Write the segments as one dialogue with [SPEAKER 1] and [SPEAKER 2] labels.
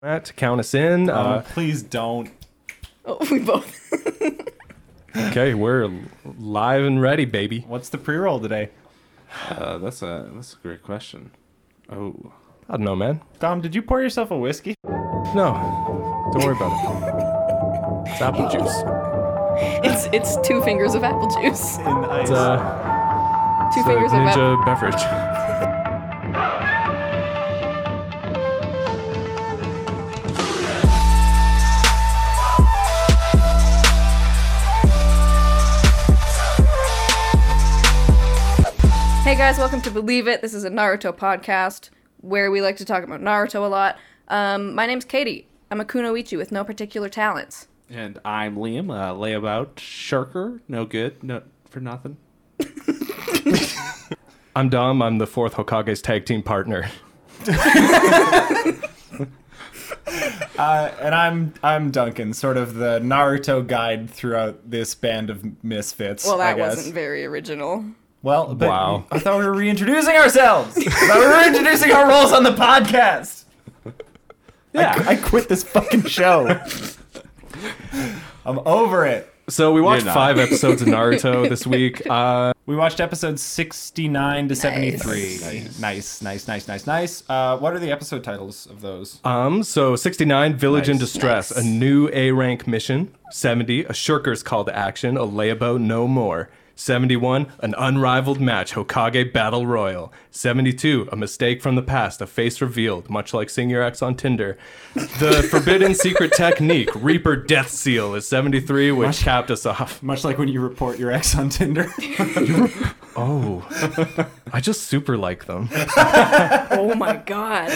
[SPEAKER 1] Matt, to count us in.
[SPEAKER 2] Um,
[SPEAKER 1] Uh,
[SPEAKER 2] please don't.
[SPEAKER 3] Oh, we both.
[SPEAKER 1] okay, we're l- live and ready, baby.
[SPEAKER 2] What's the pre-roll today?
[SPEAKER 4] Uh, that's a that's a great question. Oh,
[SPEAKER 1] I don't know, man.
[SPEAKER 2] Dom, did you pour yourself a whiskey?
[SPEAKER 1] No, don't worry about it. It's apple juice.
[SPEAKER 3] It's it's two fingers of apple juice.
[SPEAKER 2] In the ice.
[SPEAKER 1] It's a, it's
[SPEAKER 3] Two
[SPEAKER 1] a
[SPEAKER 3] fingers of apple.
[SPEAKER 1] ninja beverage.
[SPEAKER 3] Hey guys, welcome to Believe It. This is a Naruto podcast where we like to talk about Naruto a lot. Um, my name's Katie. I'm a kunoichi with no particular talents.
[SPEAKER 4] and I'm Liam, a layabout sharker. No good, no for nothing.
[SPEAKER 1] I'm Dom. I'm the fourth Hokage's tag team partner.
[SPEAKER 2] Uh, and I'm I'm Duncan, sort of the Naruto guide throughout this band of misfits.
[SPEAKER 3] Well,
[SPEAKER 2] I
[SPEAKER 3] that
[SPEAKER 2] guess.
[SPEAKER 3] wasn't very original.
[SPEAKER 2] Well, but
[SPEAKER 1] Wow.
[SPEAKER 2] I thought we were reintroducing ourselves. I thought we were reintroducing our roles on the podcast.
[SPEAKER 4] Yeah.
[SPEAKER 2] I quit this fucking show. I'm over it.
[SPEAKER 1] So we watched
[SPEAKER 4] You're not.
[SPEAKER 1] five episodes of Naruto this week. Uh,
[SPEAKER 2] We watched episodes 69 to 73.
[SPEAKER 4] Nice.
[SPEAKER 2] nice, nice, nice, nice. nice. Uh, what are the episode titles of those?
[SPEAKER 1] um, so 69, Village in
[SPEAKER 2] Nice.
[SPEAKER 1] Distress,
[SPEAKER 3] Nice.
[SPEAKER 1] a new A rank mission. 70, a shirker's call to action, a Labo no more. 71, an unrivaled match, Hokage Battle Royal. 72, a mistake from the past, a face revealed, much like seeing your ex on Tinder. The forbidden secret technique, Reaper Death Seal, is 73, which capped us off.
[SPEAKER 2] Much like when you report your ex on Tinder.
[SPEAKER 1] Oh, I just super like them.
[SPEAKER 3] Oh my
[SPEAKER 4] Uh,
[SPEAKER 3] god.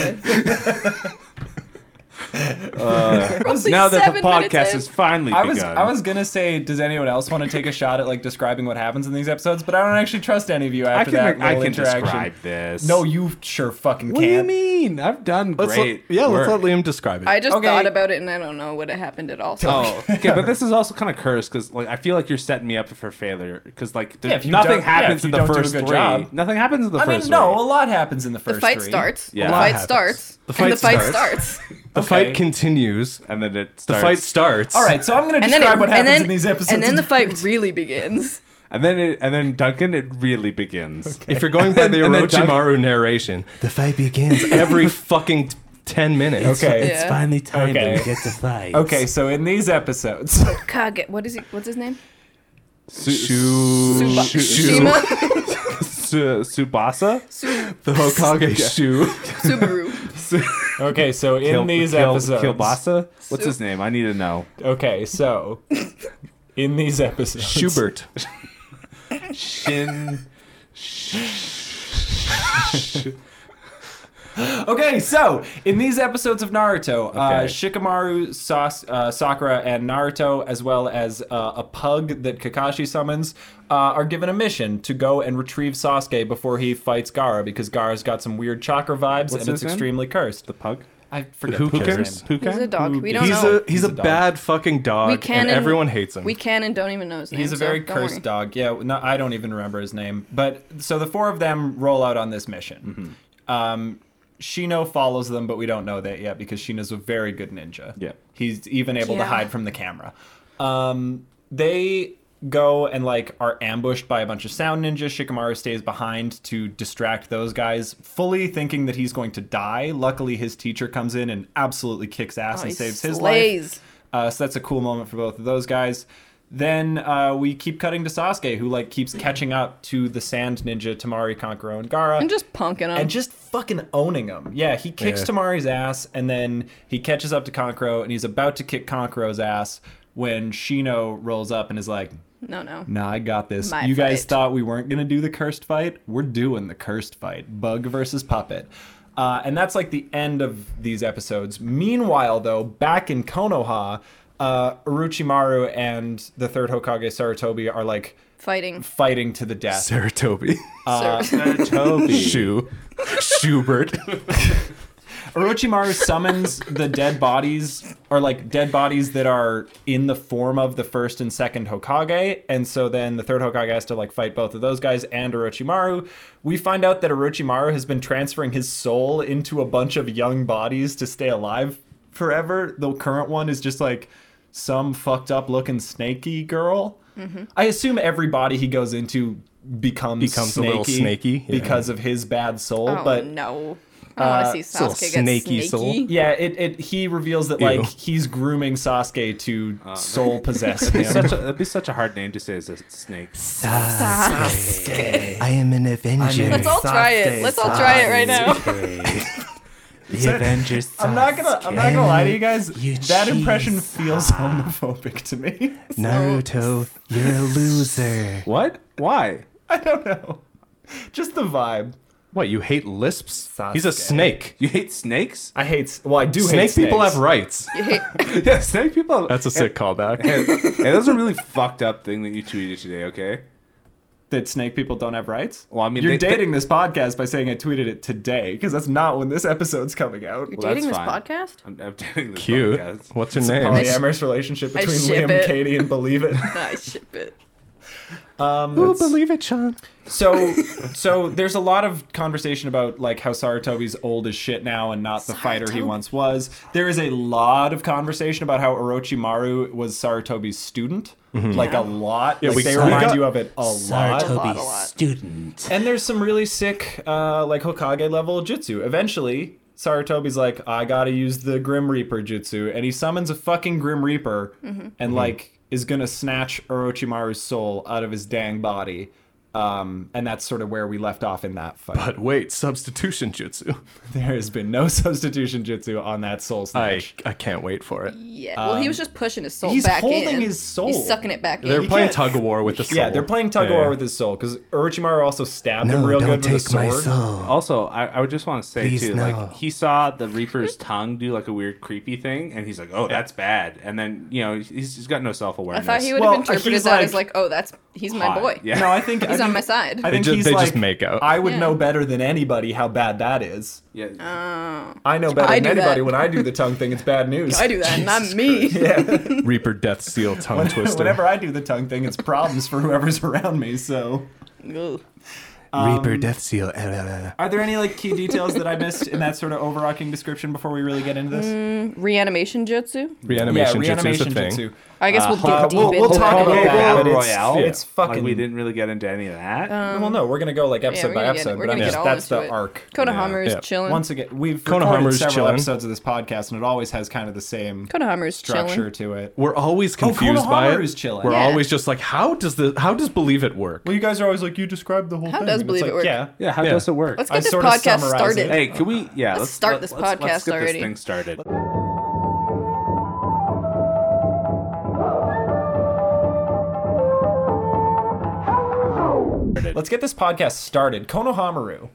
[SPEAKER 3] We're only
[SPEAKER 4] now that the
[SPEAKER 3] seven minutes
[SPEAKER 4] podcast
[SPEAKER 3] in.
[SPEAKER 4] is finally
[SPEAKER 2] I was
[SPEAKER 4] begun.
[SPEAKER 2] I was gonna say, does anyone else want to take a shot at like describing what happens in these episodes? But I don't actually trust any of you
[SPEAKER 4] I
[SPEAKER 2] after
[SPEAKER 4] can
[SPEAKER 2] that
[SPEAKER 4] I
[SPEAKER 2] little
[SPEAKER 4] can
[SPEAKER 2] interaction.
[SPEAKER 4] describe this.
[SPEAKER 2] No, you sure fucking
[SPEAKER 4] What do you
[SPEAKER 2] can't.
[SPEAKER 4] mean? I've done
[SPEAKER 1] Let's let-
[SPEAKER 4] great.
[SPEAKER 1] yeah,
[SPEAKER 4] work.
[SPEAKER 1] let's let Liam describe it.
[SPEAKER 3] I just
[SPEAKER 2] Okay.
[SPEAKER 3] thought about it and I don't know what happened at all. So
[SPEAKER 4] Oh, okay, but this is also kind of cursed because like I feel like you're setting me up for failure because like there-
[SPEAKER 2] Yeah, if you don't-
[SPEAKER 4] nothing
[SPEAKER 2] yeah, if
[SPEAKER 4] happens
[SPEAKER 2] you
[SPEAKER 4] in the
[SPEAKER 2] don't do a
[SPEAKER 4] first
[SPEAKER 2] good
[SPEAKER 4] three.
[SPEAKER 2] job.
[SPEAKER 4] Nothing happens in the
[SPEAKER 2] I mean,
[SPEAKER 4] first.
[SPEAKER 2] no, a
[SPEAKER 4] three.
[SPEAKER 2] lot happens in the first.
[SPEAKER 3] the fight
[SPEAKER 2] three.
[SPEAKER 3] starts.
[SPEAKER 4] Yeah.
[SPEAKER 3] The
[SPEAKER 4] Lot
[SPEAKER 3] fight
[SPEAKER 1] happens.
[SPEAKER 3] starts.
[SPEAKER 1] The fight
[SPEAKER 3] and the fight
[SPEAKER 1] starts.
[SPEAKER 3] starts.
[SPEAKER 1] the
[SPEAKER 2] okay.
[SPEAKER 1] fight continues.
[SPEAKER 4] and then it
[SPEAKER 1] The
[SPEAKER 4] starts.
[SPEAKER 1] fight starts.
[SPEAKER 2] All right, so I'm gonna
[SPEAKER 3] And
[SPEAKER 2] describe
[SPEAKER 3] then it,
[SPEAKER 2] what happens
[SPEAKER 3] and then,
[SPEAKER 2] in these episodes.
[SPEAKER 3] And then the fight really begins.
[SPEAKER 4] and then it, and then Duncan, it really begins.
[SPEAKER 1] If you're going by the
[SPEAKER 4] And then Doug-
[SPEAKER 1] Orochimaru narration, the fight begins every fucking t- 10 minutes.
[SPEAKER 2] Okay.
[SPEAKER 3] Yeah. finally
[SPEAKER 4] time
[SPEAKER 2] that we Okay.
[SPEAKER 4] get to fight.
[SPEAKER 2] Okay, so in these episodes,
[SPEAKER 3] Kage, what is he? What's his name?
[SPEAKER 4] Su-
[SPEAKER 3] Suba-
[SPEAKER 4] Shu-
[SPEAKER 3] Shima?
[SPEAKER 4] Su- Subasa?
[SPEAKER 1] The Hokage Shu.
[SPEAKER 3] Subaru.
[SPEAKER 2] okay, so in
[SPEAKER 4] Kil-
[SPEAKER 2] these
[SPEAKER 4] Kil-
[SPEAKER 2] episodes,
[SPEAKER 4] Kilbasa? What's his name? I need to know.
[SPEAKER 2] okay, so in these episodes,
[SPEAKER 1] Schubert.
[SPEAKER 4] Shin.
[SPEAKER 2] Okay, so in these episodes of Naruto, uh,
[SPEAKER 4] Okay.
[SPEAKER 2] Shikamaru, Sas- uh, Sakura, and Naruto, as well as uh, a pug that Kakashi summons, uh, are given a mission to go and retrieve Sasuke before he fights Gara because Gara's got some weird chakra vibes
[SPEAKER 4] What's
[SPEAKER 2] and it's
[SPEAKER 4] his name?
[SPEAKER 2] extremely cursed.
[SPEAKER 4] The pug?
[SPEAKER 2] I forget
[SPEAKER 1] Who
[SPEAKER 2] the kid's
[SPEAKER 1] cares?
[SPEAKER 2] name.
[SPEAKER 4] Who
[SPEAKER 3] He's a
[SPEAKER 4] can?
[SPEAKER 3] dog. We don't
[SPEAKER 1] He's
[SPEAKER 3] know.
[SPEAKER 1] a he's a
[SPEAKER 2] a dog.
[SPEAKER 1] bad fucking
[SPEAKER 3] we
[SPEAKER 1] dog,
[SPEAKER 3] can
[SPEAKER 1] and
[SPEAKER 3] and-
[SPEAKER 1] everyone hates him.
[SPEAKER 3] We can and don't even know his name.
[SPEAKER 2] He's a
[SPEAKER 3] so
[SPEAKER 2] very
[SPEAKER 3] don't
[SPEAKER 2] cursed
[SPEAKER 3] worry.
[SPEAKER 2] dog. Yeah, no, I don't even remember his name. But so the four of them roll out on this mission. Um, Shino follows them, but we don't know that yet because Shino's a very good ninja.
[SPEAKER 4] Yeah.
[SPEAKER 2] he's even able to
[SPEAKER 3] Yeah.
[SPEAKER 2] hide from the camera. Um, they go and like are ambushed by a bunch of sound ninjas. Shikamaru stays behind to distract those guys, fully thinking that he's going to die. Luckily, his teacher comes in and absolutely kicks ass
[SPEAKER 3] Oh,
[SPEAKER 2] and
[SPEAKER 3] he
[SPEAKER 2] saves his life.
[SPEAKER 3] slays.
[SPEAKER 2] Uh, so that's a cool moment for both of those guys. Then uh, we keep cutting to Sasuke, who like keeps catching up to the Sand Ninja, Tamari, Konkoro, and Gara,
[SPEAKER 3] And just punking him.
[SPEAKER 2] and just fucking owning him. Yeah, he kicks
[SPEAKER 1] Yeah.
[SPEAKER 2] Tamari's ass, and then he catches up to Konkoro, and he's about to kick Konkoro's ass when Shino rolls up and is like,
[SPEAKER 3] no, no.
[SPEAKER 2] "Nah, I got this.
[SPEAKER 3] My
[SPEAKER 2] you guys
[SPEAKER 3] fight."
[SPEAKER 2] thought we weren't gonna do the cursed fight? We're doing the cursed fight. Bug versus puppet." Uh, and that's like the end of these episodes. Meanwhile, though, back in Konoha, uh, Uruchimaru and the third Hokage Sarutobi are like
[SPEAKER 3] Fighting.
[SPEAKER 2] fighting to the death.
[SPEAKER 1] Saratobi.
[SPEAKER 3] Sir.
[SPEAKER 4] Toby.
[SPEAKER 1] Shu. Schubert.
[SPEAKER 2] Orochimaru summons the dead bodies, or like dead bodies that are in the form of the first and second Hokage, and so then the third Hokage has to like fight both of those guys and Orochimaru. We find out that Orochimaru has been transferring his soul into a bunch of young bodies to stay alive forever. The current one is just like some fucked up looking snaky girl.
[SPEAKER 3] Mm-hmm.
[SPEAKER 2] I assume every body he goes into becomes
[SPEAKER 1] Becomes a little snaky, yeah.
[SPEAKER 2] because of his bad soul.
[SPEAKER 3] Oh
[SPEAKER 2] but
[SPEAKER 3] no, Oh, I want to see
[SPEAKER 1] a little
[SPEAKER 3] Sasuke get
[SPEAKER 1] snaky
[SPEAKER 3] snaky.
[SPEAKER 1] soul.
[SPEAKER 2] yeah, it, it he reveals that
[SPEAKER 1] Ew.
[SPEAKER 2] like he's grooming Sasuke to soul possess him.
[SPEAKER 4] Oh, Such a, that'd be such a hard name to say as a snake.
[SPEAKER 1] I am an Avenger.
[SPEAKER 3] Let's all try it. Let's all try it right now.
[SPEAKER 5] the Avengers.
[SPEAKER 2] I'm not gonna I'm not gonna lie to you guys.
[SPEAKER 5] You
[SPEAKER 2] that impression
[SPEAKER 5] cheese.
[SPEAKER 2] feels homophobic to me.
[SPEAKER 5] Naruto, you're a loser.
[SPEAKER 4] What? Why?
[SPEAKER 2] I don't know. Just the vibe.
[SPEAKER 1] What, you hate lisps?
[SPEAKER 5] Sasuke.
[SPEAKER 1] He's a snake.
[SPEAKER 4] You hate snakes?
[SPEAKER 2] I hate. Well, I do hate
[SPEAKER 1] Snake
[SPEAKER 2] snakes.
[SPEAKER 1] people have rights.
[SPEAKER 4] yeah, snake people.
[SPEAKER 1] That's a sick callback.
[SPEAKER 4] Hey, hey, that's a really fucked up thing that you tweeted today. Okay.
[SPEAKER 2] that snake people don't have rights.
[SPEAKER 4] Well, I mean,
[SPEAKER 2] you're
[SPEAKER 4] they-
[SPEAKER 2] dating this podcast by saying I tweeted it today because that's not when this episode's coming out.
[SPEAKER 3] You're
[SPEAKER 4] Well,
[SPEAKER 3] dating this
[SPEAKER 4] that's fine.
[SPEAKER 3] podcast?
[SPEAKER 4] I'm, I'm dating this
[SPEAKER 1] Cute.
[SPEAKER 4] podcast.
[SPEAKER 1] What's her name?
[SPEAKER 2] Polyamorous relationship between
[SPEAKER 3] ship
[SPEAKER 2] Liam,
[SPEAKER 3] it.
[SPEAKER 2] Katie, and Believe It.
[SPEAKER 3] I ship it.
[SPEAKER 1] Ooh, believe it, Sean.
[SPEAKER 2] So, so there's a lot of conversation about like how Sarutobi's old as shit now and not the fighter he
[SPEAKER 3] Sarutobi.
[SPEAKER 2] once was. There is a lot of conversation about how Orochimaru was Sarutobi's student, like a lot. Mm-hmm. Yeah, like,
[SPEAKER 1] we-
[SPEAKER 2] they
[SPEAKER 1] we
[SPEAKER 2] remind
[SPEAKER 1] got-
[SPEAKER 2] you of it a lot.
[SPEAKER 3] A lot, a
[SPEAKER 5] Sarutobi
[SPEAKER 3] lot.
[SPEAKER 5] student.
[SPEAKER 2] And there's some really sick, uh, like Hokage level jutsu. Eventually, Sarutobi's like, I gotta use the Grim Reaper jutsu, and he summons a fucking Grim Reaper,
[SPEAKER 3] Mm-hmm.
[SPEAKER 2] and like is gonna snatch Orochimaru's soul out of his dang body. Um, and that's sort of where we left off in that fight.
[SPEAKER 1] But wait, substitution jutsu.
[SPEAKER 2] there has been no substitution jutsu on that soul
[SPEAKER 1] I,
[SPEAKER 2] snatch.
[SPEAKER 1] I can't wait for it.
[SPEAKER 3] Yeah. Well, he was just pushing his soul
[SPEAKER 2] he's
[SPEAKER 3] back in.
[SPEAKER 2] holding his soul.
[SPEAKER 3] He's sucking it back
[SPEAKER 1] They're
[SPEAKER 3] in.
[SPEAKER 1] playing
[SPEAKER 2] can't-
[SPEAKER 1] tug of war with the soul.
[SPEAKER 2] yeah, they're playing tug of
[SPEAKER 1] Yeah.
[SPEAKER 2] war with his soul because Orochimaru also stabbed him
[SPEAKER 5] No,
[SPEAKER 2] real
[SPEAKER 5] don't
[SPEAKER 2] good with a
[SPEAKER 5] take my
[SPEAKER 2] sword.
[SPEAKER 5] soul.
[SPEAKER 4] Also, I, I would just want to say
[SPEAKER 5] Please,
[SPEAKER 4] too,
[SPEAKER 5] no.
[SPEAKER 4] like he saw the Reaper's tongue do like a weird creepy thing, and he's like, "Oh, that's bad." And then you know he's, he's got no self
[SPEAKER 3] I
[SPEAKER 4] awareness.
[SPEAKER 3] thought he would have
[SPEAKER 2] Well,
[SPEAKER 3] interpreted
[SPEAKER 2] he's
[SPEAKER 3] that
[SPEAKER 2] like-
[SPEAKER 3] as like, oh, that's he's my boy.
[SPEAKER 4] Yeah.
[SPEAKER 2] No, I think
[SPEAKER 3] He's
[SPEAKER 2] I
[SPEAKER 3] on
[SPEAKER 2] think-
[SPEAKER 3] my side.
[SPEAKER 2] I think
[SPEAKER 1] ju-
[SPEAKER 2] he's
[SPEAKER 1] they
[SPEAKER 2] like,
[SPEAKER 1] just make out.
[SPEAKER 2] I would
[SPEAKER 3] Yeah.
[SPEAKER 2] know better than anybody how bad that is.
[SPEAKER 4] yeah.
[SPEAKER 2] I know better
[SPEAKER 3] I
[SPEAKER 2] than
[SPEAKER 3] do
[SPEAKER 2] anybody
[SPEAKER 3] that.
[SPEAKER 2] when I do the tongue thing. It's bad news.
[SPEAKER 3] I do that, not me.
[SPEAKER 1] Reaper Death Seal tongue twister.
[SPEAKER 2] Whenever I do the tongue thing, it's problems for whoever's around me. So,
[SPEAKER 3] Ugh.
[SPEAKER 2] um,
[SPEAKER 5] Reaper Death Seal. eh, eh, eh, eh.
[SPEAKER 2] are there any like key details that I missed in that sort of overarching description before we really get into this?
[SPEAKER 3] Mm, Reanimation jutsu.
[SPEAKER 1] reanimation, jutsu is a thing.
[SPEAKER 2] jutsu.
[SPEAKER 3] I guess we'll dig
[SPEAKER 2] Uh,
[SPEAKER 3] deep
[SPEAKER 2] we'll,
[SPEAKER 3] into
[SPEAKER 2] we'll talk
[SPEAKER 3] that.
[SPEAKER 2] about
[SPEAKER 4] Battle
[SPEAKER 2] that. but it's,
[SPEAKER 4] Royale?
[SPEAKER 2] it's fucking.
[SPEAKER 4] Like we didn't really get into any of that.
[SPEAKER 3] Um,
[SPEAKER 2] well, no, we're gonna go like episode
[SPEAKER 3] we're
[SPEAKER 2] by
[SPEAKER 3] gonna get-
[SPEAKER 2] episode,
[SPEAKER 3] we're
[SPEAKER 2] but I'm
[SPEAKER 3] gonna get
[SPEAKER 2] just
[SPEAKER 3] all
[SPEAKER 2] that's
[SPEAKER 3] into
[SPEAKER 2] the
[SPEAKER 3] it.
[SPEAKER 2] arc.
[SPEAKER 3] Konohamaru's
[SPEAKER 1] Yeah.
[SPEAKER 3] chilling.
[SPEAKER 2] Once again, we've
[SPEAKER 1] Konohamaru's
[SPEAKER 2] recorded several
[SPEAKER 1] chilling.
[SPEAKER 2] episodes of this podcast, and it always has kind of the same
[SPEAKER 3] Konohamaru's
[SPEAKER 2] structure
[SPEAKER 3] chilling.
[SPEAKER 2] to it.
[SPEAKER 1] We're always confused by
[SPEAKER 2] Konohamaru's
[SPEAKER 1] it.
[SPEAKER 2] Oh, chilling.
[SPEAKER 1] We're
[SPEAKER 3] Yeah.
[SPEAKER 1] always just like, how does the how does believe it work?
[SPEAKER 2] Well, you guys are always like, you described the whole
[SPEAKER 3] How
[SPEAKER 2] thing.
[SPEAKER 3] does
[SPEAKER 2] and it's
[SPEAKER 3] Believe It
[SPEAKER 2] like,
[SPEAKER 3] work?
[SPEAKER 2] Yeah.
[SPEAKER 4] yeah, how
[SPEAKER 1] Yeah.
[SPEAKER 4] does it work?
[SPEAKER 3] Let's
[SPEAKER 2] I
[SPEAKER 3] get this
[SPEAKER 2] sorta
[SPEAKER 3] podcast
[SPEAKER 2] summarize
[SPEAKER 3] started.
[SPEAKER 2] it.
[SPEAKER 4] hey, can we? Yeah,
[SPEAKER 3] Let's
[SPEAKER 4] let's,
[SPEAKER 3] start
[SPEAKER 4] let-
[SPEAKER 3] this
[SPEAKER 4] let's-
[SPEAKER 3] podcast
[SPEAKER 4] let's get
[SPEAKER 3] already.
[SPEAKER 4] This thing started.
[SPEAKER 2] Let's get this podcast started. Konohamaru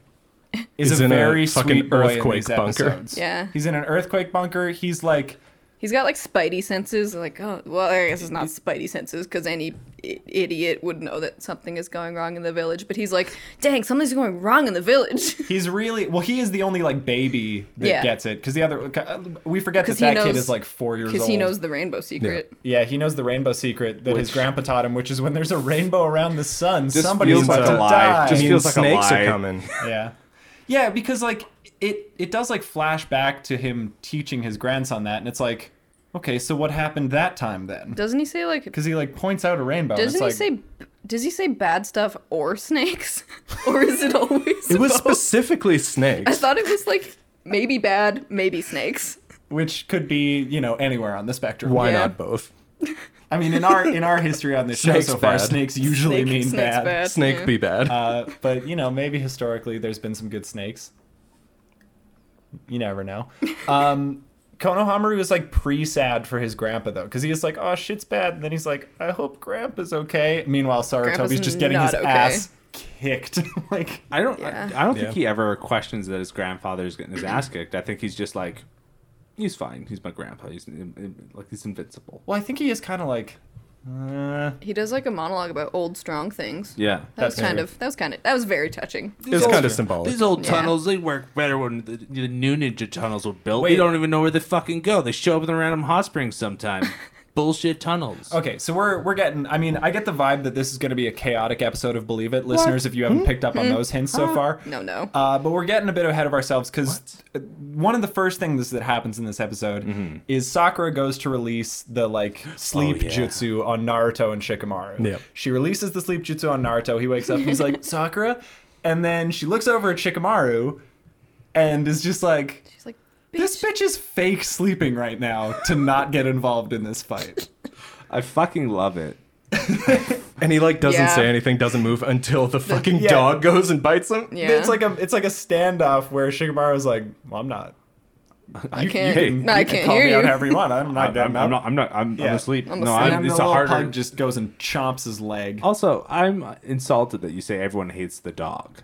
[SPEAKER 2] is
[SPEAKER 1] He's
[SPEAKER 2] a
[SPEAKER 1] in a
[SPEAKER 2] very
[SPEAKER 1] fucking
[SPEAKER 2] sweet boy in
[SPEAKER 1] earthquake
[SPEAKER 2] these
[SPEAKER 1] bunker.
[SPEAKER 2] episodes.
[SPEAKER 3] Yeah.
[SPEAKER 2] he's in an earthquake bunker. He's like,
[SPEAKER 3] He's got like spidey senses. Like, oh, well, I guess it's not spidey senses because any I- idiot would know that something is going wrong in the village. But he's like, dang, something's going wrong in the village.
[SPEAKER 2] he's really well. He is the only like baby that
[SPEAKER 3] Yeah.
[SPEAKER 2] gets it because the other uh, we forget that
[SPEAKER 3] 'Cause he
[SPEAKER 2] that kid
[SPEAKER 3] knows-
[SPEAKER 2] is like four years old.
[SPEAKER 3] Because he knows the rainbow secret.
[SPEAKER 2] Yeah, he knows the rainbow secret that his grandpa taught him, which is when there's a rainbow around the sun,
[SPEAKER 4] Just
[SPEAKER 2] somebody's
[SPEAKER 4] feels
[SPEAKER 2] about
[SPEAKER 4] like
[SPEAKER 2] to
[SPEAKER 4] a lie.
[SPEAKER 2] die.
[SPEAKER 4] Just
[SPEAKER 1] I mean,
[SPEAKER 4] feels like a
[SPEAKER 1] snakes
[SPEAKER 4] lie.
[SPEAKER 1] are coming.
[SPEAKER 2] yeah yeah because like it it does like flash back to him teaching his grandson that and it's like okay so what happened that time then
[SPEAKER 3] Doesn't he say like?
[SPEAKER 2] because he like points out a rainbow and
[SPEAKER 3] Doesn't he
[SPEAKER 2] it's like
[SPEAKER 3] say? Does he say bad stuff or snakes, or is it always?
[SPEAKER 1] It was
[SPEAKER 3] both?
[SPEAKER 1] specifically snakes.
[SPEAKER 3] I thought it was like maybe bad, maybe snakes.
[SPEAKER 2] which could be you know anywhere on the spectrum
[SPEAKER 1] Why
[SPEAKER 3] Yeah.
[SPEAKER 1] not both?
[SPEAKER 2] i mean in our in our history on this show
[SPEAKER 1] Snake's
[SPEAKER 2] so far
[SPEAKER 1] bad.
[SPEAKER 2] snakes usually
[SPEAKER 3] Snake-
[SPEAKER 2] mean
[SPEAKER 3] snake's
[SPEAKER 2] bad,
[SPEAKER 3] bad.
[SPEAKER 1] Snake
[SPEAKER 3] Yeah.
[SPEAKER 1] be bad.
[SPEAKER 2] Uh, but you know maybe historically there's been some good snakes you never know um Konohamaru was like pre-sad for his grandpa though, because he's like, "Oh, shit's bad," and then he's like, "I hope grandpa's okay." Meanwhile, Sarutobi's
[SPEAKER 3] Grandpa's
[SPEAKER 2] just getting
[SPEAKER 3] not
[SPEAKER 2] his
[SPEAKER 3] okay.
[SPEAKER 2] ass kicked. like,
[SPEAKER 4] I don't.
[SPEAKER 3] Yeah.
[SPEAKER 4] I, I don't
[SPEAKER 1] Yeah.
[SPEAKER 4] think he ever questions that his grandfather's getting his ass kicked. I think he's just like, he's fine. He's my grandpa. He's in- in- like he's invincible.
[SPEAKER 2] well, I think he is kind of like, uh,
[SPEAKER 3] He does like a monologue about old strong things.
[SPEAKER 4] Yeah.
[SPEAKER 3] That was
[SPEAKER 2] That's
[SPEAKER 3] kind
[SPEAKER 2] true.
[SPEAKER 3] of that was kind of that was very touching.
[SPEAKER 1] it was kind of symbolic.
[SPEAKER 6] These old
[SPEAKER 3] Yeah.
[SPEAKER 6] tunnels, they work better when the, the new ninja tunnels were built.
[SPEAKER 2] Wait.
[SPEAKER 6] We don't even know where they fucking go. They show up in the random hot springs sometime. bullshit tunnels.
[SPEAKER 2] Okay, so we're we're getting. I mean, I get the vibe that this is going to be a chaotic episode of Believe It, listeners. If you haven't picked up on those hints so far,
[SPEAKER 3] Mm-hmm. No, no.
[SPEAKER 2] Uh, but we're getting a bit ahead of ourselves because one of the first things that happens in this episode is Sakura goes to release the like sleep jutsu on Naruto and Shikamaru.
[SPEAKER 1] Yep.
[SPEAKER 2] She releases the sleep jutsu on Naruto. He wakes up. He's like Sakura, and then she looks over at Shikamaru, and is just like,
[SPEAKER 3] She's like,
[SPEAKER 2] "This bitch is fake sleeping right now to not get involved in this fight."
[SPEAKER 4] I fucking love it.
[SPEAKER 1] And he like doesn't
[SPEAKER 3] Yeah.
[SPEAKER 1] say anything, doesn't move until the fucking
[SPEAKER 2] yeah.
[SPEAKER 1] dog goes and bites him.
[SPEAKER 3] Yeah.
[SPEAKER 2] It's like a it's like a standoff where Shikamaru's like, well, "I'm not."
[SPEAKER 3] I can't.
[SPEAKER 2] You can,
[SPEAKER 3] no, I
[SPEAKER 2] you can
[SPEAKER 3] can't
[SPEAKER 2] call
[SPEAKER 3] hear
[SPEAKER 2] me out
[SPEAKER 3] you.
[SPEAKER 2] however you want. I'm not
[SPEAKER 4] I'm,
[SPEAKER 2] getting
[SPEAKER 4] I'm
[SPEAKER 2] up.
[SPEAKER 4] not. I'm not. I'm,
[SPEAKER 2] Yeah.
[SPEAKER 4] I'm asleep.
[SPEAKER 3] I'm
[SPEAKER 4] no,
[SPEAKER 3] asleep.
[SPEAKER 4] I,
[SPEAKER 2] And
[SPEAKER 4] it's
[SPEAKER 2] the
[SPEAKER 4] a
[SPEAKER 2] little
[SPEAKER 4] harder.
[SPEAKER 2] pug just goes and chomps his leg.
[SPEAKER 4] Also, I'm insulted that you say everyone hates the dog.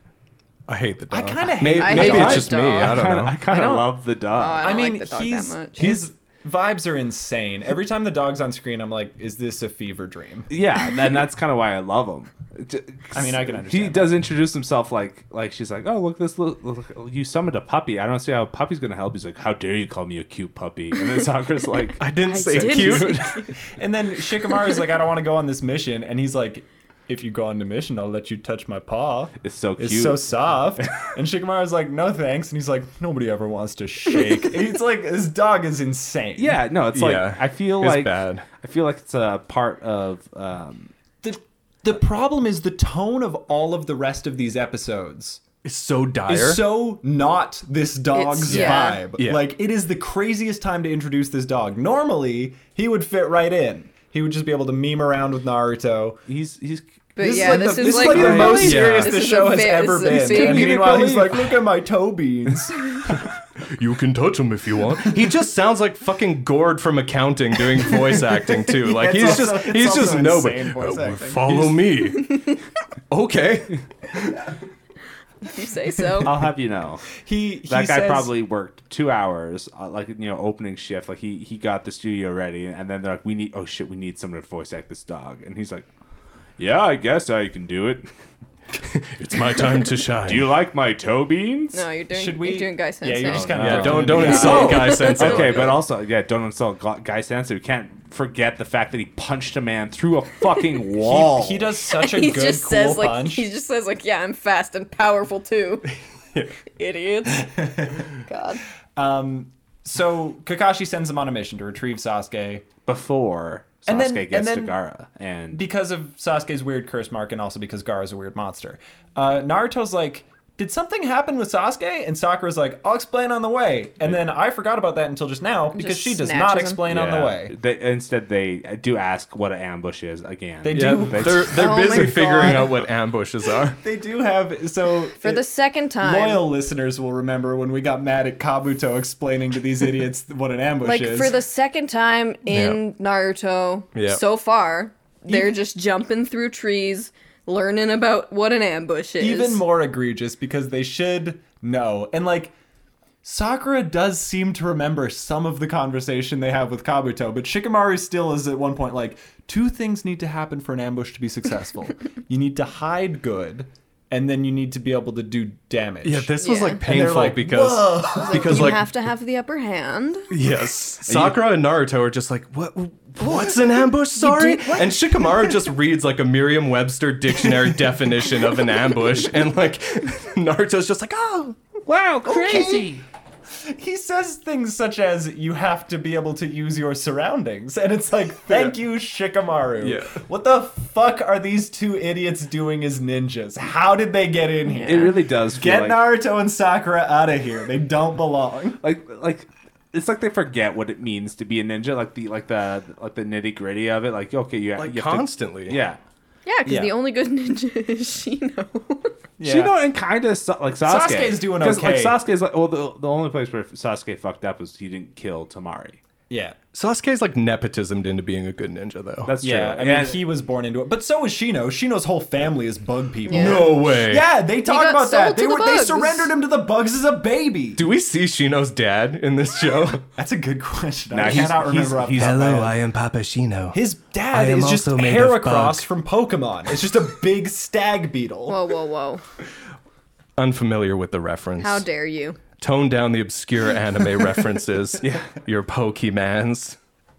[SPEAKER 1] I hate the dog.
[SPEAKER 2] kinda hate
[SPEAKER 1] May-
[SPEAKER 2] the
[SPEAKER 1] Maybe
[SPEAKER 3] dog.
[SPEAKER 1] it's just me. I don't
[SPEAKER 4] kinda-
[SPEAKER 1] know.
[SPEAKER 4] I kind of
[SPEAKER 2] don't-
[SPEAKER 4] love the
[SPEAKER 3] Oh, I
[SPEAKER 4] dog.
[SPEAKER 3] don't
[SPEAKER 2] I mean,
[SPEAKER 3] like the dog
[SPEAKER 2] he's,
[SPEAKER 3] that much.
[SPEAKER 2] his vibes are insane. Every time the dog's on screen, I'm like, is this a fever dream?
[SPEAKER 4] yeah, and that's kind of why I love him. J-
[SPEAKER 2] I mean, I can
[SPEAKER 4] He
[SPEAKER 2] understand
[SPEAKER 4] does introduce himself like like she's like, oh look, this little look, you summoned a puppy. I don't see how a puppy's gonna help. He's like, how dare you call me a cute puppy? And then Sakura's like,
[SPEAKER 1] I didn't say
[SPEAKER 3] didn't.
[SPEAKER 1] cute.
[SPEAKER 2] And then Shikamaru's like, I don't want to go on this mission, and he's like, if you go on the mission, I'll let you touch my paw.
[SPEAKER 4] it's so cute.
[SPEAKER 2] It's so soft. And Shikamaru's like, no thanks. And he's like, nobody ever wants to shake. It's like, this dog is insane.
[SPEAKER 4] yeah, no, it's
[SPEAKER 1] Yeah,
[SPEAKER 4] like I feel
[SPEAKER 1] it's
[SPEAKER 4] like
[SPEAKER 1] bad.
[SPEAKER 4] I feel like it's a part of um,
[SPEAKER 2] The, the problem is the tone of all of the rest of these episodes
[SPEAKER 1] It's so dire.
[SPEAKER 2] is so not this dog's
[SPEAKER 3] It's- yeah.
[SPEAKER 2] vibe.
[SPEAKER 1] Yeah.
[SPEAKER 2] Like it is the craziest time to introduce this dog. Normally, he would fit right in. He would just be able to meme around with Naruto.
[SPEAKER 4] he's he's
[SPEAKER 3] but
[SPEAKER 2] This
[SPEAKER 3] yeah,
[SPEAKER 2] is like
[SPEAKER 3] this
[SPEAKER 2] the,
[SPEAKER 3] is
[SPEAKER 2] this
[SPEAKER 3] like,
[SPEAKER 2] the
[SPEAKER 1] really-
[SPEAKER 2] most
[SPEAKER 1] Yeah.
[SPEAKER 2] serious
[SPEAKER 3] this
[SPEAKER 2] the
[SPEAKER 3] is a
[SPEAKER 2] show has
[SPEAKER 3] ve-
[SPEAKER 2] ever
[SPEAKER 3] this is a
[SPEAKER 2] been. And
[SPEAKER 3] big-
[SPEAKER 2] meanwhile, he's
[SPEAKER 4] belief.
[SPEAKER 2] like, "Look at my toe beans."
[SPEAKER 1] You can touch him if you want. He just sounds like fucking Gord from accounting doing voice acting too. Like
[SPEAKER 2] it's
[SPEAKER 1] he's
[SPEAKER 2] also-
[SPEAKER 1] just
[SPEAKER 2] it's
[SPEAKER 1] he's
[SPEAKER 2] also
[SPEAKER 1] just
[SPEAKER 2] insane
[SPEAKER 1] nobody.
[SPEAKER 2] voice
[SPEAKER 1] "Oh,
[SPEAKER 2] acting."
[SPEAKER 1] follow me. okay.
[SPEAKER 3] if you say so.
[SPEAKER 2] Uh,
[SPEAKER 4] I'll have you know.
[SPEAKER 2] He, he
[SPEAKER 4] that guy
[SPEAKER 2] says-
[SPEAKER 4] probably worked two hours, uh, like you know, opening shift. Like he he got the studio ready, and then they're like, "We need, oh shit, we need someone to voice act this dog," and he's like, "Yeah, I guess I can do it.
[SPEAKER 1] It's my time to shine.
[SPEAKER 4] Do you like my toe beans?"
[SPEAKER 3] no, you're doing.
[SPEAKER 2] Should we-
[SPEAKER 3] You're doing guy sense.
[SPEAKER 2] Yeah, you're
[SPEAKER 3] now.
[SPEAKER 2] just kinda-
[SPEAKER 1] yeah,
[SPEAKER 2] Oh.
[SPEAKER 1] don't don't
[SPEAKER 2] Yeah.
[SPEAKER 1] insult Guy Sensei.
[SPEAKER 4] Okay, but also, yeah, don't insult Gu- Guy Sensei. We can't forget the fact that he punched a man through a fucking wall.
[SPEAKER 2] He, he does such a
[SPEAKER 3] He
[SPEAKER 2] good
[SPEAKER 3] just
[SPEAKER 2] cool
[SPEAKER 3] says like
[SPEAKER 2] punch.
[SPEAKER 3] he just says like yeah, I'm fast and powerful too. Idiots. God.
[SPEAKER 2] Um, so Kakashi sends him on a mission to retrieve Sasuke
[SPEAKER 4] before Sasuke
[SPEAKER 2] And then- and
[SPEAKER 4] gets
[SPEAKER 2] then-
[SPEAKER 4] to Gara, and
[SPEAKER 2] because of Sasuke's weird curse mark and also because Gaara's a weird monster. Uh, Naruto's like, did something happen with Sasuke? And Sakura's like, I'll explain on the way. And then I forgot about that until just now because
[SPEAKER 3] Just
[SPEAKER 2] she does
[SPEAKER 3] snatches
[SPEAKER 2] not
[SPEAKER 3] him.
[SPEAKER 2] explain on
[SPEAKER 4] Yeah.
[SPEAKER 2] the way.
[SPEAKER 4] They, instead, they do ask what an ambush is again.
[SPEAKER 2] They
[SPEAKER 1] yeah,
[SPEAKER 2] do.
[SPEAKER 1] they're they're
[SPEAKER 3] Oh my
[SPEAKER 1] busy figuring
[SPEAKER 3] God.
[SPEAKER 1] out what ambushes are.
[SPEAKER 2] They do have so
[SPEAKER 3] For the second time.
[SPEAKER 2] loyal listeners will remember when we got mad at Kabuto explaining to these idiots what an ambush
[SPEAKER 3] like
[SPEAKER 2] is.
[SPEAKER 3] for the second time in Naruto
[SPEAKER 1] Yeah.
[SPEAKER 3] so far, they're just jumping through trees, learning about what an ambush is.
[SPEAKER 2] even more egregious because they should know. And like Sakura does seem to remember some of the conversation they have with Kabuto, but Shikamaru still is at one point like two things need to happen for an ambush to be successful. you need to hide good and then you need to be able to do damage.
[SPEAKER 1] Yeah, this was
[SPEAKER 3] Yeah.
[SPEAKER 1] like
[SPEAKER 3] And
[SPEAKER 2] And they're
[SPEAKER 1] painful
[SPEAKER 2] like,
[SPEAKER 1] because
[SPEAKER 2] "Whoa."
[SPEAKER 1] because
[SPEAKER 3] you
[SPEAKER 1] like
[SPEAKER 3] have to have the upper hand.
[SPEAKER 1] Yes. Sakura and Naruto are just like, what? What's an ambush? Sorry. And Shikamaru just reads like a Merriam-Webster dictionary definition of an ambush, and like Naruto's just like, oh,
[SPEAKER 6] Wow, crazy.
[SPEAKER 2] he says things such as you have to be able to use your surroundings and it's like thank you shikamaru
[SPEAKER 1] Yeah.
[SPEAKER 2] what the fuck are these two idiots doing as ninjas how did they get in here
[SPEAKER 4] it really does feel
[SPEAKER 2] Get
[SPEAKER 4] like,
[SPEAKER 2] Naruto and Sakura out of here. They don't belong.
[SPEAKER 4] like like it's like they forget what it means to be a ninja like the like the like the nitty gritty of it like okay you,
[SPEAKER 1] like
[SPEAKER 4] you have
[SPEAKER 1] constantly.
[SPEAKER 4] to, yeah
[SPEAKER 3] Yeah, because
[SPEAKER 2] Yeah.
[SPEAKER 3] the only good ninja is Shino.
[SPEAKER 4] you know, and kind of like Sasuke.
[SPEAKER 2] Sasuke's doing
[SPEAKER 4] 'Cause,
[SPEAKER 2] okay.
[SPEAKER 4] Like Sasuke's like, well, the, the only place where Sasuke fucked up was he didn't kill Tamari.
[SPEAKER 2] Yeah.
[SPEAKER 1] Sasuke's like nepotismed into being a good ninja, though.
[SPEAKER 4] That's
[SPEAKER 2] Yeah. I
[SPEAKER 4] true.
[SPEAKER 2] mean,
[SPEAKER 4] And-
[SPEAKER 2] he was born into it. But so is Shino. Shino's whole family is bug people.
[SPEAKER 3] Yeah.
[SPEAKER 1] no way.
[SPEAKER 2] Yeah, they talk
[SPEAKER 3] got
[SPEAKER 2] about
[SPEAKER 3] sold
[SPEAKER 2] that.
[SPEAKER 3] to
[SPEAKER 2] They
[SPEAKER 3] the
[SPEAKER 2] were they
[SPEAKER 3] bugs.
[SPEAKER 2] surrendered him to the bugs as a baby.
[SPEAKER 1] Do we see Shino's dad in this show?
[SPEAKER 2] That's a good question.
[SPEAKER 4] Nah,
[SPEAKER 2] I
[SPEAKER 4] he's-
[SPEAKER 2] cannot
[SPEAKER 4] he's-
[SPEAKER 2] remember off the
[SPEAKER 4] he's-
[SPEAKER 2] top of my
[SPEAKER 5] Hello,
[SPEAKER 2] head.
[SPEAKER 5] I am Papa Shino.
[SPEAKER 2] His dad
[SPEAKER 5] I am
[SPEAKER 2] is just
[SPEAKER 5] also made of
[SPEAKER 2] Heracross
[SPEAKER 5] bug.
[SPEAKER 2] from Pokemon. It's just a big stag beetle.
[SPEAKER 3] whoa, whoa, whoa!
[SPEAKER 1] Unfamiliar with the reference.
[SPEAKER 3] How dare you?
[SPEAKER 1] Tone down the obscure anime references. yeah. Your Pokemans.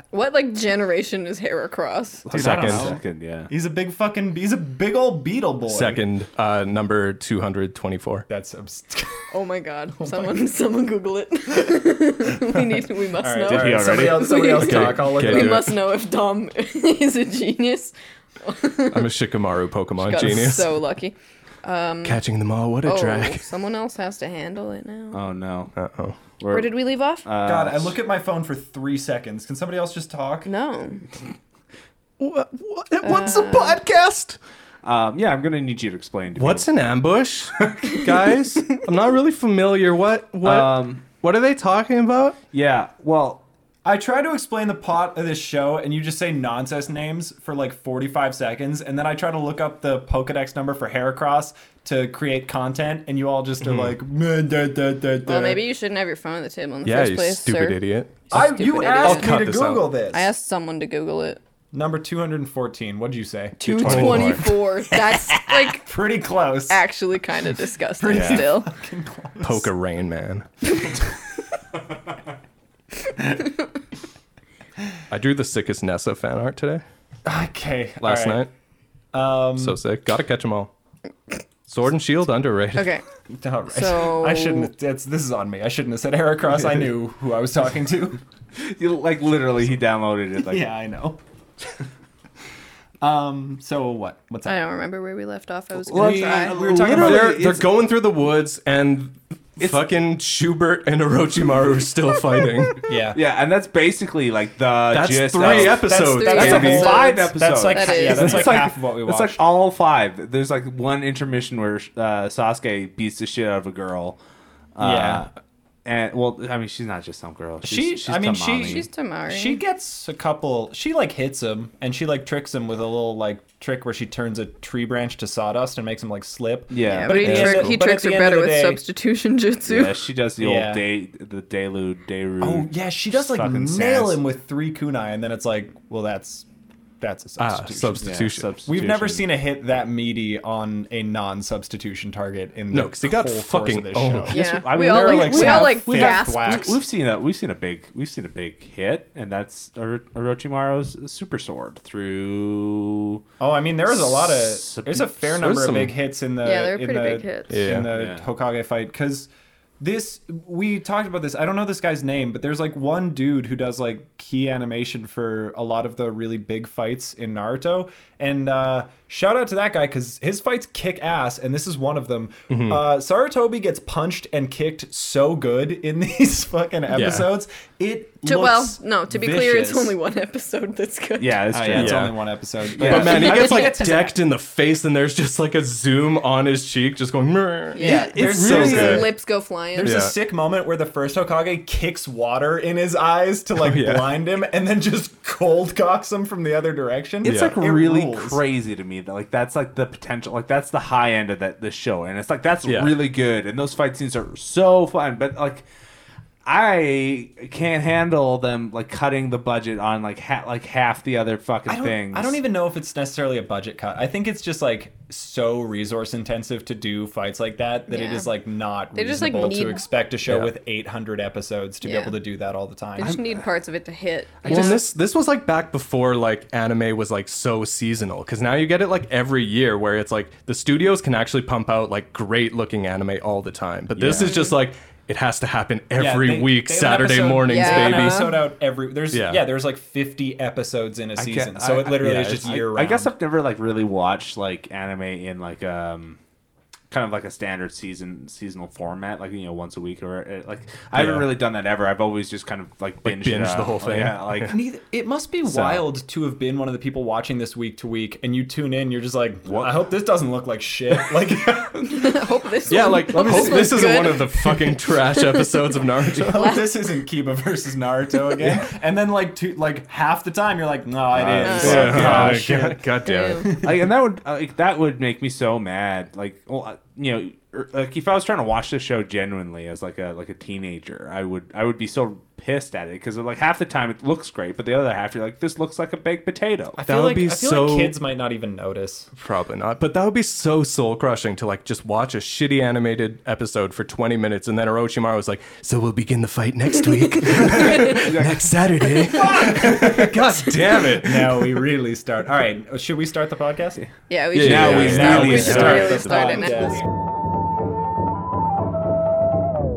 [SPEAKER 3] What like generation is Heracross?
[SPEAKER 2] Dude, I don't
[SPEAKER 1] second,
[SPEAKER 2] know.
[SPEAKER 4] Second, yeah.
[SPEAKER 2] He's a big fucking. He's a big old beetle boy.
[SPEAKER 1] second, uh, number two hundred twenty-four.
[SPEAKER 2] That's abs-
[SPEAKER 3] Oh my god. someone someone Google it. we need we must know.
[SPEAKER 4] Did he already?
[SPEAKER 2] Somebody else, somebody else talk. I'll look
[SPEAKER 1] Okay,
[SPEAKER 2] it
[SPEAKER 3] We
[SPEAKER 1] do
[SPEAKER 2] up.
[SPEAKER 1] it.
[SPEAKER 3] must know if Dom is a genius.
[SPEAKER 1] I'm a Shikamaru Pokemon
[SPEAKER 3] Got
[SPEAKER 1] genius.
[SPEAKER 3] so lucky.
[SPEAKER 1] Catching them all, what a
[SPEAKER 3] Oh,
[SPEAKER 1] drag.
[SPEAKER 3] someone else has to handle it now.
[SPEAKER 4] Oh no. uh,
[SPEAKER 1] Uh oh.
[SPEAKER 3] Where did we leave off?
[SPEAKER 2] God, I look at my phone for three seconds. Can somebody else just talk?
[SPEAKER 3] no.
[SPEAKER 1] What,
[SPEAKER 3] Uh.
[SPEAKER 1] what's a podcast?
[SPEAKER 4] Um, yeah, I'm gonna need you to explain. To
[SPEAKER 1] What's an ambush, guys? I'm not really familiar. What what
[SPEAKER 4] Um,
[SPEAKER 1] what are they talking about?
[SPEAKER 4] people. yeah? Well,
[SPEAKER 2] I try to explain the plot of this show, and you just say nonsense names for like 45 seconds, and then I try to look up the Pokedex number for Heracross to create content, and you all just are
[SPEAKER 1] Mm-hmm.
[SPEAKER 2] like, "Meh, da, da, da, da."
[SPEAKER 3] Well, maybe you shouldn't have your phone at the table in the
[SPEAKER 1] Yeah,
[SPEAKER 3] first
[SPEAKER 1] you
[SPEAKER 3] place,
[SPEAKER 1] stupid
[SPEAKER 3] sir.
[SPEAKER 1] idiot.
[SPEAKER 2] I,
[SPEAKER 3] Stupid
[SPEAKER 2] you
[SPEAKER 3] idiot. I'll
[SPEAKER 2] asked me
[SPEAKER 1] cut
[SPEAKER 2] to
[SPEAKER 1] this
[SPEAKER 2] Google
[SPEAKER 1] out.
[SPEAKER 2] this.
[SPEAKER 3] I asked someone to Google it.
[SPEAKER 2] Number 214. What did you say?
[SPEAKER 3] 224. That's like
[SPEAKER 2] Pretty close.
[SPEAKER 3] actually kind of disgusting
[SPEAKER 1] Yeah.
[SPEAKER 3] still.
[SPEAKER 1] Poke a rain man. I drew the sickest Nessa fan art today,
[SPEAKER 2] Okay.
[SPEAKER 1] last
[SPEAKER 2] all right.
[SPEAKER 1] night. Um, so sick. Gotta catch them all. Sword and Shield underrated.
[SPEAKER 3] Okay.
[SPEAKER 2] All right.
[SPEAKER 3] So-
[SPEAKER 2] I shouldn't. That's, this is on me. I shouldn't have said Heracross. I knew who I was talking to.
[SPEAKER 4] you, like literally, he downloaded it. Like,
[SPEAKER 2] yeah, I know. um. So what? What's
[SPEAKER 3] I
[SPEAKER 2] up?
[SPEAKER 3] don't remember where we left off. I was
[SPEAKER 4] Well,
[SPEAKER 3] going to
[SPEAKER 4] it's-
[SPEAKER 3] try.
[SPEAKER 4] we were talking about
[SPEAKER 1] They're,
[SPEAKER 4] it's-
[SPEAKER 1] they're going through the woods and fucking Schubert and Orochimaru are still fighting.
[SPEAKER 2] Yeah.
[SPEAKER 4] yeah, and that's basically like the.
[SPEAKER 1] That's
[SPEAKER 4] gist
[SPEAKER 1] three
[SPEAKER 4] of-
[SPEAKER 1] episodes.
[SPEAKER 3] That's
[SPEAKER 4] That's
[SPEAKER 3] three
[SPEAKER 4] a
[SPEAKER 1] baby.
[SPEAKER 3] episodes.
[SPEAKER 4] five
[SPEAKER 3] That's
[SPEAKER 4] episodes.
[SPEAKER 2] like
[SPEAKER 3] That
[SPEAKER 2] yeah.
[SPEAKER 3] is.
[SPEAKER 2] That's like
[SPEAKER 4] It's like-
[SPEAKER 2] half of what we watched.
[SPEAKER 4] It's like all five. There's like one intermission where uh, Sasuke beats the shit out of a girl. Uh,
[SPEAKER 2] Yeah.
[SPEAKER 4] And well, I mean, she's not just some girl. She's,
[SPEAKER 2] She-
[SPEAKER 4] she's
[SPEAKER 2] I mean, she-
[SPEAKER 4] Tamami.
[SPEAKER 3] She's Tamari.
[SPEAKER 2] she gets a couple. She like hits him, and she like tricks him with a little like trick where she turns a tree branch to sawdust and makes him like slip.
[SPEAKER 4] yeah,
[SPEAKER 3] yeah, but he,
[SPEAKER 2] at the
[SPEAKER 3] trick,
[SPEAKER 2] end-
[SPEAKER 3] he
[SPEAKER 2] but at
[SPEAKER 3] tricks her
[SPEAKER 2] the end of
[SPEAKER 3] better
[SPEAKER 2] the
[SPEAKER 3] with
[SPEAKER 2] day-
[SPEAKER 3] substitution jutsu.
[SPEAKER 4] Yeah, she does the
[SPEAKER 2] Yeah.
[SPEAKER 4] old day, the delude, deru.
[SPEAKER 2] Oh yeah, she does like
[SPEAKER 4] Fucking
[SPEAKER 2] nail
[SPEAKER 4] sass.
[SPEAKER 2] him with three kunai, and then it's like, well, that's that's a
[SPEAKER 1] Ah,
[SPEAKER 2] substitution.
[SPEAKER 4] Yeah,
[SPEAKER 1] substitution.
[SPEAKER 2] We've
[SPEAKER 4] substitution.
[SPEAKER 2] never seen a hit that meaty on a non-substitution target in the
[SPEAKER 1] No, 'cause he got
[SPEAKER 2] whole course
[SPEAKER 1] fucking
[SPEAKER 2] of this
[SPEAKER 1] owned.
[SPEAKER 2] show.
[SPEAKER 3] Yeah.
[SPEAKER 4] I mean,
[SPEAKER 3] we all
[SPEAKER 4] they're
[SPEAKER 3] like,
[SPEAKER 4] like
[SPEAKER 3] we all
[SPEAKER 4] half
[SPEAKER 3] like
[SPEAKER 2] fifth
[SPEAKER 3] gasped.
[SPEAKER 2] whack.
[SPEAKER 4] We've seen a we've seen a big we've seen a big hit, and that's Oro- Orochimaru's super sword through.
[SPEAKER 2] Oh, I mean, there was a lot
[SPEAKER 4] S-
[SPEAKER 2] of there's a fair
[SPEAKER 1] there's
[SPEAKER 2] number
[SPEAKER 1] some-
[SPEAKER 2] of big hits in the
[SPEAKER 3] Yeah, there were
[SPEAKER 2] in
[SPEAKER 3] pretty
[SPEAKER 2] the-
[SPEAKER 3] big hits.
[SPEAKER 1] Yeah.
[SPEAKER 2] in the
[SPEAKER 4] Yeah.
[SPEAKER 2] Hokage fight because this we talked about this. I don't know this guy's name, but there's like one dude who does like key animation for a lot of the really big fights in Naruto, and uh, shout out to that guy because his fights kick ass, and this is one of them.
[SPEAKER 1] Mm-hmm.
[SPEAKER 2] Uh, Sarutobi gets punched and kicked so good in these fucking episodes. It
[SPEAKER 3] To- well,
[SPEAKER 2] looks
[SPEAKER 3] no. To be clear, it's
[SPEAKER 2] vicious.
[SPEAKER 3] only one episode that's good.
[SPEAKER 4] Yeah, that's
[SPEAKER 2] Oh,
[SPEAKER 4] true.
[SPEAKER 2] yeah, it's
[SPEAKER 1] Uh, Yeah.
[SPEAKER 2] only one episode.
[SPEAKER 4] Yeah.
[SPEAKER 1] But man, he
[SPEAKER 2] I
[SPEAKER 1] gets
[SPEAKER 2] think
[SPEAKER 1] like
[SPEAKER 2] it's his-
[SPEAKER 1] decked in the face, and there's just like a zoom on his cheek, just going. "Mrr."
[SPEAKER 2] Yeah,
[SPEAKER 1] it's
[SPEAKER 2] there's
[SPEAKER 1] so
[SPEAKER 2] really
[SPEAKER 1] good.
[SPEAKER 3] His lips go flying.
[SPEAKER 2] There's
[SPEAKER 1] Yeah.
[SPEAKER 2] a sick moment where the first Hokage kicks water in his eyes to like
[SPEAKER 1] Oh, yeah.
[SPEAKER 2] blind him, and then just cold cocks him from the other direction.
[SPEAKER 4] It's
[SPEAKER 1] Yeah.
[SPEAKER 4] like
[SPEAKER 2] It
[SPEAKER 4] really
[SPEAKER 2] rules.
[SPEAKER 4] crazy to me that like that's like the potential, like that's the high end of that the show, and it's like that's
[SPEAKER 1] Yeah.
[SPEAKER 4] really good, and those fight scenes are so fun, but like. I can't handle them like cutting the budget on like ha- like half the other fucking
[SPEAKER 2] I don't,
[SPEAKER 4] things.
[SPEAKER 2] I don't even know if it's necessarily a budget cut. I think it's just like so resource intensive to do fights like that that it
[SPEAKER 3] Yeah.
[SPEAKER 2] is like not
[SPEAKER 3] They just, like,
[SPEAKER 2] reasonable
[SPEAKER 3] need-
[SPEAKER 2] to expect a show
[SPEAKER 1] Yeah.
[SPEAKER 2] with 800 episodes to
[SPEAKER 3] Yeah.
[SPEAKER 2] be able to do that all the time.
[SPEAKER 3] I just need parts of it to hit.
[SPEAKER 1] Well, and this this was like back before like anime was like so seasonal because now you get it like every year where it's like the studios can actually pump out like great looking anime all the time, but this
[SPEAKER 4] Yeah.
[SPEAKER 1] is just like it has to happen
[SPEAKER 2] Yeah,
[SPEAKER 1] every
[SPEAKER 2] they-
[SPEAKER 1] week
[SPEAKER 2] they have an
[SPEAKER 1] Saturday
[SPEAKER 2] episode-
[SPEAKER 1] mornings,
[SPEAKER 2] they have
[SPEAKER 3] Yeah.
[SPEAKER 2] an
[SPEAKER 1] baby.
[SPEAKER 2] episode out every there's
[SPEAKER 1] Yeah.
[SPEAKER 2] yeah. there's like 50 episodes in a
[SPEAKER 4] I
[SPEAKER 2] season,
[SPEAKER 4] can't-
[SPEAKER 2] so
[SPEAKER 4] I-
[SPEAKER 2] it literally
[SPEAKER 1] yeah,
[SPEAKER 2] is just
[SPEAKER 1] it's-
[SPEAKER 2] year round.
[SPEAKER 4] I guess I've never like really watched like anime in like um kind of like a standard season seasonal format, like you know once a week or uh, like I haven't
[SPEAKER 1] Yeah.
[SPEAKER 4] really done that ever. I've always just kind of like binged, it
[SPEAKER 1] binged the
[SPEAKER 4] out.
[SPEAKER 1] whole thing.
[SPEAKER 4] Yeah, like
[SPEAKER 2] Neither, it must be wild to have been one of the people watching this week to week, and you tune in, you're just like, I hope this doesn't look like shit. Like,
[SPEAKER 3] I hope this.
[SPEAKER 1] Yeah,
[SPEAKER 3] one-
[SPEAKER 1] like
[SPEAKER 3] hope
[SPEAKER 1] hope this
[SPEAKER 3] one's
[SPEAKER 1] isn't
[SPEAKER 3] good.
[SPEAKER 1] one of the fucking trash episodes of Naruto.
[SPEAKER 2] "Oh, this isn't Kiba versus Naruto again. And then like, two, like half the time, you're like, no, it
[SPEAKER 4] Uh,
[SPEAKER 2] is.
[SPEAKER 4] yeah.
[SPEAKER 2] Like,
[SPEAKER 1] God,
[SPEAKER 2] oh, shit.
[SPEAKER 1] God, God damn it.
[SPEAKER 4] like and that would uh, like that would make me so mad. Like, well, I- you know, er, like if I was trying to watch the show genuinely as like a like a teenager, I would I would be so pissed at it because like half the time it looks great, but the other half you're like, this looks like a baked potato.
[SPEAKER 2] I
[SPEAKER 1] That
[SPEAKER 2] feel
[SPEAKER 1] would
[SPEAKER 2] like
[SPEAKER 1] be
[SPEAKER 2] I feel
[SPEAKER 1] so-
[SPEAKER 2] like kids might not even notice.
[SPEAKER 1] Probably not. But that would be so soul crushing to like just watch a shitty animated episode for 20 minutes and then Orochimaru was like, So we'll begin the fight next week. next Saturday. God damn it.
[SPEAKER 2] Now we really start. All right, should we start the podcast?
[SPEAKER 3] Yeah, we
[SPEAKER 1] Yeah,
[SPEAKER 3] should.
[SPEAKER 1] yeah,
[SPEAKER 4] yeah,
[SPEAKER 3] we
[SPEAKER 4] yeah.
[SPEAKER 3] should
[SPEAKER 4] Now
[SPEAKER 3] start-
[SPEAKER 4] we
[SPEAKER 3] we should
[SPEAKER 4] start
[SPEAKER 3] really
[SPEAKER 4] the
[SPEAKER 3] start it now.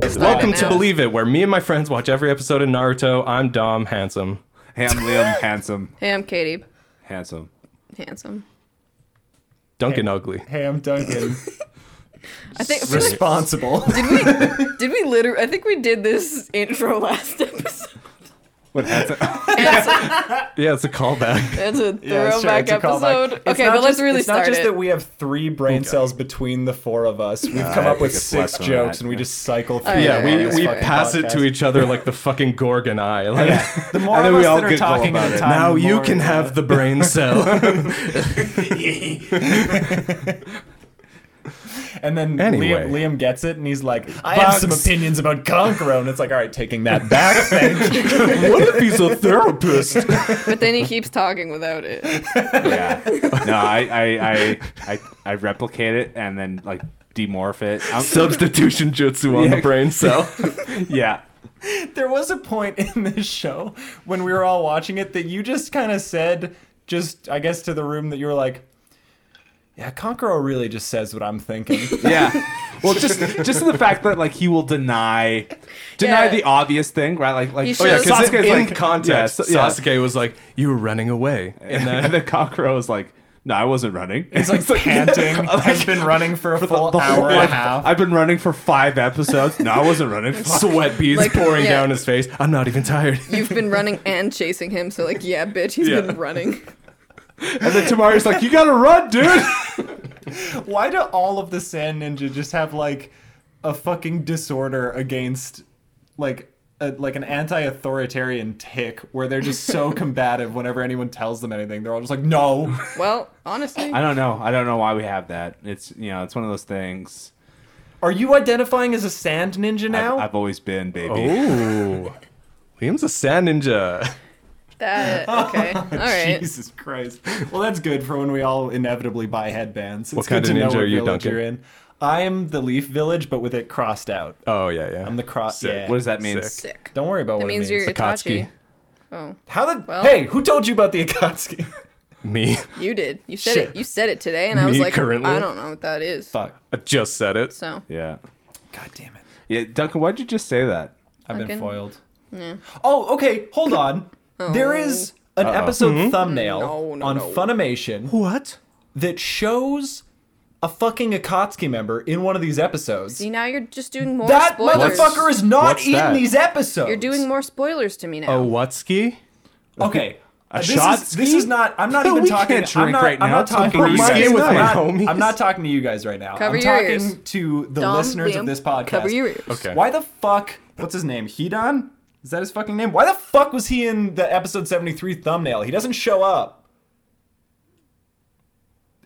[SPEAKER 3] Start
[SPEAKER 1] Welcome
[SPEAKER 3] it
[SPEAKER 1] to
[SPEAKER 3] now.
[SPEAKER 1] Believe It, where me and my friends watch every episode of Naruto. I'm Dom Handsome.
[SPEAKER 4] Hey, I'm Liam, handsome,
[SPEAKER 3] Hey, I'm Katie.
[SPEAKER 4] handsome.
[SPEAKER 3] Handsome.
[SPEAKER 1] Duncan Ugly.
[SPEAKER 2] Hey, I'm Duncan.
[SPEAKER 3] I think.
[SPEAKER 2] Responsible.
[SPEAKER 3] Did we? Did we literally? I think we did this intro last episode.
[SPEAKER 4] What handsome?
[SPEAKER 1] Yeah, it's a callback.
[SPEAKER 3] That's a
[SPEAKER 2] Yeah, sure,
[SPEAKER 3] throwback
[SPEAKER 2] it's a callback.
[SPEAKER 3] episode.
[SPEAKER 2] It's
[SPEAKER 3] Okay,
[SPEAKER 2] not
[SPEAKER 3] but let's
[SPEAKER 2] just-
[SPEAKER 3] really
[SPEAKER 2] it's
[SPEAKER 3] start
[SPEAKER 2] not just
[SPEAKER 3] it.
[SPEAKER 2] that we have three brain cells between the four of us. We've come
[SPEAKER 4] I
[SPEAKER 2] up with
[SPEAKER 4] think it's
[SPEAKER 2] six
[SPEAKER 4] less than
[SPEAKER 2] jokes
[SPEAKER 4] that.
[SPEAKER 2] and we just cycle through.
[SPEAKER 3] right,
[SPEAKER 1] Yeah,
[SPEAKER 2] it
[SPEAKER 1] we,
[SPEAKER 2] on this
[SPEAKER 1] we
[SPEAKER 2] fucking
[SPEAKER 1] pass it to
[SPEAKER 2] podcast.
[SPEAKER 1] each other like the fucking Gorg and I. Like,
[SPEAKER 2] The more
[SPEAKER 4] And
[SPEAKER 2] of
[SPEAKER 4] then
[SPEAKER 2] us
[SPEAKER 4] we all
[SPEAKER 2] that are
[SPEAKER 4] giggle
[SPEAKER 2] talking at
[SPEAKER 4] about
[SPEAKER 2] a
[SPEAKER 4] it.
[SPEAKER 2] time,
[SPEAKER 1] now
[SPEAKER 2] the
[SPEAKER 1] you
[SPEAKER 2] more-
[SPEAKER 1] can have the brain cell.
[SPEAKER 2] And then
[SPEAKER 1] Anyway.
[SPEAKER 2] Liam, Liam gets it and he's like, I have some opinions about Conqueror. And it's like, all right, taking that back. Thank you.
[SPEAKER 1] what if he's a therapist?
[SPEAKER 3] But then he keeps talking without it.
[SPEAKER 4] yeah. No, I I, I I I replicate it and then like demorph it. I'm,
[SPEAKER 1] Substitution jutsu on the
[SPEAKER 4] Yeah.
[SPEAKER 1] brain cell.
[SPEAKER 4] yeah.
[SPEAKER 2] There was a point in this show when we were all watching it that you just kind of said, just, I guess, to the room that you were like, yeah, Conqueror really just says what I'm thinking.
[SPEAKER 4] Yeah. Well, just just the fact that like he will deny deny
[SPEAKER 3] Yeah.
[SPEAKER 4] the obvious thing, right? Like like
[SPEAKER 3] He
[SPEAKER 1] Oh yeah,
[SPEAKER 3] shows-
[SPEAKER 1] because
[SPEAKER 4] Sasuke's
[SPEAKER 1] in
[SPEAKER 4] like-
[SPEAKER 1] context,
[SPEAKER 4] yeah, so- yeah.
[SPEAKER 1] Sasuke was like, "You were running away," and
[SPEAKER 4] and,
[SPEAKER 1] then
[SPEAKER 4] then Kakuro is like, "No, I wasn't running."
[SPEAKER 2] He's like panting. I've been running for a full
[SPEAKER 4] The whole-
[SPEAKER 2] hour and a
[SPEAKER 4] like,
[SPEAKER 2] half.
[SPEAKER 4] I've been running for five episodes. No, I wasn't running. Fuck.
[SPEAKER 1] sweat beads
[SPEAKER 3] Like,
[SPEAKER 1] pouring
[SPEAKER 3] yeah.
[SPEAKER 1] down his face. I'm not even tired.
[SPEAKER 3] You've been running and chasing him, so like, yeah, bitch, he's
[SPEAKER 1] Yeah.
[SPEAKER 3] been running.
[SPEAKER 4] and then Tamari's like, "You gotta run, dude."
[SPEAKER 2] Why do all of the Sand Ninja just have like a fucking disorder against like a, like an anti-authoritarian tick where they're just so combative whenever anyone tells them anything they're all just like no
[SPEAKER 3] Well, honestly,
[SPEAKER 4] I don't know. I don't know why we have that. It's you know, it's one of those things.
[SPEAKER 2] are you identifying as a sand ninja
[SPEAKER 4] I've-
[SPEAKER 2] now
[SPEAKER 4] I've, always been, baby.
[SPEAKER 1] Ooh, Liam's a sand ninja.
[SPEAKER 3] that okay, all right.
[SPEAKER 2] jesus christ well that's good for when we all inevitably buy headbands it's
[SPEAKER 1] What kind
[SPEAKER 2] good
[SPEAKER 1] of
[SPEAKER 2] to know
[SPEAKER 1] ninja
[SPEAKER 2] what
[SPEAKER 1] are you,
[SPEAKER 2] village
[SPEAKER 1] Duncan?
[SPEAKER 2] you're in i'm the leaf village but with it crossed out
[SPEAKER 1] Oh yeah, yeah.
[SPEAKER 2] i'm the cross
[SPEAKER 1] Sick.
[SPEAKER 2] yeah
[SPEAKER 4] What does that mean?
[SPEAKER 1] Sick.
[SPEAKER 3] Sick.
[SPEAKER 2] don't worry about
[SPEAKER 3] That
[SPEAKER 2] what
[SPEAKER 3] means
[SPEAKER 2] it means
[SPEAKER 3] you're Itachi.
[SPEAKER 1] Akatsuki.
[SPEAKER 3] Oh,
[SPEAKER 2] how the
[SPEAKER 3] Well-
[SPEAKER 2] hey who told you about the akatsuki
[SPEAKER 1] me.
[SPEAKER 3] you did. You said
[SPEAKER 2] Shit.
[SPEAKER 3] it. You said it today, and I was
[SPEAKER 1] Me
[SPEAKER 3] like,
[SPEAKER 1] currently?
[SPEAKER 3] I don't know what that is.
[SPEAKER 2] fuck
[SPEAKER 1] I just said it.
[SPEAKER 3] So
[SPEAKER 4] Yeah.
[SPEAKER 2] god damn it
[SPEAKER 4] Yeah, Duncan, why'd you just say that?
[SPEAKER 2] I've
[SPEAKER 3] Fucking- Oh.
[SPEAKER 2] been foiled. Oh, okay. Hold on. There is an episode
[SPEAKER 1] Hmm?
[SPEAKER 2] thumbnail
[SPEAKER 3] No, no,
[SPEAKER 2] on
[SPEAKER 3] no.
[SPEAKER 2] Funimation
[SPEAKER 1] What?
[SPEAKER 2] that shows a fucking Akatsuki member in one of these episodes.
[SPEAKER 3] see, now you're just doing more
[SPEAKER 2] that
[SPEAKER 3] spoilers.
[SPEAKER 2] motherfucker is not
[SPEAKER 1] What's
[SPEAKER 2] in
[SPEAKER 1] that?
[SPEAKER 2] these episodes.
[SPEAKER 3] You're doing more spoilers to me now.
[SPEAKER 2] Oh.
[SPEAKER 1] A Whatski?
[SPEAKER 2] okay.
[SPEAKER 4] A
[SPEAKER 2] this,
[SPEAKER 4] shot
[SPEAKER 2] is, this
[SPEAKER 4] ski?
[SPEAKER 2] is not. I'm not
[SPEAKER 4] No,
[SPEAKER 2] even
[SPEAKER 4] we
[SPEAKER 2] talking.
[SPEAKER 4] can't drink
[SPEAKER 2] I'm not,
[SPEAKER 4] right
[SPEAKER 2] I'm
[SPEAKER 4] now.
[SPEAKER 2] not
[SPEAKER 4] It's
[SPEAKER 2] talking
[SPEAKER 4] Uncle
[SPEAKER 2] to you
[SPEAKER 1] Rudy
[SPEAKER 2] guys.
[SPEAKER 1] with
[SPEAKER 2] I'm,
[SPEAKER 1] my
[SPEAKER 2] not,
[SPEAKER 1] homies.
[SPEAKER 2] I'm not talking to you guys right now.
[SPEAKER 3] Cover
[SPEAKER 2] I'm
[SPEAKER 3] your
[SPEAKER 2] talking
[SPEAKER 3] ears.
[SPEAKER 2] to the
[SPEAKER 3] Dom,
[SPEAKER 2] listeners
[SPEAKER 3] Liam,
[SPEAKER 2] of this podcast.
[SPEAKER 3] cover your ears.
[SPEAKER 1] Okay.
[SPEAKER 2] Why the fuck? What's his name? Hedon? Is that his fucking name? Why the fuck was he in the episode 73 thumbnail? He doesn't show up.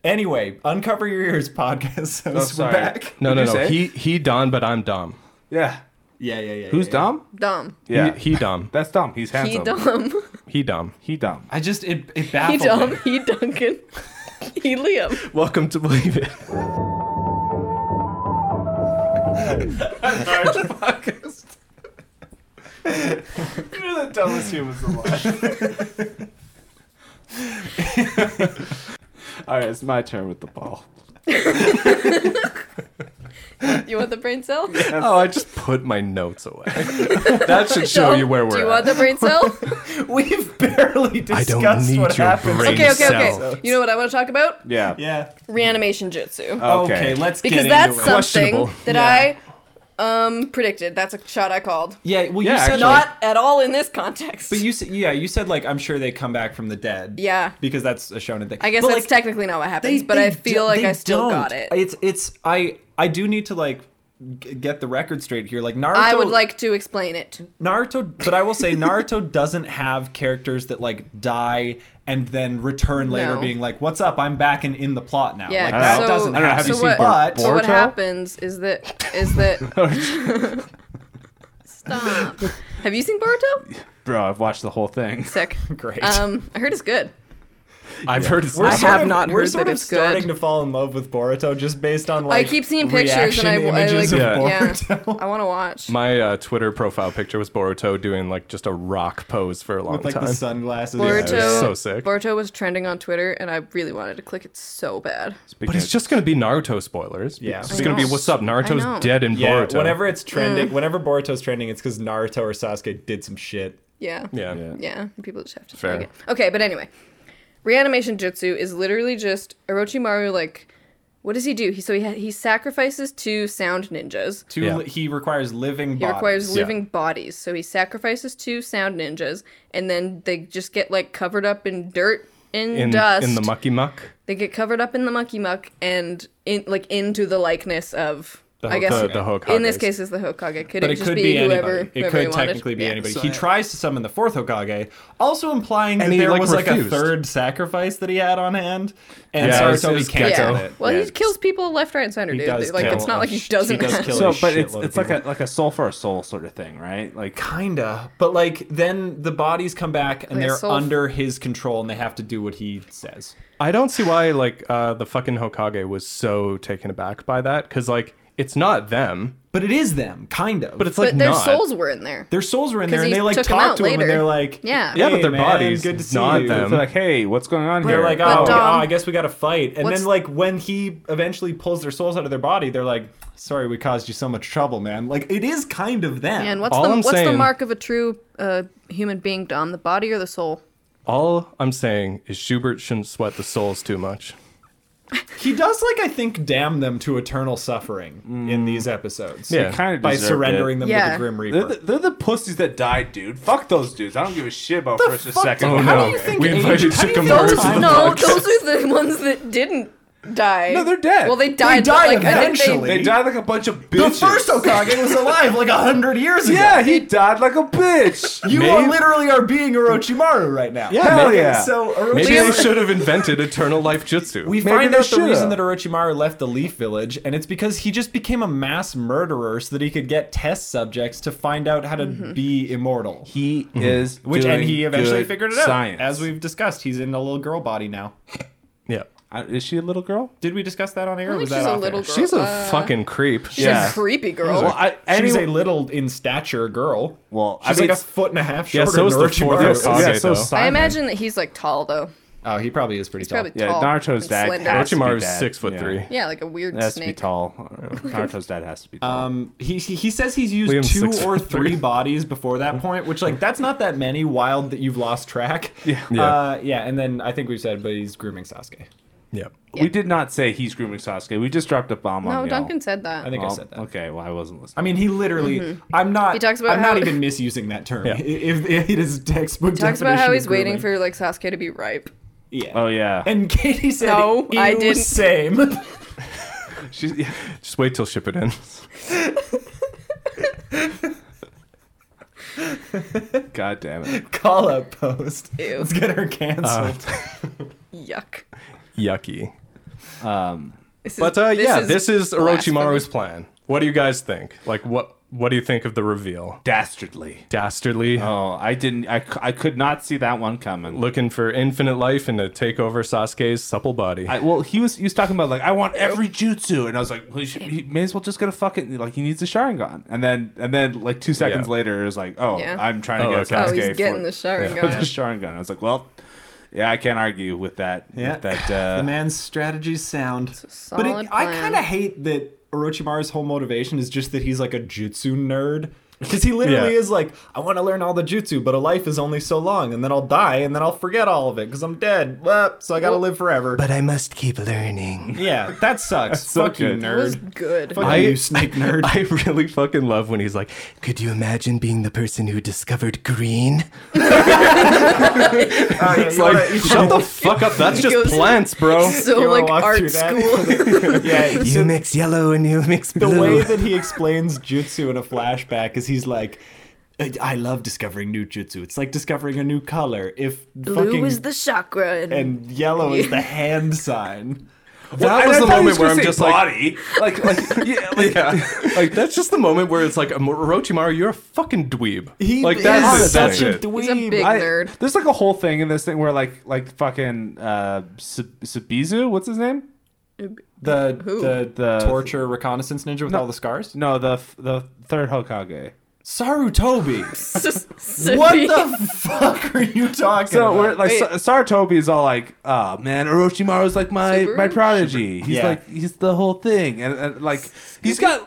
[SPEAKER 2] Anyway, Uncover Your Ears podcast. So we're
[SPEAKER 4] Oh, sorry.
[SPEAKER 2] back.
[SPEAKER 1] No,
[SPEAKER 4] Did
[SPEAKER 1] no,
[SPEAKER 4] you
[SPEAKER 1] no.
[SPEAKER 4] say it?
[SPEAKER 1] He he Dom, but I'm Dom.
[SPEAKER 4] Yeah.
[SPEAKER 2] Yeah, yeah, yeah.
[SPEAKER 4] Who's
[SPEAKER 2] yeah, yeah.
[SPEAKER 4] dumb?
[SPEAKER 3] Dumb.
[SPEAKER 4] Yeah.
[SPEAKER 1] He, he Dom.
[SPEAKER 4] That's dumb. He's
[SPEAKER 3] He
[SPEAKER 4] handsome.
[SPEAKER 3] dumb.
[SPEAKER 1] He Dom.
[SPEAKER 4] He dumb.
[SPEAKER 2] I just, it, it
[SPEAKER 3] He
[SPEAKER 2] baffled
[SPEAKER 3] dumb.
[SPEAKER 2] me.
[SPEAKER 3] He Duncan. He Liam.
[SPEAKER 1] Welcome to Believe It.
[SPEAKER 4] You're the dumbest humans alive. All right, it's my turn with the ball.
[SPEAKER 3] You want the brain cell?
[SPEAKER 1] Oh, I just put my notes away. that should show
[SPEAKER 3] Dom,
[SPEAKER 1] you where we're
[SPEAKER 3] Do you
[SPEAKER 1] at.
[SPEAKER 3] want the brain cell?
[SPEAKER 2] We've barely
[SPEAKER 1] I
[SPEAKER 2] discussed
[SPEAKER 1] don't need
[SPEAKER 2] what
[SPEAKER 1] your
[SPEAKER 2] happened.
[SPEAKER 1] brain.
[SPEAKER 3] okay, okay,
[SPEAKER 1] Cells.
[SPEAKER 3] okay. You know what I want to talk about?
[SPEAKER 4] Yeah.
[SPEAKER 2] Yeah.
[SPEAKER 3] Reanimation jutsu.
[SPEAKER 2] Okay, let's
[SPEAKER 3] because
[SPEAKER 2] get
[SPEAKER 3] that's
[SPEAKER 2] into it.
[SPEAKER 3] something
[SPEAKER 1] Questionable.
[SPEAKER 3] that
[SPEAKER 2] Yeah.
[SPEAKER 3] I um predicted. That's a shot I called.
[SPEAKER 2] Yeah, well, you
[SPEAKER 4] Yeah,
[SPEAKER 2] said
[SPEAKER 4] actually.
[SPEAKER 2] not.
[SPEAKER 3] Not at all in this context.
[SPEAKER 2] But you said, yeah, you said like I'm sure they come back from the dead.
[SPEAKER 3] Yeah.
[SPEAKER 2] because that's a shonen thing.
[SPEAKER 3] I guess
[SPEAKER 2] But,
[SPEAKER 3] that's
[SPEAKER 2] like,
[SPEAKER 3] technically not what happens, but I feel
[SPEAKER 2] do-
[SPEAKER 3] like
[SPEAKER 2] they
[SPEAKER 3] I still
[SPEAKER 2] don't.
[SPEAKER 3] got it.
[SPEAKER 2] It's it's I I do need to like g- get the record straight here. Like Naruto,
[SPEAKER 3] I would like to explain it.
[SPEAKER 2] Naruto, but I will say Naruto doesn't have characters that like die and then return later,
[SPEAKER 3] No.
[SPEAKER 2] being like, "What's up? I'm back and in the plot now."
[SPEAKER 3] Yeah.
[SPEAKER 2] like, that
[SPEAKER 3] so,
[SPEAKER 2] doesn't.
[SPEAKER 4] I don't know, have
[SPEAKER 2] happen.
[SPEAKER 4] you
[SPEAKER 3] so
[SPEAKER 4] seen
[SPEAKER 3] what,
[SPEAKER 2] But-
[SPEAKER 3] so what
[SPEAKER 4] Boruto?
[SPEAKER 3] happens is that is that stop. Have you seen Boruto?
[SPEAKER 4] Bro, I've watched the whole thing.
[SPEAKER 3] Sick.
[SPEAKER 2] Great.
[SPEAKER 3] Um, I heard it's good.
[SPEAKER 1] I've heard it's
[SPEAKER 2] We're
[SPEAKER 1] not-
[SPEAKER 3] I
[SPEAKER 2] sort
[SPEAKER 3] have
[SPEAKER 2] of-
[SPEAKER 3] not
[SPEAKER 2] We're
[SPEAKER 3] heard
[SPEAKER 2] sort
[SPEAKER 3] that
[SPEAKER 2] of
[SPEAKER 3] it's good.
[SPEAKER 2] starting to fall in love with Boruto just based on like
[SPEAKER 3] keep seeing pictures and I-
[SPEAKER 2] reaction
[SPEAKER 3] I,
[SPEAKER 2] images
[SPEAKER 3] like-
[SPEAKER 2] of
[SPEAKER 1] Yeah.
[SPEAKER 2] Boruto.
[SPEAKER 3] I want to watch.
[SPEAKER 1] my uh, Twitter profile picture was Boruto doing like just a rock pose for a long
[SPEAKER 2] with like
[SPEAKER 1] time.
[SPEAKER 2] the sunglasses.
[SPEAKER 3] Boruto,
[SPEAKER 1] it was so sick.
[SPEAKER 3] Boruto was trending on Twitter, and I really wanted to click it so bad.
[SPEAKER 1] But it's just gonna be Naruto spoilers.
[SPEAKER 2] Yeah.
[SPEAKER 1] it's
[SPEAKER 2] I
[SPEAKER 1] just gonna be
[SPEAKER 3] know.
[SPEAKER 1] what's up.
[SPEAKER 3] know.
[SPEAKER 1] Naruto's dead in
[SPEAKER 2] Yeah,
[SPEAKER 1] Boruto.
[SPEAKER 2] whenever it's trending,
[SPEAKER 3] Mm.
[SPEAKER 2] whenever Boruto's trending, it's because Naruto or Sasuke did some shit.
[SPEAKER 3] Yeah.
[SPEAKER 1] yeah.
[SPEAKER 4] Yeah.
[SPEAKER 3] Yeah, and people just have to
[SPEAKER 1] Fair.
[SPEAKER 3] Fair. Okay, but anyway, reanimation jutsu is literally just Orochimaru. Like, what does he do? He so he ha- he sacrifices two sound ninjas.
[SPEAKER 2] Two,
[SPEAKER 1] Yeah.
[SPEAKER 2] he requires living.
[SPEAKER 3] He requires
[SPEAKER 2] bodies.
[SPEAKER 3] living bodies, so he sacrifices two sound ninjas, and then they just get like covered up in dirt and
[SPEAKER 1] In
[SPEAKER 3] dust.
[SPEAKER 1] in the mucky muck.
[SPEAKER 3] they get covered up in the mucky muck and in like into the likeness of.
[SPEAKER 1] The
[SPEAKER 3] I guess
[SPEAKER 1] Hok- the- the Hokages.
[SPEAKER 3] in this case is the Hokage. Could
[SPEAKER 2] But
[SPEAKER 3] it,
[SPEAKER 2] it
[SPEAKER 3] just
[SPEAKER 2] could
[SPEAKER 3] be,
[SPEAKER 2] be
[SPEAKER 3] whoever?
[SPEAKER 2] anybody. It
[SPEAKER 3] whoever he
[SPEAKER 2] could
[SPEAKER 3] wanted?
[SPEAKER 2] technically be
[SPEAKER 3] Yeah.
[SPEAKER 2] anybody.
[SPEAKER 6] so
[SPEAKER 2] he
[SPEAKER 6] I-
[SPEAKER 2] tries to summon the fourth Hokage, also implying that
[SPEAKER 1] he,
[SPEAKER 2] there
[SPEAKER 1] like,
[SPEAKER 2] was like a
[SPEAKER 1] refused.
[SPEAKER 2] third sacrifice that he had on hand, and
[SPEAKER 1] Yeah,
[SPEAKER 2] yeah,
[SPEAKER 1] it's-
[SPEAKER 2] Sarutobi
[SPEAKER 1] it's
[SPEAKER 2] canceled
[SPEAKER 1] Gecko.
[SPEAKER 2] it.
[SPEAKER 3] Well,
[SPEAKER 4] Yeah.
[SPEAKER 3] he kills people left, right, and center,
[SPEAKER 2] He
[SPEAKER 3] dude.
[SPEAKER 2] does
[SPEAKER 3] Like,
[SPEAKER 2] kill
[SPEAKER 3] it's not
[SPEAKER 2] a
[SPEAKER 3] like he
[SPEAKER 2] sh-
[SPEAKER 3] doesn't.
[SPEAKER 2] he does kill
[SPEAKER 4] so,
[SPEAKER 2] a
[SPEAKER 4] but it's
[SPEAKER 2] shitload of
[SPEAKER 4] it's like a
[SPEAKER 2] people.
[SPEAKER 4] like a soul for a soul sort of thing, right? Like
[SPEAKER 2] Kinda, but like then the bodies come back and
[SPEAKER 3] Like a
[SPEAKER 2] they're
[SPEAKER 3] soul-
[SPEAKER 2] under his control, and they have to do what he says.
[SPEAKER 1] I don't see why like uh, the fucking Hokage was so taken aback by that because like it's not them,
[SPEAKER 2] But it is them, kind of.
[SPEAKER 1] but it's like
[SPEAKER 3] but their
[SPEAKER 1] not.
[SPEAKER 3] souls were in there.
[SPEAKER 2] their souls were in
[SPEAKER 3] 'Cause
[SPEAKER 2] there, and
[SPEAKER 3] he
[SPEAKER 2] they like
[SPEAKER 3] took 'em
[SPEAKER 2] talk
[SPEAKER 3] out
[SPEAKER 2] to him,
[SPEAKER 3] later.
[SPEAKER 2] and they're like,
[SPEAKER 3] Yeah.
[SPEAKER 1] Yeah, but
[SPEAKER 2] "Hey,
[SPEAKER 1] their
[SPEAKER 2] man,
[SPEAKER 1] bodies,
[SPEAKER 2] good to see
[SPEAKER 1] not
[SPEAKER 2] you."
[SPEAKER 1] them.
[SPEAKER 4] they're like, hey, what's going on
[SPEAKER 2] They're
[SPEAKER 4] here?
[SPEAKER 2] like,
[SPEAKER 3] But
[SPEAKER 2] oh,
[SPEAKER 3] Dom-
[SPEAKER 2] oh, I guess we got to fight. And
[SPEAKER 3] What's-
[SPEAKER 2] then, like, when he eventually pulls their souls out of their body, they're like, sorry, we caused you so much trouble, man. Like, it is kind of them.
[SPEAKER 3] And what's
[SPEAKER 1] All
[SPEAKER 3] the
[SPEAKER 1] I'm
[SPEAKER 3] what's the
[SPEAKER 1] saying-
[SPEAKER 3] mark of a true uh, human being, Dom? The body or the soul?
[SPEAKER 1] All I'm saying is Schubert shouldn't sweat the souls too much.
[SPEAKER 2] He does, like, I think, damn them to eternal suffering in these episodes.
[SPEAKER 1] Mm. Yeah.
[SPEAKER 4] kind of
[SPEAKER 2] By surrendering them to
[SPEAKER 3] Yeah.
[SPEAKER 2] the Grim Reaper.
[SPEAKER 4] They're the, they're the pussies that died, dude. Fuck those dudes. I don't give a shit about first or
[SPEAKER 2] fuck?
[SPEAKER 4] second.
[SPEAKER 2] Oh,
[SPEAKER 1] no.
[SPEAKER 2] do you think
[SPEAKER 1] we
[SPEAKER 2] Asian-
[SPEAKER 1] invited
[SPEAKER 2] how do you think
[SPEAKER 1] Shikamaru
[SPEAKER 2] those
[SPEAKER 1] to the
[SPEAKER 2] time-
[SPEAKER 3] no,
[SPEAKER 1] podcast.
[SPEAKER 3] those are the ones that didn't die.
[SPEAKER 4] No, they're dead.
[SPEAKER 3] Well, they died. but,
[SPEAKER 2] died
[SPEAKER 3] like, I think
[SPEAKER 2] eventually.
[SPEAKER 4] They died like a bunch of
[SPEAKER 2] The
[SPEAKER 4] bitches.
[SPEAKER 2] first Okage was alive, like, a hundred years ago.
[SPEAKER 4] Yeah, he died like a bitch.
[SPEAKER 2] You
[SPEAKER 1] Maybe-
[SPEAKER 2] are literally are being Orochimaru right now. Yeah,
[SPEAKER 4] Hell yeah.
[SPEAKER 2] So,
[SPEAKER 1] Maybe
[SPEAKER 2] Orochimaru.
[SPEAKER 1] they should have invented eternal life jutsu.
[SPEAKER 2] We
[SPEAKER 4] Maybe
[SPEAKER 2] find
[SPEAKER 4] they
[SPEAKER 2] out the
[SPEAKER 4] should've.
[SPEAKER 2] reason that Orochimaru left the Leaf Village, and it's because he just became a mass murderer so that he could get test subjects to find out how to
[SPEAKER 3] Mm-hmm.
[SPEAKER 2] be immortal.
[SPEAKER 4] He is
[SPEAKER 2] Which and he eventually figured it out.
[SPEAKER 4] Science.
[SPEAKER 2] As we've discussed, he's in a little girl body now.
[SPEAKER 1] yeah,
[SPEAKER 3] Uh-huh.
[SPEAKER 4] Uh, is she a little girl?
[SPEAKER 2] Did we discuss that on air? or
[SPEAKER 3] I
[SPEAKER 2] was
[SPEAKER 3] think she's
[SPEAKER 2] that
[SPEAKER 3] a
[SPEAKER 2] off
[SPEAKER 3] little
[SPEAKER 2] air?
[SPEAKER 3] girl.
[SPEAKER 1] she's a
[SPEAKER 3] Uh,
[SPEAKER 1] fucking creep.
[SPEAKER 3] She's
[SPEAKER 4] Yeah.
[SPEAKER 3] a creepy girl.
[SPEAKER 4] Well, I,
[SPEAKER 2] She's
[SPEAKER 4] anyway,
[SPEAKER 2] a little in stature girl.
[SPEAKER 4] Well, I
[SPEAKER 2] she's
[SPEAKER 4] mean,
[SPEAKER 2] like a
[SPEAKER 4] it's-
[SPEAKER 2] foot and a half
[SPEAKER 1] Yeah,
[SPEAKER 2] shorter
[SPEAKER 1] so is
[SPEAKER 2] than
[SPEAKER 1] the fourth
[SPEAKER 2] Orochimaru.
[SPEAKER 1] Hokage.
[SPEAKER 4] yeah,
[SPEAKER 1] Sasuke,
[SPEAKER 4] so
[SPEAKER 1] though. I
[SPEAKER 3] I
[SPEAKER 4] Simon-
[SPEAKER 3] imagine that he's like tall though.
[SPEAKER 2] Oh, he probably is pretty
[SPEAKER 3] He's
[SPEAKER 2] tall.
[SPEAKER 3] probably
[SPEAKER 4] Yeah,
[SPEAKER 3] tall.
[SPEAKER 4] Naruto's
[SPEAKER 3] and
[SPEAKER 4] dad
[SPEAKER 3] slender.
[SPEAKER 4] has to be
[SPEAKER 1] Orochimaru's
[SPEAKER 4] dead.
[SPEAKER 1] six foot
[SPEAKER 4] Yeah.
[SPEAKER 1] three.
[SPEAKER 3] Yeah, like a weird
[SPEAKER 4] It has to be
[SPEAKER 3] snake.
[SPEAKER 4] tall. Naruto's dad has to be tall.
[SPEAKER 2] Um, he, he he says he's used
[SPEAKER 1] Liam's
[SPEAKER 2] two
[SPEAKER 1] six
[SPEAKER 2] or
[SPEAKER 1] foot
[SPEAKER 2] three
[SPEAKER 1] three.
[SPEAKER 2] bodies before that point, which like that's not that many. Wild that you've lost track. Yeah,
[SPEAKER 1] Yeah.
[SPEAKER 2] uh, yeah. And then I think we've said, but he's grooming Sasuke.
[SPEAKER 1] Yeah,
[SPEAKER 4] We did not say he's grooming Sasuke. We just dropped a bomb on
[SPEAKER 3] No,
[SPEAKER 4] y'all.
[SPEAKER 3] Duncan said that.
[SPEAKER 2] I think
[SPEAKER 4] Well,
[SPEAKER 2] I said that.
[SPEAKER 4] Okay, well, I wasn't listening.
[SPEAKER 2] I mean, he literally. I'm not.
[SPEAKER 3] Mm-hmm. He talks about
[SPEAKER 2] I'm
[SPEAKER 3] how-
[SPEAKER 2] not even misusing that term.
[SPEAKER 1] Yeah.
[SPEAKER 2] I- If, if it is textbook.
[SPEAKER 3] He talks about
[SPEAKER 2] definition
[SPEAKER 3] how
[SPEAKER 2] of
[SPEAKER 3] he's waiting
[SPEAKER 2] grooming.
[SPEAKER 3] for like Sasuke to be ripe.
[SPEAKER 2] Yeah.
[SPEAKER 4] oh yeah,
[SPEAKER 2] And Katie said,
[SPEAKER 3] No, I
[SPEAKER 2] "Ew,
[SPEAKER 3] didn't."
[SPEAKER 2] Same.
[SPEAKER 4] she's yeah.
[SPEAKER 1] just wait till ship it in.
[SPEAKER 4] God damn it.
[SPEAKER 2] Call out post.
[SPEAKER 3] Ew.
[SPEAKER 2] Let's get her canceled.
[SPEAKER 3] Yuck.
[SPEAKER 1] Yucky.
[SPEAKER 4] Um,
[SPEAKER 3] This is-
[SPEAKER 1] But uh, yeah, this is Orochimaru's
[SPEAKER 3] blasphemy.
[SPEAKER 1] plan. What do you guys think? Like, what what do you think of the reveal?
[SPEAKER 4] dastardly.
[SPEAKER 1] Dastardly,
[SPEAKER 5] Uh,
[SPEAKER 1] uh,
[SPEAKER 4] Oh, I didn't. I, c- I could not see that one coming.
[SPEAKER 1] looking for infinite life and to take over Sasuke's supple body.
[SPEAKER 4] I, well, he was he was talking about like I want every jutsu, and I was like, well, he, should, he may as well just get a fucking like he needs a Sharingan, and then and then like two seconds
[SPEAKER 1] Yeah.
[SPEAKER 4] later it was like, oh,
[SPEAKER 3] Yeah.
[SPEAKER 4] I'm trying to
[SPEAKER 1] Oh,
[SPEAKER 4] get
[SPEAKER 1] okay.
[SPEAKER 3] Oh,
[SPEAKER 4] Sasuke
[SPEAKER 3] he's getting
[SPEAKER 4] for,
[SPEAKER 3] the Sharingan.
[SPEAKER 4] for the Sharingan. I was like, well, yeah, I can't argue with that.
[SPEAKER 2] Yeah.
[SPEAKER 4] with that uh,
[SPEAKER 2] the man's strategy's sound. but
[SPEAKER 3] solid
[SPEAKER 2] it, I
[SPEAKER 3] plan.
[SPEAKER 2] kind of hate that Orochimaru's whole motivation is just that he's like a jutsu nerd. Because he literally
[SPEAKER 1] Yeah.
[SPEAKER 2] is like, I want to learn all the jutsu, but a life is only so long, and then I'll die, and then I'll forget all of it because I'm dead. Well, so I gotta live forever.
[SPEAKER 5] But I must keep learning.
[SPEAKER 2] yeah, that sucks.
[SPEAKER 4] so
[SPEAKER 2] Fuck you,
[SPEAKER 4] good.
[SPEAKER 3] That was
[SPEAKER 2] nerd.
[SPEAKER 3] good.
[SPEAKER 2] Fuck
[SPEAKER 1] I-
[SPEAKER 2] you, snake nerd.
[SPEAKER 1] I really fucking love when he's like,
[SPEAKER 5] Could you imagine being the person who discovered green?
[SPEAKER 1] it's like, shut the fuck up. That's
[SPEAKER 3] goes-
[SPEAKER 1] just plants, bro.
[SPEAKER 3] so
[SPEAKER 2] You wanna
[SPEAKER 3] like
[SPEAKER 2] walk through
[SPEAKER 3] art
[SPEAKER 2] that?
[SPEAKER 3] school.
[SPEAKER 2] yeah,
[SPEAKER 5] You mix yellow and you mix
[SPEAKER 2] the way
[SPEAKER 5] blue.
[SPEAKER 2] that he explains jutsu in a flashback is he's like "I- I love discovering new jutsu. It's like discovering a new color. If
[SPEAKER 3] Blue
[SPEAKER 2] fucking
[SPEAKER 3] is the chakra, and,
[SPEAKER 2] and yellow is the hand sign.
[SPEAKER 1] that was the moment where I'm just like,
[SPEAKER 4] body. like, like, like, yeah, like,
[SPEAKER 1] like that's just the moment where it's like Orochimaru, you're a fucking dweeb. like that's
[SPEAKER 2] is
[SPEAKER 1] it. That's
[SPEAKER 2] such a
[SPEAKER 1] it.
[SPEAKER 2] dweeb.
[SPEAKER 3] He's a big
[SPEAKER 4] I-
[SPEAKER 3] nerd.
[SPEAKER 4] There's like a whole thing in this thing where like, like fucking uh, Sub- Subizu, what's his name?
[SPEAKER 2] The,
[SPEAKER 3] Who?
[SPEAKER 2] the the
[SPEAKER 4] The-
[SPEAKER 2] torture reconnaissance ninja with all the scars.
[SPEAKER 4] No, the the third Hokage.
[SPEAKER 2] Sarutobi. what
[SPEAKER 3] what
[SPEAKER 2] the fuck are you talking
[SPEAKER 4] So
[SPEAKER 2] about?
[SPEAKER 4] we're like,
[SPEAKER 3] Wait.
[SPEAKER 4] Sa- Sarutobi is all like, "Oh man, Orochimaru's like my
[SPEAKER 3] Subaru?
[SPEAKER 4] my prodigy. He's
[SPEAKER 2] Yeah.
[SPEAKER 4] like he's the whole thing." And, and like he's got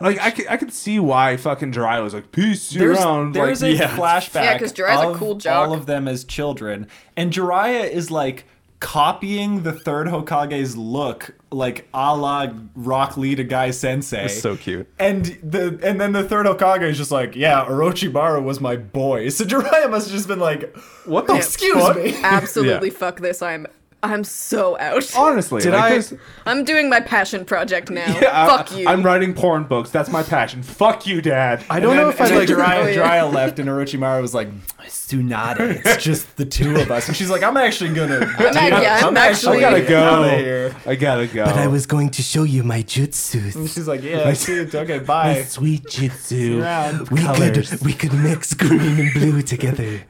[SPEAKER 4] like I can, I can see why fucking Jiraiya was like, "Peace you
[SPEAKER 2] There's,
[SPEAKER 4] around."
[SPEAKER 2] there's
[SPEAKER 4] like,
[SPEAKER 2] a flashback
[SPEAKER 3] Yeah, 'cause Jiraiya's a
[SPEAKER 2] of
[SPEAKER 3] cool jock.
[SPEAKER 2] all of them as children. And Jiraiya is like copying the third Hokage's look, like a la Rock Lee to Guy Sensei.
[SPEAKER 1] It's so cute.
[SPEAKER 2] And the and then the third Hokage is just like, yeah, Orochimaru was my boy. So Jiraiya must have just been like,
[SPEAKER 1] What the
[SPEAKER 2] excuse
[SPEAKER 1] fuck?
[SPEAKER 2] me.
[SPEAKER 3] Absolutely fuck this. I'm I'm so out.
[SPEAKER 4] honestly.
[SPEAKER 1] Did
[SPEAKER 4] like,
[SPEAKER 1] I-
[SPEAKER 4] there's-
[SPEAKER 3] I'm doing my passion project now.
[SPEAKER 4] I-
[SPEAKER 3] fuck you.
[SPEAKER 4] I'm writing porn books. That's my passion. Fuck you, Dad.
[SPEAKER 1] I don't know if I
[SPEAKER 2] and
[SPEAKER 1] like.
[SPEAKER 2] then Jiraiya,
[SPEAKER 3] Oh, yeah.
[SPEAKER 2] Jiraiya left, and Orochimaru was like, "It's Tsunade. It's just the two of us." And she's like, "I'm actually gonna. I'm,
[SPEAKER 3] act- yeah, I'm actually-
[SPEAKER 4] I gotta
[SPEAKER 2] getting outta
[SPEAKER 4] go.
[SPEAKER 2] here."
[SPEAKER 4] I gotta go.
[SPEAKER 5] But I was going to show you my jutsus.
[SPEAKER 2] She's like, "Yeah, see you. Okay, bye."
[SPEAKER 5] Sweet jutsu.
[SPEAKER 2] Round
[SPEAKER 5] We
[SPEAKER 4] colours.
[SPEAKER 5] could we could mix green and blue together.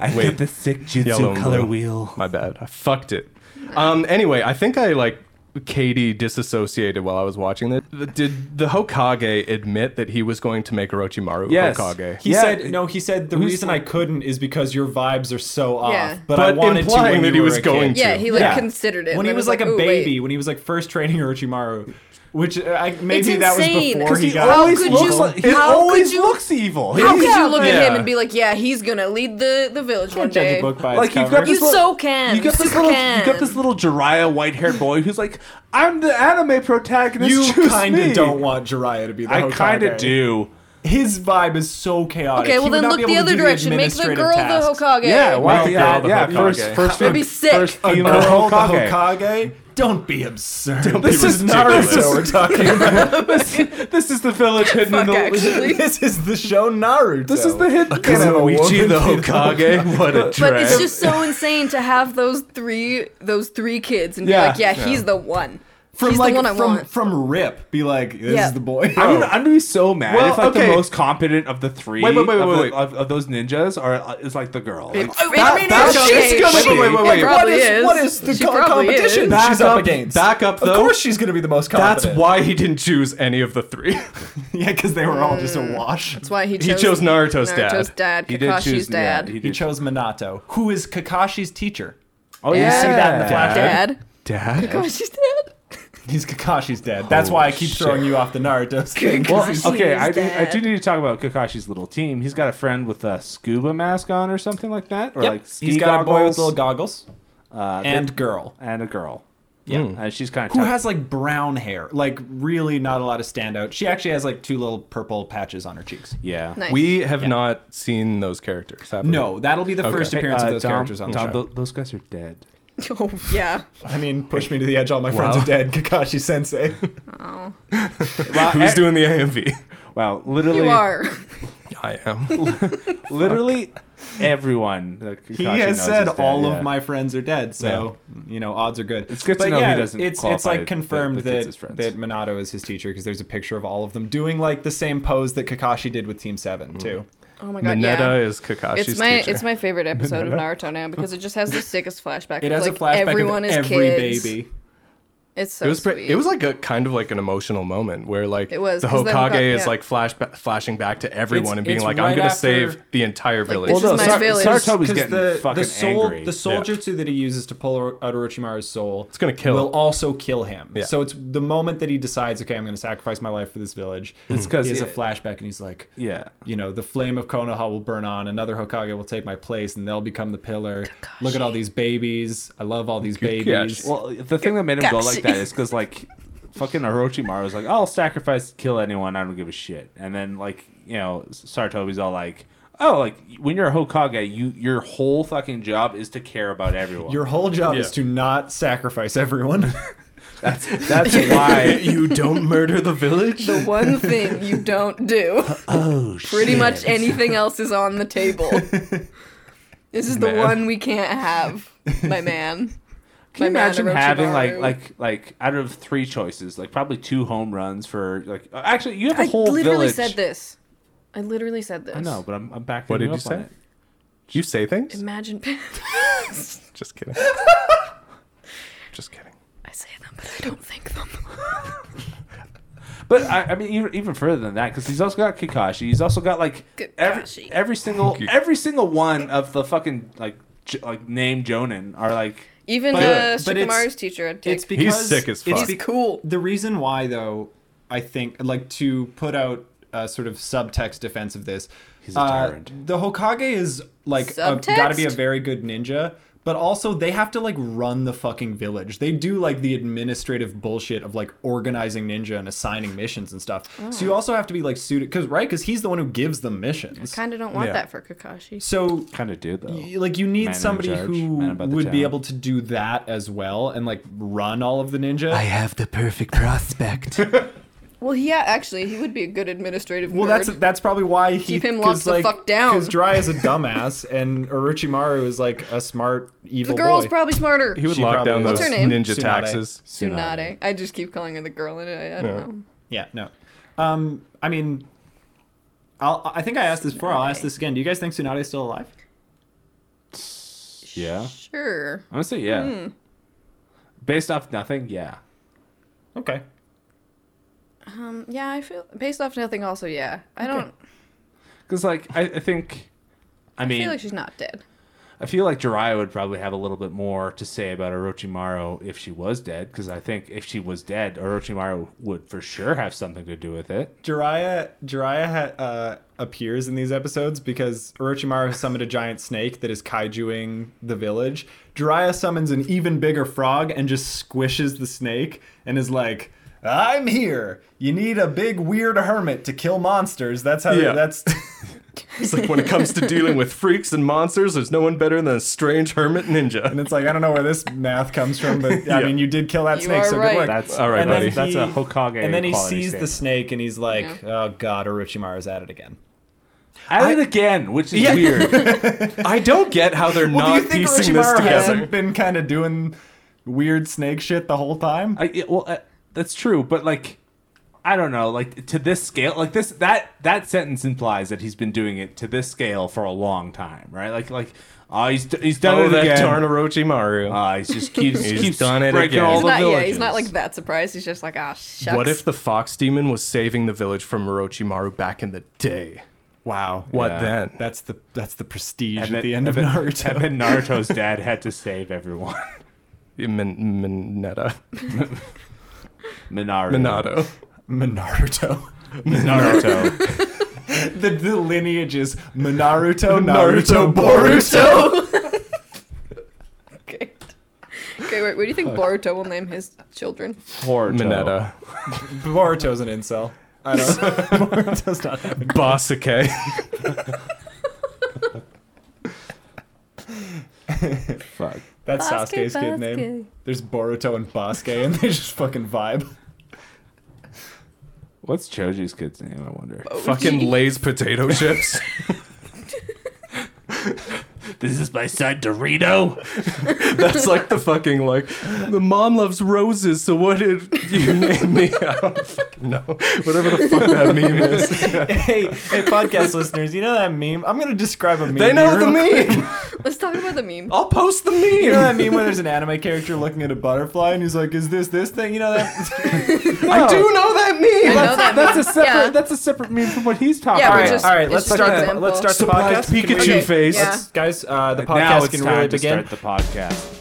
[SPEAKER 4] I
[SPEAKER 1] Wait.
[SPEAKER 4] hit the sick
[SPEAKER 1] Yellow
[SPEAKER 4] jutsu
[SPEAKER 1] and
[SPEAKER 4] color
[SPEAKER 1] blue.
[SPEAKER 4] wheel.
[SPEAKER 1] My bad. I fucked it. Um. Anyway, I think I like Katie disassociated while I was watching this. Did the Hokage admit that he was going to make Orochimaru
[SPEAKER 4] Yes.
[SPEAKER 1] Hokage?
[SPEAKER 2] He
[SPEAKER 4] Yeah,
[SPEAKER 2] said, "No." He said, "The
[SPEAKER 4] who's-
[SPEAKER 2] reason I couldn't is because your vibes are so off."
[SPEAKER 3] Yeah.
[SPEAKER 2] But, I
[SPEAKER 1] But
[SPEAKER 2] wanted to
[SPEAKER 1] implying
[SPEAKER 2] when
[SPEAKER 1] that
[SPEAKER 2] you
[SPEAKER 1] he
[SPEAKER 2] were
[SPEAKER 1] was
[SPEAKER 2] a
[SPEAKER 1] going
[SPEAKER 2] kid.
[SPEAKER 1] to.
[SPEAKER 3] yeah, he like
[SPEAKER 2] Yeah.
[SPEAKER 3] considered it.
[SPEAKER 2] When he
[SPEAKER 3] and
[SPEAKER 2] was
[SPEAKER 3] I
[SPEAKER 2] like, a
[SPEAKER 3] "Ooh, wait."
[SPEAKER 2] baby, when he was like first training Orochimaru, which uh, I,
[SPEAKER 3] It's
[SPEAKER 2] maybe that was
[SPEAKER 3] insane,
[SPEAKER 2] before
[SPEAKER 3] 'cause
[SPEAKER 2] he
[SPEAKER 3] he
[SPEAKER 2] got.
[SPEAKER 3] always How could looks you-
[SPEAKER 4] like- he
[SPEAKER 3] how could
[SPEAKER 4] always
[SPEAKER 3] you-
[SPEAKER 4] looks evil.
[SPEAKER 3] How could
[SPEAKER 4] He's-
[SPEAKER 3] you look
[SPEAKER 1] Yeah.
[SPEAKER 3] at him and be like, yeah, he's gonna lead the, the village one
[SPEAKER 2] Can't judge
[SPEAKER 3] day?
[SPEAKER 2] a book by
[SPEAKER 4] like
[SPEAKER 2] its
[SPEAKER 4] you've
[SPEAKER 2] cover.
[SPEAKER 4] got this
[SPEAKER 3] You
[SPEAKER 4] little,
[SPEAKER 3] so can.
[SPEAKER 4] You got
[SPEAKER 3] You
[SPEAKER 4] this
[SPEAKER 3] so
[SPEAKER 4] little.
[SPEAKER 3] can.
[SPEAKER 4] You got this little Jiraiya white-haired boy who's like, I'm the anime protagonist.
[SPEAKER 2] you
[SPEAKER 4] choose
[SPEAKER 2] kind
[SPEAKER 4] me."
[SPEAKER 2] of don't want Jiraiya to be the
[SPEAKER 4] I
[SPEAKER 2] Hokage.
[SPEAKER 4] kind of do.
[SPEAKER 2] His vibe is so chaotic.
[SPEAKER 3] Okay,
[SPEAKER 2] He
[SPEAKER 3] well
[SPEAKER 2] would
[SPEAKER 3] then
[SPEAKER 2] not
[SPEAKER 3] look
[SPEAKER 2] be able
[SPEAKER 3] the
[SPEAKER 2] to
[SPEAKER 3] other
[SPEAKER 2] do
[SPEAKER 3] direction. Make the
[SPEAKER 2] administrative
[SPEAKER 3] girl
[SPEAKER 2] tasks.
[SPEAKER 3] the Hokage.
[SPEAKER 4] Yeah, why?
[SPEAKER 1] Well,
[SPEAKER 4] yeah,
[SPEAKER 1] the
[SPEAKER 4] yeah.
[SPEAKER 1] Hokage.
[SPEAKER 4] First, first,
[SPEAKER 3] That'd be sick.
[SPEAKER 4] First
[SPEAKER 2] A
[SPEAKER 4] female
[SPEAKER 2] girl the
[SPEAKER 4] Hokage.
[SPEAKER 2] Uh, Hokage? Don't be absurd.
[SPEAKER 1] be
[SPEAKER 2] this is
[SPEAKER 1] ridiculous.
[SPEAKER 2] Naruto we're talking about.
[SPEAKER 4] This is the village hidden
[SPEAKER 3] Fuck,
[SPEAKER 4] in the.
[SPEAKER 3] actually.
[SPEAKER 2] this is the show Naruto.
[SPEAKER 4] This is the hidden.
[SPEAKER 1] Kunoichi the Hokage. What a
[SPEAKER 3] But
[SPEAKER 1] drag.
[SPEAKER 3] it's just so insane to have those three those three kids and
[SPEAKER 4] Yeah.
[SPEAKER 3] be like, yeah, he's the one.
[SPEAKER 2] from
[SPEAKER 3] he's
[SPEAKER 2] like
[SPEAKER 3] the one I
[SPEAKER 2] from
[SPEAKER 3] want.
[SPEAKER 2] from Rip. Be like, this
[SPEAKER 3] Yeah.
[SPEAKER 2] is the boy.
[SPEAKER 4] I'm gonna, I'm gonna be so mad
[SPEAKER 1] Well,
[SPEAKER 4] if like
[SPEAKER 1] okay.
[SPEAKER 4] the most competent of the three
[SPEAKER 1] Wait, wait, wait,
[SPEAKER 4] of,
[SPEAKER 1] wait,
[SPEAKER 4] the-
[SPEAKER 1] wait.
[SPEAKER 4] Of, of those ninjas are uh, is like the girl. Like,
[SPEAKER 3] Oh, wait,
[SPEAKER 1] That-
[SPEAKER 3] I mean,
[SPEAKER 1] that's
[SPEAKER 3] it's
[SPEAKER 1] just
[SPEAKER 3] shade.
[SPEAKER 1] gonna be- wait,
[SPEAKER 3] Shade.
[SPEAKER 1] wait,
[SPEAKER 3] It
[SPEAKER 1] wait.
[SPEAKER 2] what
[SPEAKER 3] probably
[SPEAKER 2] is,
[SPEAKER 3] is.
[SPEAKER 2] what is the
[SPEAKER 3] She
[SPEAKER 2] co-
[SPEAKER 3] probably
[SPEAKER 2] competition
[SPEAKER 3] is.
[SPEAKER 1] Back
[SPEAKER 2] she's
[SPEAKER 1] up-
[SPEAKER 2] up against?
[SPEAKER 1] back up,
[SPEAKER 2] Of
[SPEAKER 1] though.
[SPEAKER 2] course she's gonna be the most competent.
[SPEAKER 1] That's why he didn't choose any of the three.
[SPEAKER 2] Yeah, because they were all just a wash.
[SPEAKER 3] Mm. That's why he chose,
[SPEAKER 1] He chose Naruto's dad.
[SPEAKER 3] Naruto's dad.
[SPEAKER 4] he did
[SPEAKER 3] Kakashi's
[SPEAKER 4] choose- yeah,
[SPEAKER 3] dad.
[SPEAKER 4] he
[SPEAKER 2] He
[SPEAKER 4] did-
[SPEAKER 2] chose Minato, who is Kakashi's teacher.
[SPEAKER 4] oh, you
[SPEAKER 3] Yeah.
[SPEAKER 4] see that in the
[SPEAKER 2] Dad.
[SPEAKER 4] flash.
[SPEAKER 3] Dad.
[SPEAKER 1] Dad?
[SPEAKER 3] Kakashi's dad.
[SPEAKER 2] He's Kakashi's dad. That's why I keep throwing you off the Naruto thing.
[SPEAKER 4] Well,
[SPEAKER 3] Kakashi's
[SPEAKER 4] okay, I do, I
[SPEAKER 3] dad.
[SPEAKER 4] do need to talk about Kakashi's little team. He's got a friend with a scuba mask on or something like that, or like ski
[SPEAKER 2] he's got a boy with
[SPEAKER 4] goggles,
[SPEAKER 2] little goggles
[SPEAKER 4] uh,
[SPEAKER 2] and girl
[SPEAKER 4] and a girl.
[SPEAKER 2] Yeah.
[SPEAKER 4] and she's kind of
[SPEAKER 2] who has like brown hair, like really not a lot of standout. She actually has like two little purple patches on her cheeks.
[SPEAKER 4] yeah.
[SPEAKER 3] Nice.
[SPEAKER 1] We have not seen those characters, have we?
[SPEAKER 2] No, that'll be the first
[SPEAKER 1] Okay.
[SPEAKER 2] appearance
[SPEAKER 4] Uh,
[SPEAKER 2] of those
[SPEAKER 4] Dom-
[SPEAKER 2] characters on the
[SPEAKER 4] Dom,
[SPEAKER 2] show.
[SPEAKER 4] tho- those guys are dead.
[SPEAKER 3] Oh yeah.
[SPEAKER 2] I mean, push me to the edge. All my friends
[SPEAKER 1] Wow.
[SPEAKER 2] are dead. Kakashi Sensei.
[SPEAKER 1] Who's doing the AMV?
[SPEAKER 4] Wow, literally,
[SPEAKER 3] You are.
[SPEAKER 1] I am.
[SPEAKER 4] literally everyone. that
[SPEAKER 2] He
[SPEAKER 4] Kakashi knows
[SPEAKER 2] has
[SPEAKER 4] is
[SPEAKER 2] said
[SPEAKER 4] dead,
[SPEAKER 2] all
[SPEAKER 4] yeah.
[SPEAKER 2] of my friends are dead, so you know odds are good.
[SPEAKER 4] It's good to
[SPEAKER 2] but
[SPEAKER 4] know he
[SPEAKER 2] yeah,
[SPEAKER 4] doesn't
[SPEAKER 2] It's it's
[SPEAKER 4] qualify
[SPEAKER 2] like confirmed
[SPEAKER 4] the- the kids
[SPEAKER 2] that
[SPEAKER 4] as friends.
[SPEAKER 2] that Minato is his teacher because there's a picture of all of them doing like the same pose that Kakashi did with Team Seven
[SPEAKER 4] Mm-hmm.
[SPEAKER 2] too.
[SPEAKER 3] Oh my god.
[SPEAKER 1] Mineta
[SPEAKER 3] yeah.
[SPEAKER 1] is Kakashi's
[SPEAKER 3] It's my
[SPEAKER 1] teacher.
[SPEAKER 3] it's my favorite episode of Naruto now because it just has the sickest flashback.
[SPEAKER 2] It
[SPEAKER 3] of,
[SPEAKER 2] has
[SPEAKER 3] like,
[SPEAKER 2] a flashback
[SPEAKER 3] everyone
[SPEAKER 2] of
[SPEAKER 3] is
[SPEAKER 2] every
[SPEAKER 3] kids.
[SPEAKER 2] baby.
[SPEAKER 3] It's so
[SPEAKER 1] it was
[SPEAKER 3] sweet.
[SPEAKER 1] pretty, it was like a kind of like an emotional moment where like
[SPEAKER 3] It was,
[SPEAKER 1] the
[SPEAKER 3] 'cause
[SPEAKER 1] Hokage
[SPEAKER 3] the Hokage-
[SPEAKER 1] is
[SPEAKER 3] yeah.
[SPEAKER 1] like flash flashing back to everyone
[SPEAKER 2] It's-
[SPEAKER 1] and being
[SPEAKER 2] it's
[SPEAKER 1] like
[SPEAKER 2] right
[SPEAKER 1] I'm gonna
[SPEAKER 2] after-
[SPEAKER 1] save the entire village.
[SPEAKER 3] this is
[SPEAKER 4] Although
[SPEAKER 3] my
[SPEAKER 4] Sar-
[SPEAKER 3] village.
[SPEAKER 4] Sarutobi's Oh, getting
[SPEAKER 2] the,
[SPEAKER 4] fucking
[SPEAKER 2] the soul,
[SPEAKER 4] angry.
[SPEAKER 2] the soul jutsu that he uses to pull Oro- Orochimaru's soul, it's
[SPEAKER 1] gonna kill
[SPEAKER 2] will
[SPEAKER 1] him.
[SPEAKER 2] also kill him.
[SPEAKER 1] Yeah.
[SPEAKER 2] So it's the moment that he decides, okay, I'm going to sacrifice my life for this village.
[SPEAKER 4] It's 'cause
[SPEAKER 2] he has a
[SPEAKER 4] it-
[SPEAKER 2] flashback, and he's like,
[SPEAKER 4] yeah.
[SPEAKER 2] you know, the flame of Konoha will burn on. Another Hokage will take my place, and they'll become the pillar. Look at all these babies. I love all these babies.
[SPEAKER 1] catch.
[SPEAKER 4] Well, the thing that made him go like that is because like fucking Orochimaru was like, "I'll sacrifice, kill anyone, I don't give a shit." And then like you know, Sartobi's all like, "Oh, like when you're a Hokage, you your whole fucking job is to care about everyone.
[SPEAKER 2] Your whole job
[SPEAKER 1] Yeah.
[SPEAKER 2] is to not sacrifice everyone.
[SPEAKER 4] That's why."
[SPEAKER 1] you don't murder the village?
[SPEAKER 3] the one thing you don't do.
[SPEAKER 5] Oh
[SPEAKER 3] pretty much anything else is on the table. This is the
[SPEAKER 1] Man.
[SPEAKER 3] one we can't have, my man.
[SPEAKER 4] Can you
[SPEAKER 3] my man,
[SPEAKER 4] imagine
[SPEAKER 3] Orochimaru.
[SPEAKER 4] having like like like out of three choices, like probably two home runs for like uh, actually you have a
[SPEAKER 3] I
[SPEAKER 4] whole
[SPEAKER 3] literally
[SPEAKER 4] village.
[SPEAKER 3] said this. I literally said this.
[SPEAKER 4] I know, but I'm I'm backing
[SPEAKER 1] What did
[SPEAKER 4] you
[SPEAKER 1] you
[SPEAKER 4] up on
[SPEAKER 1] say?
[SPEAKER 4] it.
[SPEAKER 1] You say things?
[SPEAKER 3] Imagine.
[SPEAKER 1] Just kidding. Just kidding.
[SPEAKER 3] I say them, but I don't think them.
[SPEAKER 4] But I, I mean, even, even further than that, because he's also got Kakashi. He's also got like every,
[SPEAKER 3] Kakashi.
[SPEAKER 4] every single every single one of the fucking like j- like name Jonin are like
[SPEAKER 3] Even
[SPEAKER 4] But-
[SPEAKER 3] uh,
[SPEAKER 2] but it's-
[SPEAKER 3] Shikamaru's teacher had
[SPEAKER 2] It's
[SPEAKER 3] taken.
[SPEAKER 2] because
[SPEAKER 1] sick as
[SPEAKER 2] It's
[SPEAKER 1] fuck.
[SPEAKER 2] be-
[SPEAKER 3] cool.
[SPEAKER 2] The reason why, though, I think, like, to put out a sort of subtext defense of this,
[SPEAKER 4] a
[SPEAKER 2] uh,
[SPEAKER 4] tyrant.
[SPEAKER 2] the Hokage is like a- gotta be a
[SPEAKER 3] Subtext?
[SPEAKER 2] very good ninja. But also, they have to like run the fucking village. They do like the administrative bullshit of like organizing ninja and assigning missions and stuff. So
[SPEAKER 3] Oh.
[SPEAKER 2] you also have to be like suited, because right, because he's the one who gives them missions.
[SPEAKER 3] Kind of don't want
[SPEAKER 1] Yeah.
[SPEAKER 3] that for Kakashi.
[SPEAKER 2] so
[SPEAKER 4] kind of do though.
[SPEAKER 2] Y- like you need
[SPEAKER 4] Man in
[SPEAKER 2] somebody
[SPEAKER 4] charge,
[SPEAKER 2] who
[SPEAKER 4] man about the
[SPEAKER 2] would be
[SPEAKER 4] town.
[SPEAKER 2] able to do that as well and like run all of the ninja.
[SPEAKER 5] I have the perfect prospect.
[SPEAKER 3] Well, yeah, actually, he would be a good administrative.
[SPEAKER 2] well, that's
[SPEAKER 3] nerd.
[SPEAKER 2] that's probably why he
[SPEAKER 3] Keep him locked the fuck down.
[SPEAKER 2] Because Dry is a dumbass, and Orochimaru is like a smart
[SPEAKER 3] the
[SPEAKER 2] evil
[SPEAKER 3] girl's
[SPEAKER 2] boy.
[SPEAKER 3] probably smarter.
[SPEAKER 1] He would
[SPEAKER 2] She
[SPEAKER 1] lock
[SPEAKER 2] probably
[SPEAKER 1] down
[SPEAKER 2] is.
[SPEAKER 1] those
[SPEAKER 3] What's her name?
[SPEAKER 1] ninja
[SPEAKER 2] Tsunade.
[SPEAKER 1] taxes.
[SPEAKER 3] Tsunade. I just keep calling her the girl, and I, I don't know.
[SPEAKER 2] yeah, no. Um, I mean, I'll, I think I asked this before. I'll ask this again. Do you guys think Tsunade is still alive?
[SPEAKER 4] yeah,
[SPEAKER 3] Sure.
[SPEAKER 4] I'm gonna say yeah.
[SPEAKER 3] Hmm.
[SPEAKER 4] Based off nothing, yeah.
[SPEAKER 2] Okay.
[SPEAKER 3] Um, yeah, I feel based off nothing. Also, yeah, I don't.
[SPEAKER 4] Because like I, I think, I
[SPEAKER 3] I
[SPEAKER 4] mean,
[SPEAKER 3] feel like she's not dead.
[SPEAKER 4] I feel like Jiraiya would probably have a little bit more to say about Orochimaru if she was dead, because I think if she was dead, Orochimaru would for sure have something to do with it.
[SPEAKER 2] Jiraiya, Jiraiya ha, uh, appears in these episodes because Orochimaru has summoned a giant snake that is kaijuing the village. Jiraiya summons an even bigger frog and just squishes the snake and is like, "I'm here. You need a big weird hermit to kill monsters. That's how.
[SPEAKER 1] Yeah.
[SPEAKER 2] That's
[SPEAKER 1] It's like when it comes to dealing with freaks and monsters, there's no one better than a strange hermit ninja.
[SPEAKER 2] and it's like I don't know where this math comes from, but
[SPEAKER 1] Yeah.
[SPEAKER 2] I mean, you did kill that
[SPEAKER 3] You
[SPEAKER 2] snake,
[SPEAKER 3] are
[SPEAKER 2] so
[SPEAKER 3] right.
[SPEAKER 2] good work.
[SPEAKER 4] That's
[SPEAKER 1] All right,
[SPEAKER 2] and then
[SPEAKER 1] buddy.
[SPEAKER 4] That's a Hokage.
[SPEAKER 2] And then he
[SPEAKER 4] quality
[SPEAKER 2] sees the
[SPEAKER 4] statement.
[SPEAKER 2] snake and he's like, "Oh God, Orochimaru's at it again."
[SPEAKER 4] At it again, which is weird.
[SPEAKER 1] I don't get how they're
[SPEAKER 2] Well, do
[SPEAKER 1] not
[SPEAKER 2] you think
[SPEAKER 1] piecing this
[SPEAKER 2] Orochimaru
[SPEAKER 1] together.
[SPEAKER 2] hasn't been kind of doing weird snake shit the whole time?
[SPEAKER 4] I, it- well, uh, that's true, but like, I don't know. Like to this scale, like this that that sentence implies that he's been doing it to this scale for a long time, right? Like like, oh, he's d- he's done
[SPEAKER 1] Oh,
[SPEAKER 4] it
[SPEAKER 1] that
[SPEAKER 4] again.
[SPEAKER 1] darn Orochimaru.
[SPEAKER 2] Uh,
[SPEAKER 4] Ah, he's just keeps
[SPEAKER 1] He's
[SPEAKER 4] keeps
[SPEAKER 1] done it
[SPEAKER 4] breaking
[SPEAKER 1] again.
[SPEAKER 4] all
[SPEAKER 1] He's
[SPEAKER 3] He's not.
[SPEAKER 4] the
[SPEAKER 3] Yeah, he's not
[SPEAKER 4] villages.
[SPEAKER 3] like that surprised. He's just like, ah, shucks.
[SPEAKER 1] What if the fox demon was saving the village from Orochimaru back in the day?
[SPEAKER 2] wow.
[SPEAKER 1] What
[SPEAKER 4] Yeah.
[SPEAKER 1] then?
[SPEAKER 2] That's the that's the prestige
[SPEAKER 4] And
[SPEAKER 2] at
[SPEAKER 4] then-
[SPEAKER 2] the end of
[SPEAKER 4] and then- And
[SPEAKER 2] Naruto.
[SPEAKER 4] then Naruto's dad had to save everyone.
[SPEAKER 1] Min- Mineta.
[SPEAKER 4] Minato.
[SPEAKER 1] Minato.
[SPEAKER 2] Minaruto.
[SPEAKER 4] Naruto.
[SPEAKER 2] The, the lineage is Minaruto,
[SPEAKER 1] Naruto,
[SPEAKER 2] Naruto, Boruto.
[SPEAKER 3] Okay. Okay, wait. What do you think Boruto will name his children?
[SPEAKER 4] Boruto.
[SPEAKER 1] Mineta.
[SPEAKER 2] Boruto's an incel. I don't. Boruto's not. having-
[SPEAKER 1] Basuke.
[SPEAKER 4] Fuck.
[SPEAKER 2] That's
[SPEAKER 3] Basuke,
[SPEAKER 2] Sasuke's kid
[SPEAKER 3] Basuke.
[SPEAKER 2] name. There's Boruto and Basuke, and they just fucking vibe.
[SPEAKER 4] What's Choji's kid's name? I wonder.
[SPEAKER 1] Fucking Lay's potato chips.
[SPEAKER 4] This is my son Dorito.
[SPEAKER 1] That's like the fucking like the mom loves roses, so what did you name me? I don't fucking know. Whatever the fuck that meme is.
[SPEAKER 2] hey, hey, podcast listeners, you know that meme? I'm gonna describe a meme.
[SPEAKER 1] They know
[SPEAKER 2] here
[SPEAKER 1] the
[SPEAKER 2] real
[SPEAKER 1] meme.
[SPEAKER 3] Let's talk about the meme.
[SPEAKER 1] I'll post the
[SPEAKER 2] You know that
[SPEAKER 1] meme.
[SPEAKER 2] meme where there's an anime character looking at a butterfly and he's like, "Is this this thing?" You know that?
[SPEAKER 1] I
[SPEAKER 2] Oh.
[SPEAKER 1] do know that meme.
[SPEAKER 3] I know that
[SPEAKER 4] That's a
[SPEAKER 3] meme.
[SPEAKER 4] separate.
[SPEAKER 3] Yeah.
[SPEAKER 4] That's a separate meme from what he's talking
[SPEAKER 3] Yeah,
[SPEAKER 2] all
[SPEAKER 3] we're
[SPEAKER 2] right,
[SPEAKER 4] about.
[SPEAKER 3] just-
[SPEAKER 2] all right.
[SPEAKER 3] it's
[SPEAKER 2] Let's
[SPEAKER 3] just
[SPEAKER 2] start.
[SPEAKER 3] an
[SPEAKER 2] The,
[SPEAKER 3] example.
[SPEAKER 2] let's start the
[SPEAKER 1] Surprise
[SPEAKER 2] podcast. Can we-
[SPEAKER 1] Pikachu
[SPEAKER 3] Okay,
[SPEAKER 1] face.
[SPEAKER 3] yeah.
[SPEAKER 2] Let's- guys, uh, the
[SPEAKER 4] now
[SPEAKER 2] podcast
[SPEAKER 4] it's
[SPEAKER 2] can
[SPEAKER 4] time
[SPEAKER 2] really
[SPEAKER 4] to
[SPEAKER 2] begin.
[SPEAKER 4] start the podcast.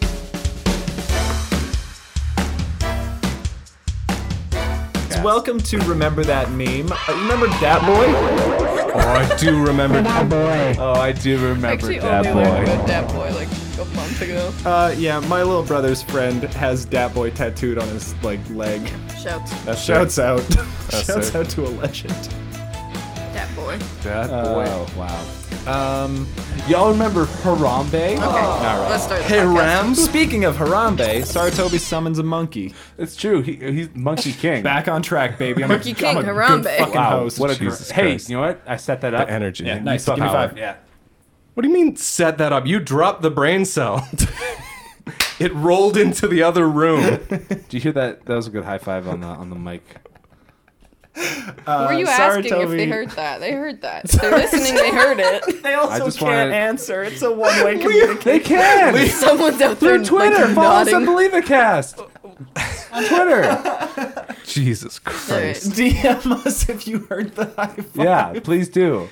[SPEAKER 4] Podcast.
[SPEAKER 2] Welcome to remember that meme. Uh, remember that boy?
[SPEAKER 1] Oh, I do remember.
[SPEAKER 4] Oh, I do remember
[SPEAKER 3] Actually,
[SPEAKER 4] that
[SPEAKER 3] only learned
[SPEAKER 4] boy.
[SPEAKER 3] about that boy like a month ago.
[SPEAKER 2] Uh, yeah, my little brother's friend has dat boy tattooed on his like leg.
[SPEAKER 3] Shouts,
[SPEAKER 1] That's
[SPEAKER 2] Shouts out! Shouts
[SPEAKER 1] sick.
[SPEAKER 2] out to a legend.
[SPEAKER 3] that boy.
[SPEAKER 1] that
[SPEAKER 4] Wow, wow.
[SPEAKER 2] Um,
[SPEAKER 4] Y'all remember Harambe?
[SPEAKER 3] Okay, let's start. The podcast.
[SPEAKER 2] speaking of Harambe, Saratobi summons a monkey.
[SPEAKER 4] It's true. He, he's Monkey King.
[SPEAKER 2] Back on track, baby. I'm
[SPEAKER 3] Monkey
[SPEAKER 2] a, I'm
[SPEAKER 3] King,
[SPEAKER 2] a good
[SPEAKER 3] Harambe.
[SPEAKER 2] fucking
[SPEAKER 4] wow,
[SPEAKER 2] host.
[SPEAKER 4] what a
[SPEAKER 1] Jesus
[SPEAKER 4] hey,
[SPEAKER 1] Christ.
[SPEAKER 4] you know what? I set that up.
[SPEAKER 1] energy.
[SPEAKER 2] uh, Yeah, nice.
[SPEAKER 4] Fuck
[SPEAKER 2] Give me
[SPEAKER 4] Howard.
[SPEAKER 2] five.
[SPEAKER 4] Yeah.
[SPEAKER 1] What do you mean set that up? You dropped the brain cell. It rolled into the other room.
[SPEAKER 4] Do you hear that? That was a good high five on the on the mic.
[SPEAKER 3] Were you
[SPEAKER 2] sorry,
[SPEAKER 3] asking if they
[SPEAKER 2] Toby.
[SPEAKER 3] heard that? They heard that. They're listening. They heard it.
[SPEAKER 2] They also
[SPEAKER 4] just
[SPEAKER 2] can't
[SPEAKER 4] wanted-
[SPEAKER 2] answer. It's a one-way communication.
[SPEAKER 4] They can
[SPEAKER 3] Someone's out there
[SPEAKER 4] through Twitter.
[SPEAKER 3] Like,
[SPEAKER 4] Follow us on
[SPEAKER 3] nodding. All
[SPEAKER 4] Believe It Cast on Twitter.
[SPEAKER 1] Jesus
[SPEAKER 3] right.
[SPEAKER 1] Christ.
[SPEAKER 2] DM us if you heard the high five.
[SPEAKER 4] Yeah, please do.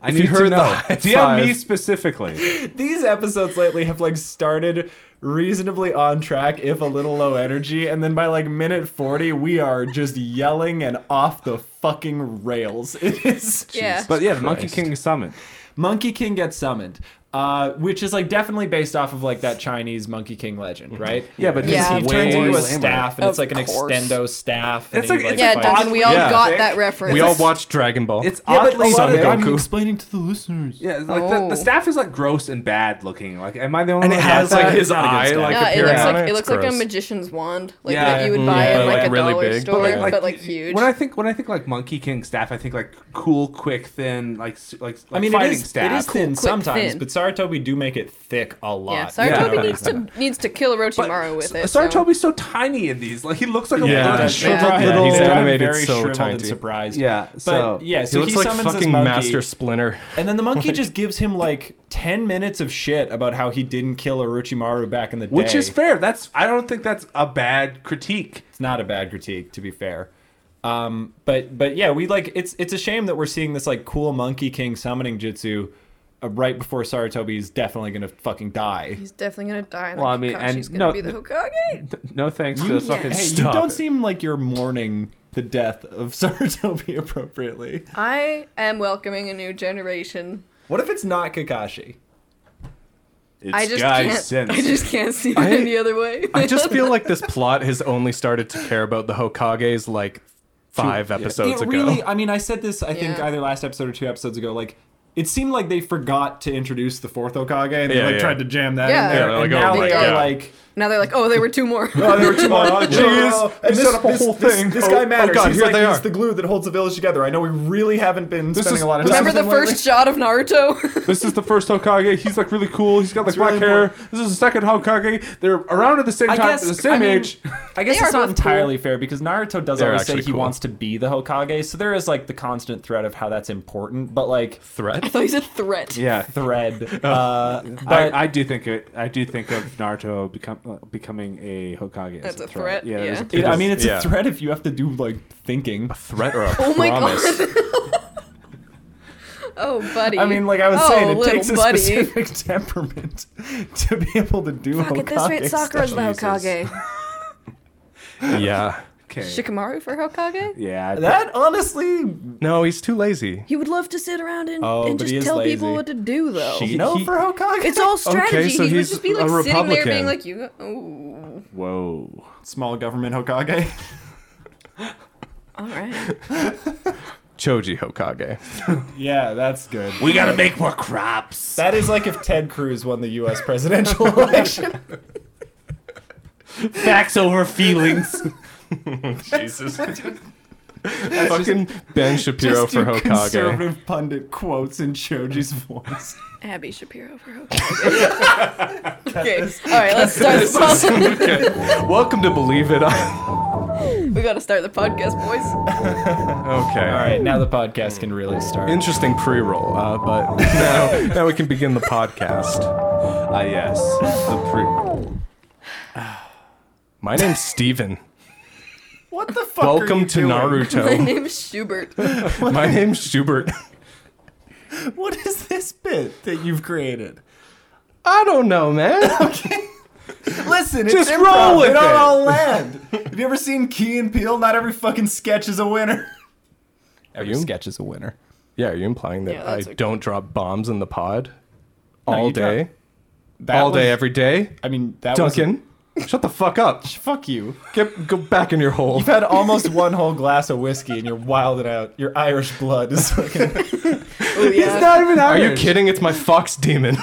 [SPEAKER 4] I
[SPEAKER 1] If
[SPEAKER 4] need
[SPEAKER 1] you heard
[SPEAKER 4] to
[SPEAKER 1] the
[SPEAKER 4] know.
[SPEAKER 1] high
[SPEAKER 4] DM me
[SPEAKER 1] five.
[SPEAKER 4] specifically.
[SPEAKER 2] These episodes lately have like started reasonably on track, if a little low energy, and then by like minute forty, we are just yelling and off the fucking rails. It is
[SPEAKER 3] Yeah.
[SPEAKER 4] But yeah, the Monkey King Summit.
[SPEAKER 2] Monkey King gets summoned, uh, which is like definitely based off of like that Chinese Monkey King legend, right?
[SPEAKER 4] Yeah, but
[SPEAKER 2] He
[SPEAKER 3] Yeah.
[SPEAKER 4] this is
[SPEAKER 3] Way
[SPEAKER 2] turns into
[SPEAKER 4] way
[SPEAKER 2] a staff, and it's
[SPEAKER 3] Of
[SPEAKER 2] like an
[SPEAKER 3] course.
[SPEAKER 2] extendo staff. and
[SPEAKER 4] It's
[SPEAKER 2] he,
[SPEAKER 4] like- it's
[SPEAKER 3] yeah,
[SPEAKER 4] like
[SPEAKER 2] fights.
[SPEAKER 3] Duncan, we all
[SPEAKER 1] Yeah.
[SPEAKER 3] got that reference.
[SPEAKER 1] We all watched Dragon Ball.
[SPEAKER 4] It's
[SPEAKER 2] Yeah, but
[SPEAKER 4] oddly
[SPEAKER 2] like,
[SPEAKER 1] Son
[SPEAKER 2] what-
[SPEAKER 1] Goku.
[SPEAKER 2] I'm explaining to the listeners.
[SPEAKER 4] Yeah, like the,
[SPEAKER 3] Oh.
[SPEAKER 4] the staff is like gross and bad looking. Like, am I the only
[SPEAKER 1] and
[SPEAKER 4] one
[SPEAKER 1] it
[SPEAKER 4] who
[SPEAKER 1] has like
[SPEAKER 4] that?
[SPEAKER 1] his
[SPEAKER 2] not a good
[SPEAKER 1] eye
[SPEAKER 2] stat.
[SPEAKER 1] like
[SPEAKER 3] Yeah, it
[SPEAKER 1] appearing
[SPEAKER 3] looks
[SPEAKER 1] on
[SPEAKER 3] like it
[SPEAKER 1] It's
[SPEAKER 3] looks like a
[SPEAKER 1] gross.
[SPEAKER 3] magician's wand, like
[SPEAKER 4] Yeah.
[SPEAKER 3] that you would
[SPEAKER 4] Mm,
[SPEAKER 3] buy
[SPEAKER 4] yeah,
[SPEAKER 3] at
[SPEAKER 4] but,
[SPEAKER 3] like,
[SPEAKER 4] like,
[SPEAKER 3] a
[SPEAKER 1] really
[SPEAKER 3] dollar
[SPEAKER 1] big.
[SPEAKER 3] store,
[SPEAKER 1] But,
[SPEAKER 3] but
[SPEAKER 1] like,
[SPEAKER 3] like,
[SPEAKER 1] like,
[SPEAKER 3] huge.
[SPEAKER 4] When I think when I think like Monkey King staff, I think like cool, quick, thin, like s- like, like
[SPEAKER 2] I mean, it
[SPEAKER 4] fighting
[SPEAKER 2] is,
[SPEAKER 4] staff.
[SPEAKER 2] it is thin
[SPEAKER 3] quick,
[SPEAKER 2] sometimes,
[SPEAKER 3] thin.
[SPEAKER 2] but Saratobi do make it thick a lot.
[SPEAKER 3] yeah, Saratobi
[SPEAKER 4] Yeah.
[SPEAKER 3] needs to needs to kill
[SPEAKER 4] But uh,
[SPEAKER 3] Orochimaru with it. so-
[SPEAKER 4] Saratobi's so tiny in these. Like he looks like a
[SPEAKER 1] Yeah.
[SPEAKER 4] little
[SPEAKER 1] Yeah.
[SPEAKER 4] shriveled
[SPEAKER 3] Yeah,
[SPEAKER 4] little.
[SPEAKER 1] he's
[SPEAKER 2] They're
[SPEAKER 1] animated
[SPEAKER 2] very
[SPEAKER 1] so
[SPEAKER 2] shriveled
[SPEAKER 1] tiny.
[SPEAKER 2] and surprised.
[SPEAKER 4] Yeah,
[SPEAKER 2] but
[SPEAKER 4] so-
[SPEAKER 2] yeah, so
[SPEAKER 1] he
[SPEAKER 2] he,
[SPEAKER 1] looks like
[SPEAKER 2] summons this
[SPEAKER 1] fucking
[SPEAKER 2] monkey,
[SPEAKER 1] Master Splinter.
[SPEAKER 2] and then the monkey just gives him like ten minutes of shit about how he didn't kill Orochimaru back in the day,
[SPEAKER 4] Which is fair. That's I don't think that's a bad critique.
[SPEAKER 2] It's not a bad critique, to be fair. Um, but but yeah, we like it's it's a shame that we're seeing this like cool Monkey King summoning jutsu uh, right before Saratobi is definitely gonna fucking die.
[SPEAKER 3] he's definitely gonna die.
[SPEAKER 4] Well, I
[SPEAKER 3] like,
[SPEAKER 4] mean, and
[SPEAKER 3] Kakashi's gonna
[SPEAKER 4] no,
[SPEAKER 3] be the
[SPEAKER 4] th-
[SPEAKER 3] Hokage.
[SPEAKER 4] No thanks
[SPEAKER 2] You-
[SPEAKER 4] to fucking
[SPEAKER 2] hey, you
[SPEAKER 1] stop
[SPEAKER 2] don't
[SPEAKER 1] it.
[SPEAKER 2] seem like you're mourning the death of Saratobi appropriately.
[SPEAKER 3] I am welcoming a new generation.
[SPEAKER 2] What if it's not Kakashi?
[SPEAKER 4] It's
[SPEAKER 3] I just
[SPEAKER 4] guy
[SPEAKER 3] can't.
[SPEAKER 4] sense.
[SPEAKER 3] I just can't see it
[SPEAKER 1] I-
[SPEAKER 3] any other way.
[SPEAKER 1] I just feel like this plot has only started to care about the Hokages like five episodes
[SPEAKER 2] it
[SPEAKER 1] ago.
[SPEAKER 2] really i mean i said this i think
[SPEAKER 3] Yeah.
[SPEAKER 2] either last episode or two episodes ago like it seemed like they forgot to introduce the fourth okage and they
[SPEAKER 1] Yeah,
[SPEAKER 2] like
[SPEAKER 1] yeah.
[SPEAKER 2] tried to jam that
[SPEAKER 3] Yeah.
[SPEAKER 2] in there
[SPEAKER 1] Yeah, they're
[SPEAKER 2] and
[SPEAKER 1] like,
[SPEAKER 2] now
[SPEAKER 1] oh,
[SPEAKER 2] they
[SPEAKER 3] yeah.
[SPEAKER 2] are
[SPEAKER 3] Yeah.
[SPEAKER 2] like
[SPEAKER 3] now they're like, oh, there were two more.
[SPEAKER 2] Oh, they were too much. Oh,
[SPEAKER 1] Jeez. You
[SPEAKER 2] and this,
[SPEAKER 1] set up a
[SPEAKER 2] this-
[SPEAKER 1] whole
[SPEAKER 2] this-
[SPEAKER 1] thing.
[SPEAKER 2] This,
[SPEAKER 1] Oh,
[SPEAKER 2] guy
[SPEAKER 1] oh
[SPEAKER 2] matters.
[SPEAKER 1] God,
[SPEAKER 2] he's
[SPEAKER 1] here
[SPEAKER 2] like,
[SPEAKER 1] they
[SPEAKER 2] he's
[SPEAKER 1] are.
[SPEAKER 2] the glue that holds the village together. I know we really haven't been spending
[SPEAKER 1] is-
[SPEAKER 2] a lot of time with
[SPEAKER 3] Remember the
[SPEAKER 2] him lately.
[SPEAKER 3] first shot of Naruto?
[SPEAKER 4] This is the first Hokage. He's like really cool. He's got like black
[SPEAKER 2] really
[SPEAKER 4] hair. This is the second Hokage. They're around at the same
[SPEAKER 2] I
[SPEAKER 4] time,
[SPEAKER 2] guess-
[SPEAKER 4] the same
[SPEAKER 2] I mean,
[SPEAKER 4] age.
[SPEAKER 2] I guess
[SPEAKER 3] They
[SPEAKER 2] it's
[SPEAKER 3] are
[SPEAKER 2] not
[SPEAKER 3] both cool.
[SPEAKER 2] entirely fair because Naruto does
[SPEAKER 1] They're
[SPEAKER 2] always say
[SPEAKER 1] actually
[SPEAKER 2] he
[SPEAKER 1] cool.
[SPEAKER 2] wants to be the Hokage, so there is like the constant threat of how that's important, but like
[SPEAKER 1] Threat.
[SPEAKER 3] so he's a threat.
[SPEAKER 4] yeah,
[SPEAKER 2] thread. Uh, but
[SPEAKER 4] I, I do think it. I do think of Naruto become uh, becoming a Hokage. As
[SPEAKER 3] That's a threat,
[SPEAKER 4] Yeah, there's
[SPEAKER 3] yeah.
[SPEAKER 2] it,
[SPEAKER 4] A,
[SPEAKER 2] I mean, it's
[SPEAKER 1] yeah.
[SPEAKER 2] a threat if you have to do like thinking.
[SPEAKER 1] Threat or a
[SPEAKER 3] Oh my
[SPEAKER 1] promise.
[SPEAKER 3] god. oh, buddy.
[SPEAKER 2] I mean, like I was
[SPEAKER 3] oh,
[SPEAKER 2] saying, it
[SPEAKER 3] little
[SPEAKER 2] takes a
[SPEAKER 3] buddy.
[SPEAKER 2] specific temperament to be able to do
[SPEAKER 3] Fuck, at this
[SPEAKER 2] Hokage
[SPEAKER 3] rate, Sakura's the
[SPEAKER 2] stuff.
[SPEAKER 3] Hokage.
[SPEAKER 1] Yeah.
[SPEAKER 4] okay.
[SPEAKER 3] Shikamaru for Hokage?
[SPEAKER 4] yeah, I-
[SPEAKER 2] That honestly,
[SPEAKER 1] No, he's too lazy.
[SPEAKER 3] He would love to sit around and,
[SPEAKER 2] Oh,
[SPEAKER 3] and
[SPEAKER 2] but
[SPEAKER 3] just
[SPEAKER 2] he is
[SPEAKER 3] tell
[SPEAKER 2] lazy.
[SPEAKER 3] people what to do, though.
[SPEAKER 4] She-
[SPEAKER 2] no
[SPEAKER 4] he-
[SPEAKER 2] for Hokage.
[SPEAKER 3] It's all strategy.
[SPEAKER 1] so
[SPEAKER 3] he would
[SPEAKER 1] he's
[SPEAKER 3] just be like
[SPEAKER 1] a
[SPEAKER 3] sitting there
[SPEAKER 1] Republican.
[SPEAKER 3] being like, you. Ooh.
[SPEAKER 4] whoa.
[SPEAKER 2] small government Hokage.
[SPEAKER 3] All right.
[SPEAKER 1] Choji Hokage.
[SPEAKER 2] yeah, that's good.
[SPEAKER 4] We gotta make more crops.
[SPEAKER 2] That is like if Ted Cruz won the U.S. presidential election.
[SPEAKER 4] Facts over feelings.
[SPEAKER 1] Jesus. Fucking Ben Shapiro
[SPEAKER 2] Just
[SPEAKER 1] for
[SPEAKER 2] do
[SPEAKER 1] Hokage.
[SPEAKER 2] conservative pundit quotes in Shoji's voice.
[SPEAKER 3] Abby Shapiro for Hokage. okay. All right, let's start the podcast.
[SPEAKER 1] Okay. Welcome to Believe It. I-
[SPEAKER 3] we got to start the podcast, boys.
[SPEAKER 1] okay.
[SPEAKER 2] All right, now the podcast can really start.
[SPEAKER 1] Interesting pre-roll, uh, but now, now we can begin the podcast.
[SPEAKER 4] Ah, yes. The pre-
[SPEAKER 1] My name's Steven.
[SPEAKER 2] what the fuck? are
[SPEAKER 1] Welcome
[SPEAKER 2] you
[SPEAKER 1] to
[SPEAKER 2] doing?
[SPEAKER 3] My
[SPEAKER 1] Naruto.
[SPEAKER 3] name's Schubert.
[SPEAKER 1] My name's Schubert.
[SPEAKER 2] What is this bit that you've created?
[SPEAKER 1] I don't know, man.
[SPEAKER 2] Listen, it's
[SPEAKER 1] Just
[SPEAKER 2] improv.
[SPEAKER 1] roll with
[SPEAKER 2] it.
[SPEAKER 1] it.
[SPEAKER 2] don't all land. Have you ever seen Key and Peele? Not every fucking sketch is a winner. Every
[SPEAKER 1] you?
[SPEAKER 2] sketch is a winner.
[SPEAKER 1] Yeah, are you implying that
[SPEAKER 3] Yeah,
[SPEAKER 1] I
[SPEAKER 3] that's okay.
[SPEAKER 1] don't drop bombs in the pod
[SPEAKER 2] No,
[SPEAKER 1] all
[SPEAKER 2] you drop-
[SPEAKER 1] day,
[SPEAKER 2] That
[SPEAKER 1] all day,
[SPEAKER 2] was-
[SPEAKER 1] every day?
[SPEAKER 2] I mean, that was
[SPEAKER 1] Duncan, shut the fuck up.
[SPEAKER 2] fuck you.
[SPEAKER 1] Get go back in your hole.
[SPEAKER 2] You've had almost one whole glass of whiskey and you're wilding out. Your Irish blood is fucking
[SPEAKER 3] Oh, yeah.
[SPEAKER 4] even
[SPEAKER 1] Are you kidding? It's my fox demon.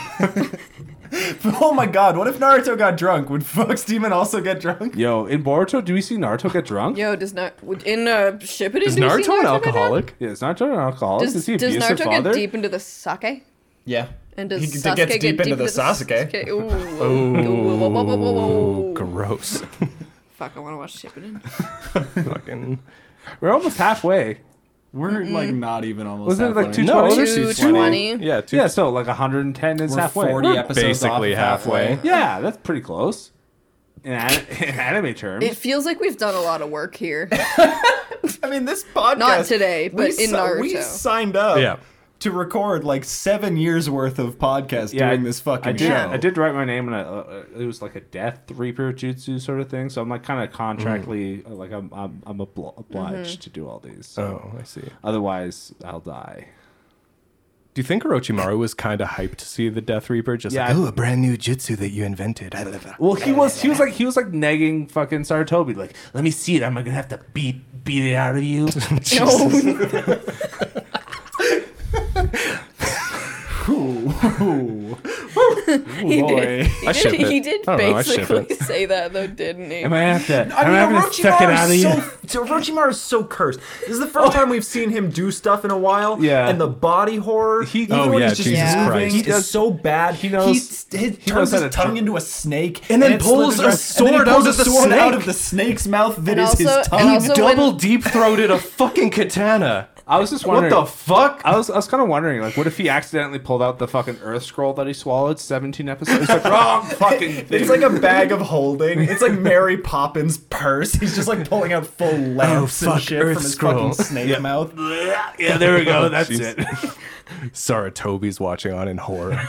[SPEAKER 2] Oh my god, what if Naruto got drunk? Would Fox Demon also get drunk?
[SPEAKER 4] Yo, in Boruto, do we see Naruto get drunk?
[SPEAKER 3] Yo, does not would- in uh, Shippuden?
[SPEAKER 1] Is
[SPEAKER 3] do we see
[SPEAKER 1] Naruto an
[SPEAKER 3] get drunk?
[SPEAKER 1] alcoholic?
[SPEAKER 4] Yeah, is Naruto an alcoholic?
[SPEAKER 3] Does,
[SPEAKER 4] is he
[SPEAKER 3] does
[SPEAKER 4] abusive
[SPEAKER 3] Naruto
[SPEAKER 4] father?
[SPEAKER 3] get deep into the sake?
[SPEAKER 2] Yeah.
[SPEAKER 3] And does
[SPEAKER 2] He
[SPEAKER 3] Sasuke
[SPEAKER 2] gets deep
[SPEAKER 3] get
[SPEAKER 2] into the Sasuke.
[SPEAKER 3] Sasuke? Ooh. Ooh, whoa, whoa, whoa, whoa, whoa.
[SPEAKER 1] Gross.
[SPEAKER 3] Fuck, I want to watch Shippuden.
[SPEAKER 1] Fucking.
[SPEAKER 4] We're almost halfway.
[SPEAKER 2] We're like not even almost.
[SPEAKER 4] Wasn't it like
[SPEAKER 2] halfway.
[SPEAKER 4] two- No,
[SPEAKER 1] there's
[SPEAKER 3] 220.
[SPEAKER 1] Yeah, two,
[SPEAKER 4] Yeah, so like 110 is
[SPEAKER 2] We're
[SPEAKER 4] halfway.
[SPEAKER 2] 40
[SPEAKER 4] We're-
[SPEAKER 2] episodes
[SPEAKER 1] basically
[SPEAKER 2] off
[SPEAKER 1] halfway.
[SPEAKER 4] Yeah, that's pretty close. In, an- in anime terms,
[SPEAKER 3] It feels like we've done a lot of work here.
[SPEAKER 2] I mean, this podcast.
[SPEAKER 3] Not today, but in
[SPEAKER 2] si- We
[SPEAKER 3] Naruto.
[SPEAKER 2] signed up
[SPEAKER 1] Yeah.
[SPEAKER 2] to record like seven years worth of podcast
[SPEAKER 4] yeah,
[SPEAKER 2] doing
[SPEAKER 4] I-
[SPEAKER 2] this fucking
[SPEAKER 4] I did,
[SPEAKER 2] show.
[SPEAKER 4] I did write my name, and uh, it was like a death reaper jutsu sort of thing. So I'm like kind of contractually, uh, like I'm I'm, I'm obl-
[SPEAKER 3] Mm-hmm.
[SPEAKER 4] obliged to do all these. So
[SPEAKER 1] Oh, I see.
[SPEAKER 4] Otherwise, I'll die.
[SPEAKER 1] Do you think Orochimaru was kind of hyped to see the Death Reaper? Just
[SPEAKER 4] Yeah,
[SPEAKER 1] like,
[SPEAKER 4] I-
[SPEAKER 1] oh, a brand new jutsu that you invented. I love it.
[SPEAKER 4] Well, he was he was like he was like negging fucking Saratobi, like let me see it. Am I gonna have to beat beat it out of you?
[SPEAKER 3] no. he did, he
[SPEAKER 1] I ship
[SPEAKER 3] did, he
[SPEAKER 1] it.
[SPEAKER 3] did
[SPEAKER 1] I don't know, I ship
[SPEAKER 3] basically say that, though, didn't he?
[SPEAKER 4] Am I gonna have to?
[SPEAKER 2] I
[SPEAKER 4] am I
[SPEAKER 2] mean,
[SPEAKER 4] gonna suck it out
[SPEAKER 2] Orochimaru
[SPEAKER 4] of
[SPEAKER 2] is
[SPEAKER 4] you?
[SPEAKER 2] so, so Orochimaru is so cursed. This is the
[SPEAKER 1] Oh.
[SPEAKER 2] first time we've seen him do stuff in a while.
[SPEAKER 4] Yeah.
[SPEAKER 2] And the body horror,
[SPEAKER 4] He-
[SPEAKER 2] even
[SPEAKER 1] Oh,
[SPEAKER 2] when
[SPEAKER 1] yeah,
[SPEAKER 2] he's just
[SPEAKER 1] Jesus
[SPEAKER 2] moving,
[SPEAKER 1] Christ.
[SPEAKER 2] he is so bad. He
[SPEAKER 4] knows-
[SPEAKER 2] He, he turns
[SPEAKER 4] knows how
[SPEAKER 2] his
[SPEAKER 4] to
[SPEAKER 2] tongue
[SPEAKER 4] tr-
[SPEAKER 2] into a snake,
[SPEAKER 1] And then
[SPEAKER 2] it
[SPEAKER 1] pulls
[SPEAKER 2] slithers
[SPEAKER 1] a
[SPEAKER 2] around-
[SPEAKER 1] sword
[SPEAKER 2] and then he pulls
[SPEAKER 1] out of
[SPEAKER 2] a
[SPEAKER 1] the
[SPEAKER 2] sword out
[SPEAKER 1] snake.
[SPEAKER 2] of the snake's mouth that
[SPEAKER 3] And
[SPEAKER 2] is
[SPEAKER 3] also-
[SPEAKER 2] his tongue.
[SPEAKER 3] and
[SPEAKER 1] He
[SPEAKER 3] also
[SPEAKER 1] double
[SPEAKER 3] when-
[SPEAKER 1] deep throated a fucking katana.
[SPEAKER 4] I was just
[SPEAKER 1] What
[SPEAKER 4] wondering.
[SPEAKER 1] the fuck?
[SPEAKER 4] I was, I was kind of wondering, like, what if he accidentally pulled out the fucking Earth Scroll that he swallowed 17 episodes? It's like, wrong fucking thing.
[SPEAKER 2] It's like a bag of holding. It's like Mary Poppins' purse. He's just like pulling out full lamps
[SPEAKER 1] Oh, fuck,
[SPEAKER 2] and shit
[SPEAKER 1] Earth
[SPEAKER 2] from his
[SPEAKER 1] Scroll.
[SPEAKER 2] fucking snake mouth.
[SPEAKER 4] yeah, there we go. That's
[SPEAKER 1] Oh, Jeez.
[SPEAKER 4] it.
[SPEAKER 1] Saratobi's watching on in horror.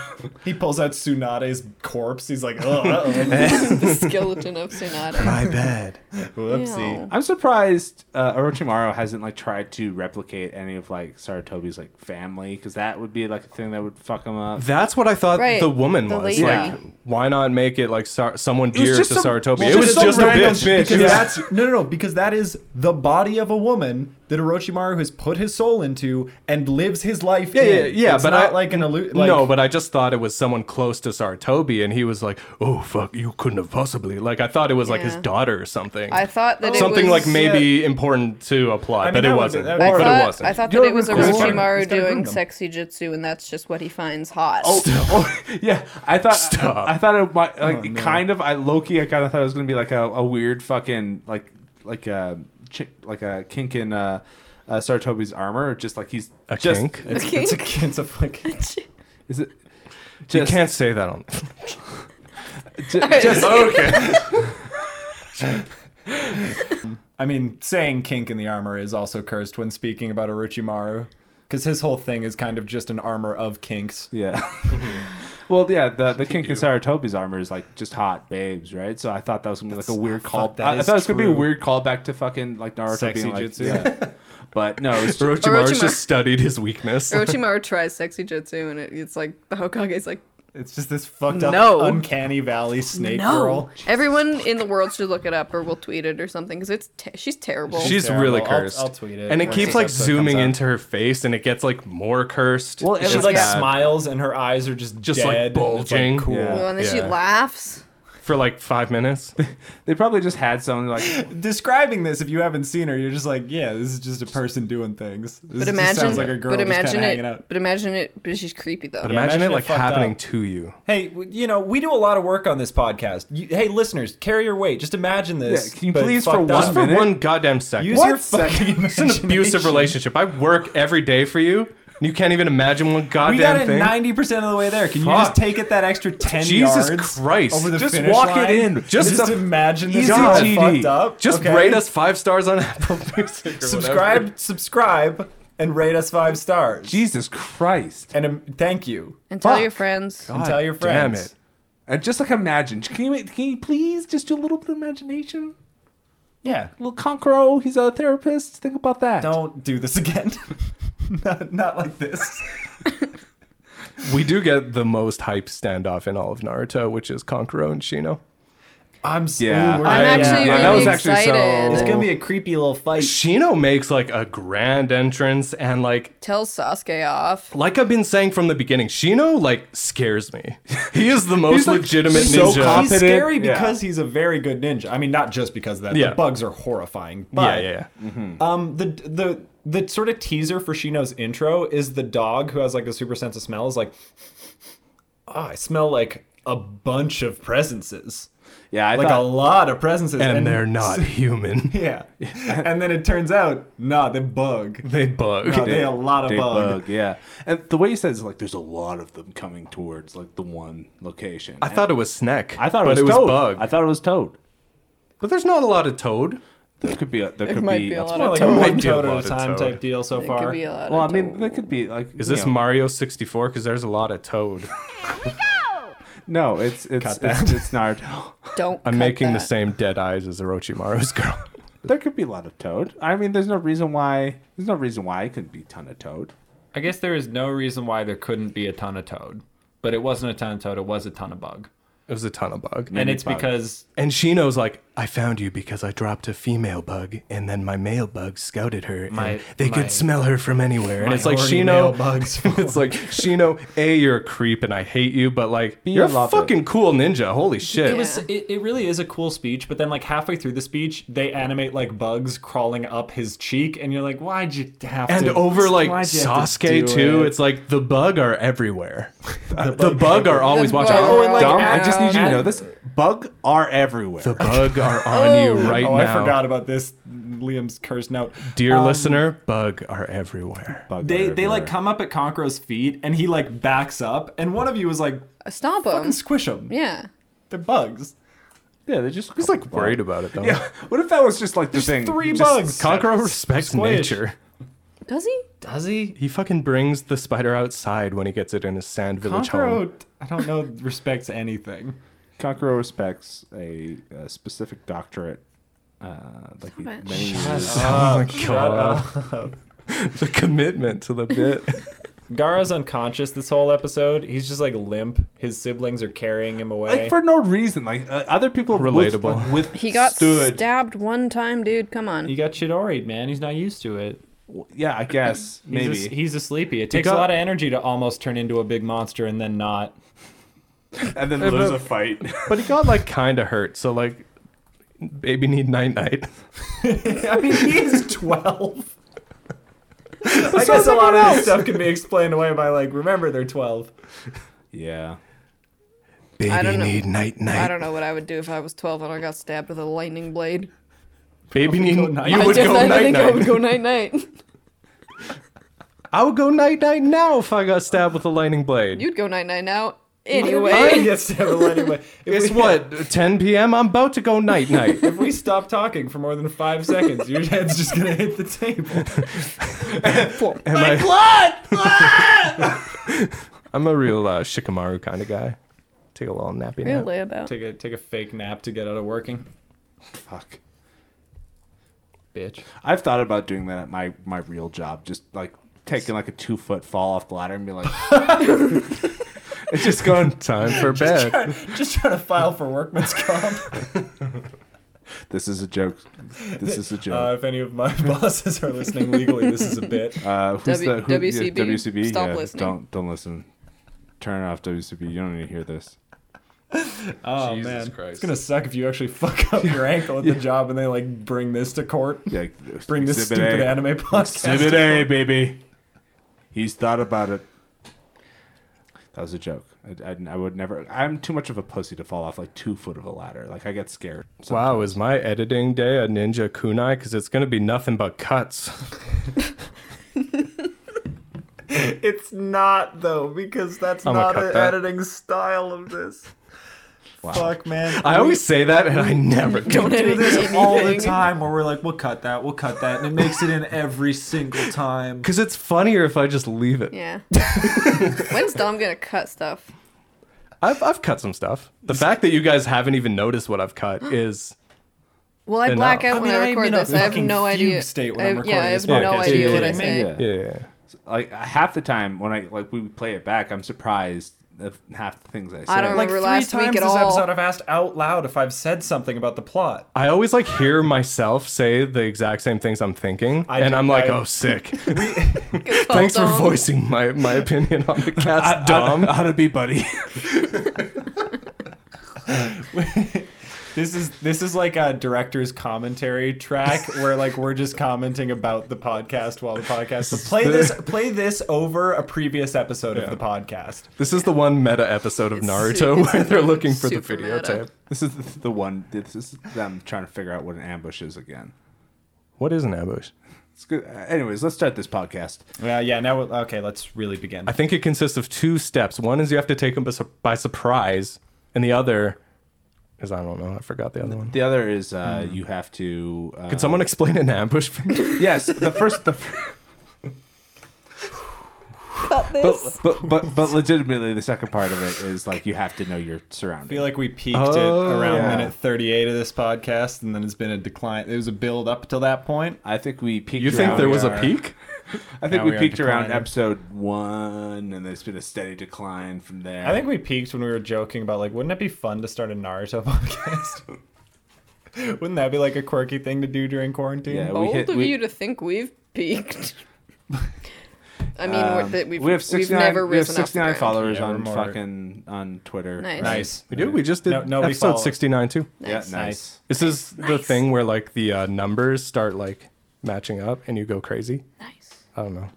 [SPEAKER 2] He pulls out Tsunade's corpse. He's like, oh, uh-oh.
[SPEAKER 3] the skeleton of Tsunade.
[SPEAKER 1] My bad.
[SPEAKER 2] whoopsie.
[SPEAKER 3] Ew.
[SPEAKER 4] I'm surprised uh, Orochimaru hasn't, like, tried to replicate any of, like, Saratobi's, like, family, because that would be, like, a thing that would fuck him up.
[SPEAKER 1] That's what I thought
[SPEAKER 3] Right,
[SPEAKER 1] the woman
[SPEAKER 3] the
[SPEAKER 1] was.
[SPEAKER 3] lady.
[SPEAKER 1] Like, why not make it like Sar- someone dear to
[SPEAKER 4] just some-
[SPEAKER 1] Saratobi?
[SPEAKER 4] well,
[SPEAKER 1] it was
[SPEAKER 4] some
[SPEAKER 1] just a
[SPEAKER 4] random
[SPEAKER 1] bitch.
[SPEAKER 4] bitch.
[SPEAKER 2] Because
[SPEAKER 4] Yeah.
[SPEAKER 2] that's no, no, no. Because that is the body of a woman that Orochimaru has put his soul into and lives his life.
[SPEAKER 1] Yeah,
[SPEAKER 2] in.
[SPEAKER 1] yeah, yeah,
[SPEAKER 2] It's
[SPEAKER 1] but
[SPEAKER 2] not
[SPEAKER 1] I-
[SPEAKER 2] like an illusion. Like,
[SPEAKER 1] no, but I just thought it was someone close to Saratobi, and he was like, "Oh fuck, you couldn't have possibly." Like I thought it was like his
[SPEAKER 3] Yeah.
[SPEAKER 1] daughter or something.
[SPEAKER 3] I thought that it
[SPEAKER 1] something
[SPEAKER 3] was-
[SPEAKER 1] like maybe important to a plot,
[SPEAKER 2] mean,
[SPEAKER 1] but
[SPEAKER 2] that
[SPEAKER 1] it
[SPEAKER 2] would-
[SPEAKER 1] wasn't.
[SPEAKER 2] that would-
[SPEAKER 3] I
[SPEAKER 1] but
[SPEAKER 3] thought,
[SPEAKER 1] it wasn't.
[SPEAKER 3] I thought
[SPEAKER 4] You
[SPEAKER 3] that
[SPEAKER 4] know,
[SPEAKER 3] it was
[SPEAKER 4] it's kinda-
[SPEAKER 3] Orochimaru
[SPEAKER 2] it's kinda
[SPEAKER 3] doing
[SPEAKER 2] random.
[SPEAKER 3] sexy jutsu, and that's just what he finds hot.
[SPEAKER 4] Oh, yeah, I thought
[SPEAKER 1] Stop. Oh,
[SPEAKER 4] I, I thought it might like kind of I Loki. I kind of thought it was gonna be like a, a weird fucking like like a chi- like a kink in uh, uh, Saratobi's armor, just like he's
[SPEAKER 1] A
[SPEAKER 4] just,
[SPEAKER 1] kink?
[SPEAKER 2] it's,
[SPEAKER 3] Okay.
[SPEAKER 2] it's a, it's a fucking.
[SPEAKER 4] Is it?
[SPEAKER 1] you
[SPEAKER 4] Just,
[SPEAKER 1] can't say that on.
[SPEAKER 4] ju- just
[SPEAKER 1] okay.
[SPEAKER 2] I mean, saying kink in the armor is also cursed when speaking about Orochimaru, because his whole thing is kind of just an armor of kinks.
[SPEAKER 4] yeah.
[SPEAKER 2] Mm-hmm.
[SPEAKER 4] well, yeah. The the kink in Saratobi's armor is like just hot babes, right? So I thought that was gonna be like a weird call.
[SPEAKER 2] fuck, that
[SPEAKER 4] I, I
[SPEAKER 2] is
[SPEAKER 4] thought it was gonna be a
[SPEAKER 2] true.
[SPEAKER 4] weird callback to fucking like Naruto
[SPEAKER 2] Sexy
[SPEAKER 4] being like,
[SPEAKER 2] jutsu.
[SPEAKER 4] yeah. But no, it's just,
[SPEAKER 1] Orochimaru's
[SPEAKER 3] Orochimaru.
[SPEAKER 1] just studied his weakness.
[SPEAKER 3] Orochimaru tries sexy jutsu, and it, it's like the Hokage's like,
[SPEAKER 2] It's just this fucked up,
[SPEAKER 3] No.
[SPEAKER 2] uncanny valley snake
[SPEAKER 3] no.
[SPEAKER 2] girl.
[SPEAKER 3] Everyone in the world should look it up, or we'll tweet it or something, because it's te- she's terrible.
[SPEAKER 1] She's
[SPEAKER 2] terrible.
[SPEAKER 1] really
[SPEAKER 2] I'll-
[SPEAKER 1] cursed.
[SPEAKER 2] I'll tweet it
[SPEAKER 1] And it
[SPEAKER 2] once
[SPEAKER 1] keeps
[SPEAKER 2] this
[SPEAKER 1] like
[SPEAKER 2] episode
[SPEAKER 1] zooming
[SPEAKER 2] comes out.
[SPEAKER 1] into her face, and it gets like more cursed.
[SPEAKER 4] Well, it
[SPEAKER 1] It's
[SPEAKER 2] She
[SPEAKER 4] was
[SPEAKER 2] like
[SPEAKER 1] bad.
[SPEAKER 2] smiles and her eyes are just
[SPEAKER 1] Just, like,
[SPEAKER 2] dead, and it's,
[SPEAKER 1] bulging.
[SPEAKER 2] cool.
[SPEAKER 4] Yeah.
[SPEAKER 3] Well, and then she
[SPEAKER 1] Yeah.
[SPEAKER 3] laughs.
[SPEAKER 1] for like five minutes.
[SPEAKER 4] they probably just had someone like
[SPEAKER 2] Describing this, if you haven't seen her, you're just like, yeah, this is just a person doing things. This
[SPEAKER 3] But
[SPEAKER 2] just
[SPEAKER 3] imagine,
[SPEAKER 2] sounds like a girl
[SPEAKER 3] but
[SPEAKER 2] just
[SPEAKER 3] imagine
[SPEAKER 2] kind of
[SPEAKER 3] it,
[SPEAKER 2] hanging out.
[SPEAKER 3] but imagine it. But she's creepy though.
[SPEAKER 1] But imagine,
[SPEAKER 2] imagine
[SPEAKER 1] it
[SPEAKER 2] it
[SPEAKER 1] like
[SPEAKER 2] fucked
[SPEAKER 1] happening
[SPEAKER 2] up.
[SPEAKER 1] to you.
[SPEAKER 2] Hey, w- you know, we do a lot of work on this podcast. You, hey, listeners, carry your weight. Just imagine this.
[SPEAKER 4] Yeah, can you
[SPEAKER 2] but
[SPEAKER 4] please for
[SPEAKER 2] fucked
[SPEAKER 4] one
[SPEAKER 1] Just
[SPEAKER 2] up.
[SPEAKER 1] for
[SPEAKER 4] minute?
[SPEAKER 1] one goddamn second.
[SPEAKER 2] Use your fucking
[SPEAKER 1] It's an abusive
[SPEAKER 2] imagination.
[SPEAKER 1] relationship. I work every day for you, and you can't even imagine one
[SPEAKER 2] We got
[SPEAKER 1] goddamn
[SPEAKER 2] it
[SPEAKER 1] thing.
[SPEAKER 2] ninety percent of the way there. Can you
[SPEAKER 1] Fuck.
[SPEAKER 2] just take it that extra ten
[SPEAKER 1] Jesus
[SPEAKER 2] yards
[SPEAKER 1] Christ.
[SPEAKER 2] over the
[SPEAKER 1] Just
[SPEAKER 2] finish
[SPEAKER 1] walk it
[SPEAKER 2] line?
[SPEAKER 1] in. Just
[SPEAKER 2] Just,
[SPEAKER 1] a-
[SPEAKER 2] imagine this
[SPEAKER 1] easy
[SPEAKER 2] is all
[SPEAKER 1] GD.
[SPEAKER 2] fucked up.
[SPEAKER 1] Just
[SPEAKER 2] okay?
[SPEAKER 1] rate us five stars on Apple Music. Or
[SPEAKER 2] Subscribe,
[SPEAKER 1] whatever.
[SPEAKER 2] subscribe, and rate us five stars.
[SPEAKER 4] Jesus Christ.
[SPEAKER 2] And um, thank you.
[SPEAKER 3] and tell your
[SPEAKER 4] Fuck.
[SPEAKER 3] friends.
[SPEAKER 2] and tell your
[SPEAKER 1] damn
[SPEAKER 2] friends.
[SPEAKER 1] it.
[SPEAKER 4] And just like imagine, can you can you please just do a little bit of imagination?
[SPEAKER 2] Yeah.
[SPEAKER 4] Little Conqueror, he's a therapist. Think about that.
[SPEAKER 2] Don't do this again. not, not like this.
[SPEAKER 1] We do get the most hype standoff in all of Naruto, which is Konkuro and Shino.
[SPEAKER 2] I'm s-
[SPEAKER 4] Yeah,
[SPEAKER 2] ooh, we're
[SPEAKER 4] I-
[SPEAKER 3] I'm
[SPEAKER 2] gonna-
[SPEAKER 3] actually
[SPEAKER 4] yeah, that
[SPEAKER 3] really
[SPEAKER 4] was actually so-
[SPEAKER 3] excited.
[SPEAKER 2] It's gonna be a creepy little fight.
[SPEAKER 1] Shino makes like a grand entrance, and like
[SPEAKER 3] Tell Sasuke off.
[SPEAKER 1] like I've been saying from the beginning, Shino like scares me. He is the most
[SPEAKER 4] He's, like,
[SPEAKER 1] legitimate
[SPEAKER 4] so
[SPEAKER 1] ninja.
[SPEAKER 4] confident.
[SPEAKER 2] He's scary
[SPEAKER 4] Yeah.
[SPEAKER 2] because he's a very good ninja. I mean, not just because of that.
[SPEAKER 1] Yeah.
[SPEAKER 2] The bugs are horrifying.
[SPEAKER 1] yeah,
[SPEAKER 2] But
[SPEAKER 1] yeah, yeah.
[SPEAKER 4] Mm-hmm.
[SPEAKER 2] Um, the the the sort of teaser for Shino's intro is the dog who has like a super sense of smell is like oh, I smell like a bunch of presences,
[SPEAKER 4] Yeah, I
[SPEAKER 2] like a
[SPEAKER 4] thought,
[SPEAKER 2] lot of presences,
[SPEAKER 1] and they're not human.
[SPEAKER 2] Yeah, and then it turns out, nah, they bug.
[SPEAKER 1] They bug.
[SPEAKER 2] Nah, they a lot of
[SPEAKER 4] Big
[SPEAKER 2] bug.
[SPEAKER 4] bug, yeah. And the way he says like there's a lot of them coming towards like the one location.
[SPEAKER 1] I thought it was snack.
[SPEAKER 4] I thought it
[SPEAKER 1] but
[SPEAKER 4] was
[SPEAKER 1] it was
[SPEAKER 4] toad.
[SPEAKER 1] bug.
[SPEAKER 4] I thought it was toad.
[SPEAKER 1] but there's not a lot of toad.
[SPEAKER 4] There could be a, there could
[SPEAKER 3] might
[SPEAKER 4] be,
[SPEAKER 3] be a
[SPEAKER 4] a-
[SPEAKER 3] lot
[SPEAKER 2] More
[SPEAKER 3] of
[SPEAKER 2] like
[SPEAKER 3] toad.
[SPEAKER 2] a
[SPEAKER 1] Might
[SPEAKER 2] one
[SPEAKER 1] be a
[SPEAKER 2] toad
[SPEAKER 1] lot
[SPEAKER 2] at
[SPEAKER 1] of
[SPEAKER 2] a time
[SPEAKER 1] toad.
[SPEAKER 2] type deal so
[SPEAKER 3] It
[SPEAKER 2] far.
[SPEAKER 3] could be a lot
[SPEAKER 4] Well, I
[SPEAKER 3] of
[SPEAKER 4] mean,
[SPEAKER 3] toad.
[SPEAKER 4] there could be like
[SPEAKER 1] Is this
[SPEAKER 4] you know-
[SPEAKER 1] Mario 64? Because there's a lot of toad.
[SPEAKER 4] No, it's it's it's, it's Naruto.
[SPEAKER 3] Don't.
[SPEAKER 1] I'm
[SPEAKER 3] cut
[SPEAKER 1] making the
[SPEAKER 3] that.
[SPEAKER 1] same dead eyes as Orochimaru's girl.
[SPEAKER 4] there could be a lot of toad. I mean, there's no reason why there's no reason why it couldn't be a ton of toad.
[SPEAKER 7] I guess there is no reason why there couldn't be a ton of toad, but it wasn't a ton of toad. It was a ton of bug,
[SPEAKER 1] It was a ton of bug.
[SPEAKER 7] and
[SPEAKER 4] Mini
[SPEAKER 7] it's
[SPEAKER 4] bug.
[SPEAKER 7] because
[SPEAKER 1] And Shino's like, I found you because I dropped a female bug, and then my male bug scouted her, and
[SPEAKER 7] My-
[SPEAKER 1] they
[SPEAKER 7] my-
[SPEAKER 1] could smell her from anywhere. And it's like
[SPEAKER 2] horny male
[SPEAKER 1] Shino,
[SPEAKER 2] bugs.
[SPEAKER 1] it's like Shino, a you're a creep, and I hate you, but like
[SPEAKER 4] B,
[SPEAKER 1] you're
[SPEAKER 4] I
[SPEAKER 1] a
[SPEAKER 4] love it.
[SPEAKER 1] fucking cool ninja. Holy shit!
[SPEAKER 2] It was. It, it really is a cool speech, but then like halfway through the speech, they animate like bugs crawling up his cheek, and you're like, why'd you have
[SPEAKER 1] and
[SPEAKER 2] to?
[SPEAKER 1] over like
[SPEAKER 2] why'd you have to
[SPEAKER 1] Sasuke
[SPEAKER 2] do
[SPEAKER 1] too,
[SPEAKER 2] it?
[SPEAKER 1] it's like the bug are everywhere. the, bug are always
[SPEAKER 3] The
[SPEAKER 1] watching.
[SPEAKER 3] bug
[SPEAKER 1] Oh,
[SPEAKER 3] are
[SPEAKER 1] and, like,
[SPEAKER 3] all
[SPEAKER 4] Dumb. I just need you to
[SPEAKER 3] around.
[SPEAKER 4] know this. Bug are everywhere.
[SPEAKER 1] the bug are on you right
[SPEAKER 2] oh,
[SPEAKER 1] now,
[SPEAKER 2] I forgot Um, about this. Liam's cursed note.
[SPEAKER 1] dear listener. Bug are everywhere.
[SPEAKER 4] Bug
[SPEAKER 2] They
[SPEAKER 4] are
[SPEAKER 2] they like
[SPEAKER 4] everywhere.
[SPEAKER 2] come up at Conquero's feet, and he like backs up, and one of you is like,
[SPEAKER 3] Stomp
[SPEAKER 2] fucking
[SPEAKER 3] him.
[SPEAKER 2] squish them.
[SPEAKER 3] yeah.
[SPEAKER 2] They're bugs.
[SPEAKER 4] yeah, they just
[SPEAKER 1] He's like worried about it though.
[SPEAKER 4] Yeah, what if that was just like the thing?
[SPEAKER 2] Three
[SPEAKER 4] Just-
[SPEAKER 2] bugs.
[SPEAKER 1] Conqueror respects
[SPEAKER 2] Squish.
[SPEAKER 1] nature.
[SPEAKER 3] Does he?
[SPEAKER 7] does he?
[SPEAKER 1] He fucking brings the spider outside when he gets it in his sand village home.
[SPEAKER 2] Conquero, I don't know, respects anything.
[SPEAKER 4] Conqueror respects a, a specific doctorate. Uh, like he-
[SPEAKER 3] it.
[SPEAKER 4] many years.
[SPEAKER 1] Oh my god. the commitment to the bit.
[SPEAKER 2] Gara's unconscious this whole episode. He's just like limp. His siblings are carrying him away.
[SPEAKER 4] like for no reason. Like uh, other people
[SPEAKER 1] Relatable.
[SPEAKER 4] With, with
[SPEAKER 3] He got
[SPEAKER 4] stood.
[SPEAKER 3] stabbed one time, dude. Come on.
[SPEAKER 7] He got chidori'd, man. He's not used to it.
[SPEAKER 4] yeah, I guess
[SPEAKER 7] He's
[SPEAKER 4] maybe.
[SPEAKER 7] a, he's a sleepy. It takes
[SPEAKER 2] got-
[SPEAKER 7] a lot of energy to almost turn into a big monster and then not.
[SPEAKER 4] and then lose a fight.
[SPEAKER 1] But he got like kinda hurt, so like baby need night night.
[SPEAKER 2] I mean, he is 12. I guess a lot of this stuff can be explained away by like, remember they're 12.
[SPEAKER 4] yeah.
[SPEAKER 3] I
[SPEAKER 5] Baby
[SPEAKER 3] don't know.
[SPEAKER 5] need night
[SPEAKER 3] I
[SPEAKER 5] night.
[SPEAKER 3] don't know what I would do if I was 12 and I got stabbed with a lightning blade.
[SPEAKER 1] Baby need
[SPEAKER 2] night-
[SPEAKER 1] you
[SPEAKER 3] I,
[SPEAKER 1] would
[SPEAKER 3] just-
[SPEAKER 1] go
[SPEAKER 3] I
[SPEAKER 1] night
[SPEAKER 3] think I would
[SPEAKER 1] night.
[SPEAKER 3] go night night.
[SPEAKER 1] I would go night night now if I got stabbed with a lightning blade.
[SPEAKER 3] You'd go night night now.
[SPEAKER 2] I
[SPEAKER 3] Anyway.
[SPEAKER 2] guess they will anyway. If
[SPEAKER 1] Guess
[SPEAKER 2] we-
[SPEAKER 1] what? 10 p.m. I'm about to go night night.
[SPEAKER 2] If we stop talking for more than five seconds, your head's just gonna hit the table.
[SPEAKER 1] Am I, I'm a real uh, Shikamaru kind of guy. Take a little nappy nap.
[SPEAKER 3] Really about.
[SPEAKER 2] Take a take a fake nap to get out of working,
[SPEAKER 4] Fuck.
[SPEAKER 2] bitch.
[SPEAKER 4] I've thought about doing that at my my real job. Just like taking like a two foot fall off the ladder and be like,
[SPEAKER 1] It's just going time for bed.
[SPEAKER 2] Just trying to file for workman's comp.
[SPEAKER 4] "This is a joke. This is a
[SPEAKER 2] Uh,
[SPEAKER 4] joke."
[SPEAKER 2] if any of my bosses are listening legally, this is a bit.
[SPEAKER 4] Uh, who's
[SPEAKER 3] W-
[SPEAKER 4] the who, yeah,
[SPEAKER 3] WCB.
[SPEAKER 4] WCB?
[SPEAKER 3] Stop
[SPEAKER 4] yeah,
[SPEAKER 3] listening.
[SPEAKER 4] Don't don't listen. Turn off WCB. You don't need to hear this.
[SPEAKER 2] Oh
[SPEAKER 1] Jesus
[SPEAKER 2] man,
[SPEAKER 1] Christ.
[SPEAKER 2] it's gonna suck if you actually fuck up your ankle at the job and they like bring this to court.
[SPEAKER 4] Yeah,
[SPEAKER 2] Bring this stupid
[SPEAKER 4] A.
[SPEAKER 2] anime podcast.
[SPEAKER 4] Exhibit
[SPEAKER 2] to
[SPEAKER 4] A,
[SPEAKER 2] court.
[SPEAKER 4] baby. He's thought about it. That was a joke. I, I, I would never. I'm too much of a pussy to fall off like two foot of a ladder. Like I get scared. So-
[SPEAKER 1] Wow, is my editing day a ninja kunai? Because it's going to be nothing but cuts.
[SPEAKER 2] It's not though because that's
[SPEAKER 1] I'ma
[SPEAKER 2] not
[SPEAKER 1] cut
[SPEAKER 2] an
[SPEAKER 1] that.
[SPEAKER 2] editing style of this.
[SPEAKER 4] Wow.
[SPEAKER 2] Fuck man.
[SPEAKER 1] I always say that and I never
[SPEAKER 3] Don't
[SPEAKER 1] do.
[SPEAKER 2] do
[SPEAKER 3] edit
[SPEAKER 2] this all the
[SPEAKER 3] anything.
[SPEAKER 2] time where we're like, we'll cut that, we'll cut that, and it makes it in every single time.
[SPEAKER 1] Because it's funnier if I just leave it.
[SPEAKER 3] Yeah. When's Dom gonna cut stuff?
[SPEAKER 1] I've, I've cut some stuff. The fact that you guys haven't even noticed what I've cut is.
[SPEAKER 3] Well, I
[SPEAKER 1] Enough.
[SPEAKER 3] black
[SPEAKER 1] I
[SPEAKER 3] out
[SPEAKER 2] mean,
[SPEAKER 3] when I
[SPEAKER 2] I'm
[SPEAKER 3] record
[SPEAKER 2] in a
[SPEAKER 3] this. I have
[SPEAKER 2] fucking
[SPEAKER 3] no
[SPEAKER 2] fugue
[SPEAKER 3] idea.
[SPEAKER 2] state when
[SPEAKER 3] I
[SPEAKER 2] I'm
[SPEAKER 3] have,
[SPEAKER 2] recording
[SPEAKER 3] yeah, I
[SPEAKER 2] this
[SPEAKER 3] have no
[SPEAKER 2] podcast.
[SPEAKER 3] idea
[SPEAKER 1] Yeah,
[SPEAKER 3] what I
[SPEAKER 1] yeah,
[SPEAKER 3] say.
[SPEAKER 4] yeah.
[SPEAKER 1] Yeah.
[SPEAKER 4] Like half the time when I like we play it back, I'm surprised of half the things I say.
[SPEAKER 3] I don't
[SPEAKER 2] Like
[SPEAKER 3] remember
[SPEAKER 2] three
[SPEAKER 3] last
[SPEAKER 2] times
[SPEAKER 3] week at
[SPEAKER 2] this
[SPEAKER 3] all.
[SPEAKER 2] episode, I've asked out loud if I've said something about the plot.
[SPEAKER 1] I always like hear myself say the exact same things I'm thinking.
[SPEAKER 2] I
[SPEAKER 1] and
[SPEAKER 2] do-
[SPEAKER 1] I'm like,
[SPEAKER 2] I-
[SPEAKER 1] oh, sick.
[SPEAKER 3] Good call,
[SPEAKER 1] Thanks for
[SPEAKER 3] Dom.
[SPEAKER 1] voicing my, my opinion on the cast, Dom.
[SPEAKER 4] How to be buddy?
[SPEAKER 2] This is this is like a director's commentary track where like we're just commenting about the podcast while the podcast. But play this play this over a previous episode of the podcast.
[SPEAKER 1] This is the one meta episode of Naruto where they're looking for the
[SPEAKER 3] super meta.
[SPEAKER 1] videotape.
[SPEAKER 4] This is the- the one. This is them trying to figure out what an ambush is again.
[SPEAKER 1] What is an ambush?
[SPEAKER 4] It's good. uh, Anyways, let's start this podcast.
[SPEAKER 2] Yeah, yeah. Now we'll- okay, let's really begin.
[SPEAKER 1] I think it consists of two steps. One is you have to take them by sur- by surprise, and the other is I don't know. I forgot the other one.
[SPEAKER 4] The other is uh, you have to. Uh,
[SPEAKER 1] Could someone explain an ambush for me?
[SPEAKER 4] Yes, the first. The,
[SPEAKER 3] Cut
[SPEAKER 4] but,
[SPEAKER 3] this.
[SPEAKER 4] but but but legitimately, the second part of it is like you have to know your
[SPEAKER 2] I feel
[SPEAKER 4] surroundings.
[SPEAKER 2] like we peaked
[SPEAKER 1] Oh,
[SPEAKER 2] at around
[SPEAKER 4] yeah.
[SPEAKER 2] minute 38 of this podcast, and then it's been a decline. It was a build up till that point.
[SPEAKER 4] I think we peaked.
[SPEAKER 1] You think
[SPEAKER 4] around-
[SPEAKER 1] there was a
[SPEAKER 2] are.
[SPEAKER 1] peak?
[SPEAKER 4] I think
[SPEAKER 2] Now
[SPEAKER 4] we
[SPEAKER 2] we are
[SPEAKER 4] peaked around
[SPEAKER 2] declining.
[SPEAKER 4] episode one, and there's been a steady decline from there.
[SPEAKER 2] I think we peaked when we were joking about like, wouldn't it be fun to start a Naruto podcast? wouldn't that be like a quirky thing to do during quarantine?
[SPEAKER 4] Yeah, we
[SPEAKER 3] Bold
[SPEAKER 4] hit.
[SPEAKER 3] of
[SPEAKER 4] we,
[SPEAKER 3] you to think we've peaked. I mean, we're-
[SPEAKER 4] um,
[SPEAKER 3] that we've,
[SPEAKER 4] we have
[SPEAKER 3] we've
[SPEAKER 4] 69,
[SPEAKER 3] never
[SPEAKER 4] we have
[SPEAKER 3] risen off the
[SPEAKER 4] 69
[SPEAKER 3] ground.
[SPEAKER 4] followers
[SPEAKER 2] Yeah, we're
[SPEAKER 4] on
[SPEAKER 2] more-
[SPEAKER 4] fucking on Twitter.
[SPEAKER 3] Nice.
[SPEAKER 2] Nice.
[SPEAKER 1] We did. We just did
[SPEAKER 2] No- nobody
[SPEAKER 1] episode
[SPEAKER 2] followed.
[SPEAKER 1] sixty nine too.
[SPEAKER 4] Yeah,
[SPEAKER 3] Nice.
[SPEAKER 4] nice.
[SPEAKER 2] Nice.
[SPEAKER 1] This is the
[SPEAKER 3] Nice.
[SPEAKER 1] thing where like the uh, numbers start like matching up, and you go crazy.
[SPEAKER 3] Nice.
[SPEAKER 1] I don't know.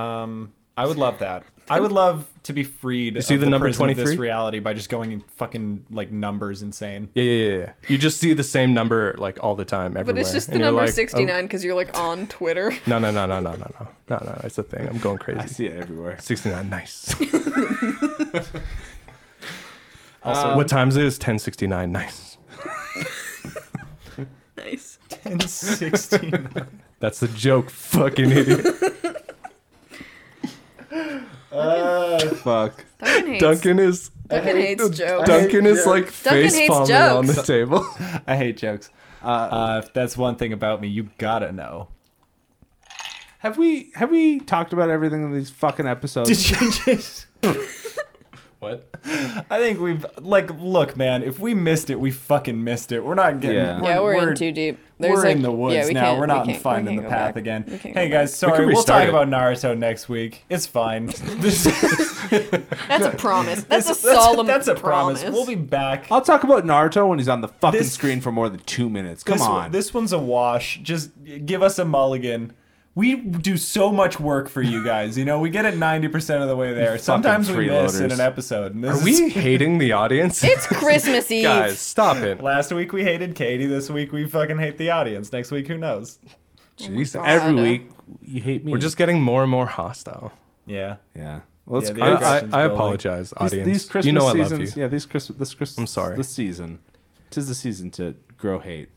[SPEAKER 2] Um, I would love that. I would love to be freed. You
[SPEAKER 1] see
[SPEAKER 2] of
[SPEAKER 1] the number
[SPEAKER 2] prison of This
[SPEAKER 1] 23?
[SPEAKER 2] reality by just going and fucking like numbers insane.
[SPEAKER 1] Yeah, yeah, yeah, yeah. You just see the same number like all the time everywhere.
[SPEAKER 3] But it's just the
[SPEAKER 1] and you're
[SPEAKER 3] number
[SPEAKER 1] like, oh,
[SPEAKER 3] 69 because you're like on Twitter.
[SPEAKER 1] No, no, no, no, no, no, no, no, no. It's a thing. I'm going
[SPEAKER 4] I
[SPEAKER 1] crazy.
[SPEAKER 4] see it everywhere.
[SPEAKER 1] 69, nice. also,
[SPEAKER 3] Um,
[SPEAKER 1] what time is it? It's 1069, nice.
[SPEAKER 3] nice.
[SPEAKER 2] And 16.
[SPEAKER 1] That's the joke, fucking idiot.
[SPEAKER 4] Fuck.
[SPEAKER 3] Duncan hates,
[SPEAKER 1] Duncan is
[SPEAKER 3] Duncan hates jokes.
[SPEAKER 1] Duncan is like
[SPEAKER 3] Duncan
[SPEAKER 1] face
[SPEAKER 3] hates
[SPEAKER 1] palming on the
[SPEAKER 3] jokes.
[SPEAKER 1] table.
[SPEAKER 2] I hate jokes. Uh, if that's one thing about me, you gotta know.
[SPEAKER 4] Have we have we talked about everything in these fucking episodes?
[SPEAKER 2] Did you just?
[SPEAKER 1] What?
[SPEAKER 2] I think we've like look, man. If we missed it, we fucking missed it. We're not getting.
[SPEAKER 4] Yeah.
[SPEAKER 3] Yeah, we're, in too deep. There's
[SPEAKER 2] we're
[SPEAKER 3] like,
[SPEAKER 2] in the woods
[SPEAKER 3] yeah, we
[SPEAKER 2] now.
[SPEAKER 3] can't-
[SPEAKER 2] We're
[SPEAKER 3] we
[SPEAKER 2] not
[SPEAKER 3] can't- we
[SPEAKER 2] finding
[SPEAKER 3] can't
[SPEAKER 2] the
[SPEAKER 3] go
[SPEAKER 2] path
[SPEAKER 3] back.
[SPEAKER 2] again.
[SPEAKER 3] We can't
[SPEAKER 2] Hey
[SPEAKER 3] go back.
[SPEAKER 2] guys, sorry. We'll
[SPEAKER 1] restart
[SPEAKER 2] talk
[SPEAKER 1] it.
[SPEAKER 2] about Naruto next week. It's fine. This-
[SPEAKER 3] That's a promise. That's a
[SPEAKER 2] that's-
[SPEAKER 3] solemn
[SPEAKER 2] That's a
[SPEAKER 3] promise.
[SPEAKER 2] promise. We'll be back.
[SPEAKER 4] I'll talk about Naruto when he's on the fucking
[SPEAKER 2] This-
[SPEAKER 4] screen for more than two minutes. Come
[SPEAKER 2] this,
[SPEAKER 4] on.
[SPEAKER 2] This one's a wash. Just give us a mulligan. We do so much work for you guys. You know, we get it 90% of the way there. Sometimes we miss in
[SPEAKER 4] freeloaders.
[SPEAKER 2] an episode. And this
[SPEAKER 1] Are
[SPEAKER 2] is-
[SPEAKER 1] we hating the audience?
[SPEAKER 3] It's Christmas Eve.
[SPEAKER 1] Guys, stop it.
[SPEAKER 2] Last week we hated Katie. This week we fucking hate the audience. Next week, who knows?
[SPEAKER 4] Jeez,
[SPEAKER 3] Oh God.
[SPEAKER 4] every week you hate me.
[SPEAKER 1] We're just getting more and more hostile.
[SPEAKER 2] Yeah.
[SPEAKER 4] yeah. Let's
[SPEAKER 2] Yeah, the
[SPEAKER 1] I,
[SPEAKER 2] Your
[SPEAKER 1] I,
[SPEAKER 2] aggression's
[SPEAKER 1] I
[SPEAKER 2] building.
[SPEAKER 1] apologize, audience.
[SPEAKER 4] These Christmas
[SPEAKER 1] you know I
[SPEAKER 4] seasons,
[SPEAKER 1] love you.
[SPEAKER 4] Yeah, these Christmas. This Christmas.
[SPEAKER 1] I'm sorry.
[SPEAKER 4] This season, tis the season to grow hate.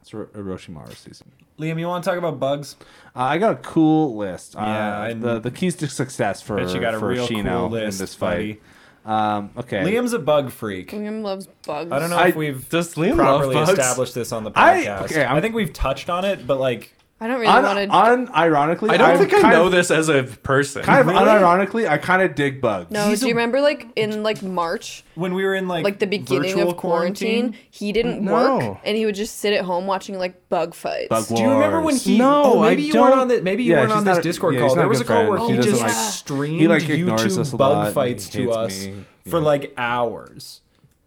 [SPEAKER 4] It's Ro- Orochimaru season.
[SPEAKER 2] Liam, you want to talk about bugs?
[SPEAKER 4] Uh, I got a cool list. Uh,
[SPEAKER 2] Yeah, I-
[SPEAKER 4] the the keys to success for
[SPEAKER 2] Bet you got a
[SPEAKER 4] for
[SPEAKER 2] real
[SPEAKER 4] Shino
[SPEAKER 2] cool list,
[SPEAKER 4] in this fight. Um, okay,
[SPEAKER 2] Liam's a bug freak.
[SPEAKER 3] William loves bugs.
[SPEAKER 2] I don't know
[SPEAKER 4] I-
[SPEAKER 2] if we've
[SPEAKER 1] Does Liam
[SPEAKER 2] properly
[SPEAKER 1] love bugs?
[SPEAKER 2] established this on the
[SPEAKER 4] I-
[SPEAKER 2] podcast. I,
[SPEAKER 4] okay, I'm-
[SPEAKER 2] think we've touched on it, but like,
[SPEAKER 3] I don't really
[SPEAKER 4] Un-
[SPEAKER 3] want to.
[SPEAKER 4] unironically,
[SPEAKER 1] I don't
[SPEAKER 4] I'm
[SPEAKER 1] think I
[SPEAKER 4] kind
[SPEAKER 1] know
[SPEAKER 4] of,
[SPEAKER 1] this as a person.
[SPEAKER 4] Kind of unironically, I kind of dig bugs.
[SPEAKER 3] No,
[SPEAKER 2] He's
[SPEAKER 3] do you
[SPEAKER 2] a-
[SPEAKER 3] remember like in like March,
[SPEAKER 2] when we were in like
[SPEAKER 3] like the beginning
[SPEAKER 2] virtual
[SPEAKER 3] of quarantine, he didn't work
[SPEAKER 1] No.
[SPEAKER 3] and he would just sit at home watching like bug fights.
[SPEAKER 4] Bug
[SPEAKER 2] Do you remember when
[SPEAKER 4] Wars.
[SPEAKER 2] he?
[SPEAKER 1] No,
[SPEAKER 2] oh,
[SPEAKER 1] I
[SPEAKER 2] maybe you weren't
[SPEAKER 1] don't-
[SPEAKER 2] on the, Maybe you
[SPEAKER 4] Yeah,
[SPEAKER 2] weren't
[SPEAKER 4] she's
[SPEAKER 2] on this
[SPEAKER 4] not a-
[SPEAKER 2] Discord
[SPEAKER 4] yeah,
[SPEAKER 2] call.
[SPEAKER 4] he's not
[SPEAKER 2] There
[SPEAKER 4] a
[SPEAKER 2] was a
[SPEAKER 4] good
[SPEAKER 2] call where he,
[SPEAKER 4] friend. He doesn't
[SPEAKER 2] just
[SPEAKER 4] like-
[SPEAKER 2] like streamed
[SPEAKER 4] he, like, ignores us a
[SPEAKER 2] YouTube
[SPEAKER 4] lot
[SPEAKER 2] bug
[SPEAKER 4] and
[SPEAKER 2] fights
[SPEAKER 4] hates
[SPEAKER 2] to us
[SPEAKER 4] me.
[SPEAKER 2] for
[SPEAKER 4] Yeah.
[SPEAKER 2] like hours.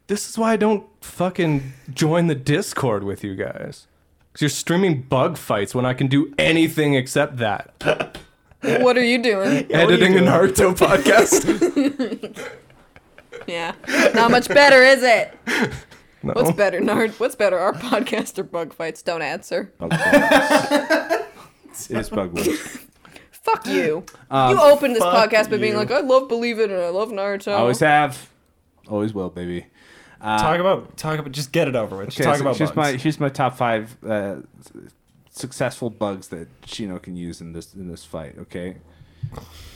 [SPEAKER 1] This is why I don't fucking join the Discord with you guys. Because you're streaming bug fights when I can do anything except that.
[SPEAKER 3] What are you doing?
[SPEAKER 2] what are you
[SPEAKER 1] Editing a
[SPEAKER 2] doing?
[SPEAKER 1] Naruto podcast.
[SPEAKER 3] Yeah, not much better, is it?
[SPEAKER 1] No.
[SPEAKER 3] What's better, Nard? What's better, our podcast or bug fights? Don't answer.
[SPEAKER 4] Bug Wars. it is bug wars.
[SPEAKER 3] Fuck you. you opened this
[SPEAKER 2] Um, fuck
[SPEAKER 3] podcast by being
[SPEAKER 2] you.
[SPEAKER 3] like, I love Believe It and I love Naruto.
[SPEAKER 4] Always have, always will, baby.
[SPEAKER 2] talk about talk about just get it over with. Just
[SPEAKER 4] Uh, Okay,
[SPEAKER 2] talk
[SPEAKER 4] so
[SPEAKER 2] about
[SPEAKER 4] here's
[SPEAKER 2] bugs.
[SPEAKER 4] my here's my top five uh, s- successful bugs that Shino can use in this in this fight. Okay,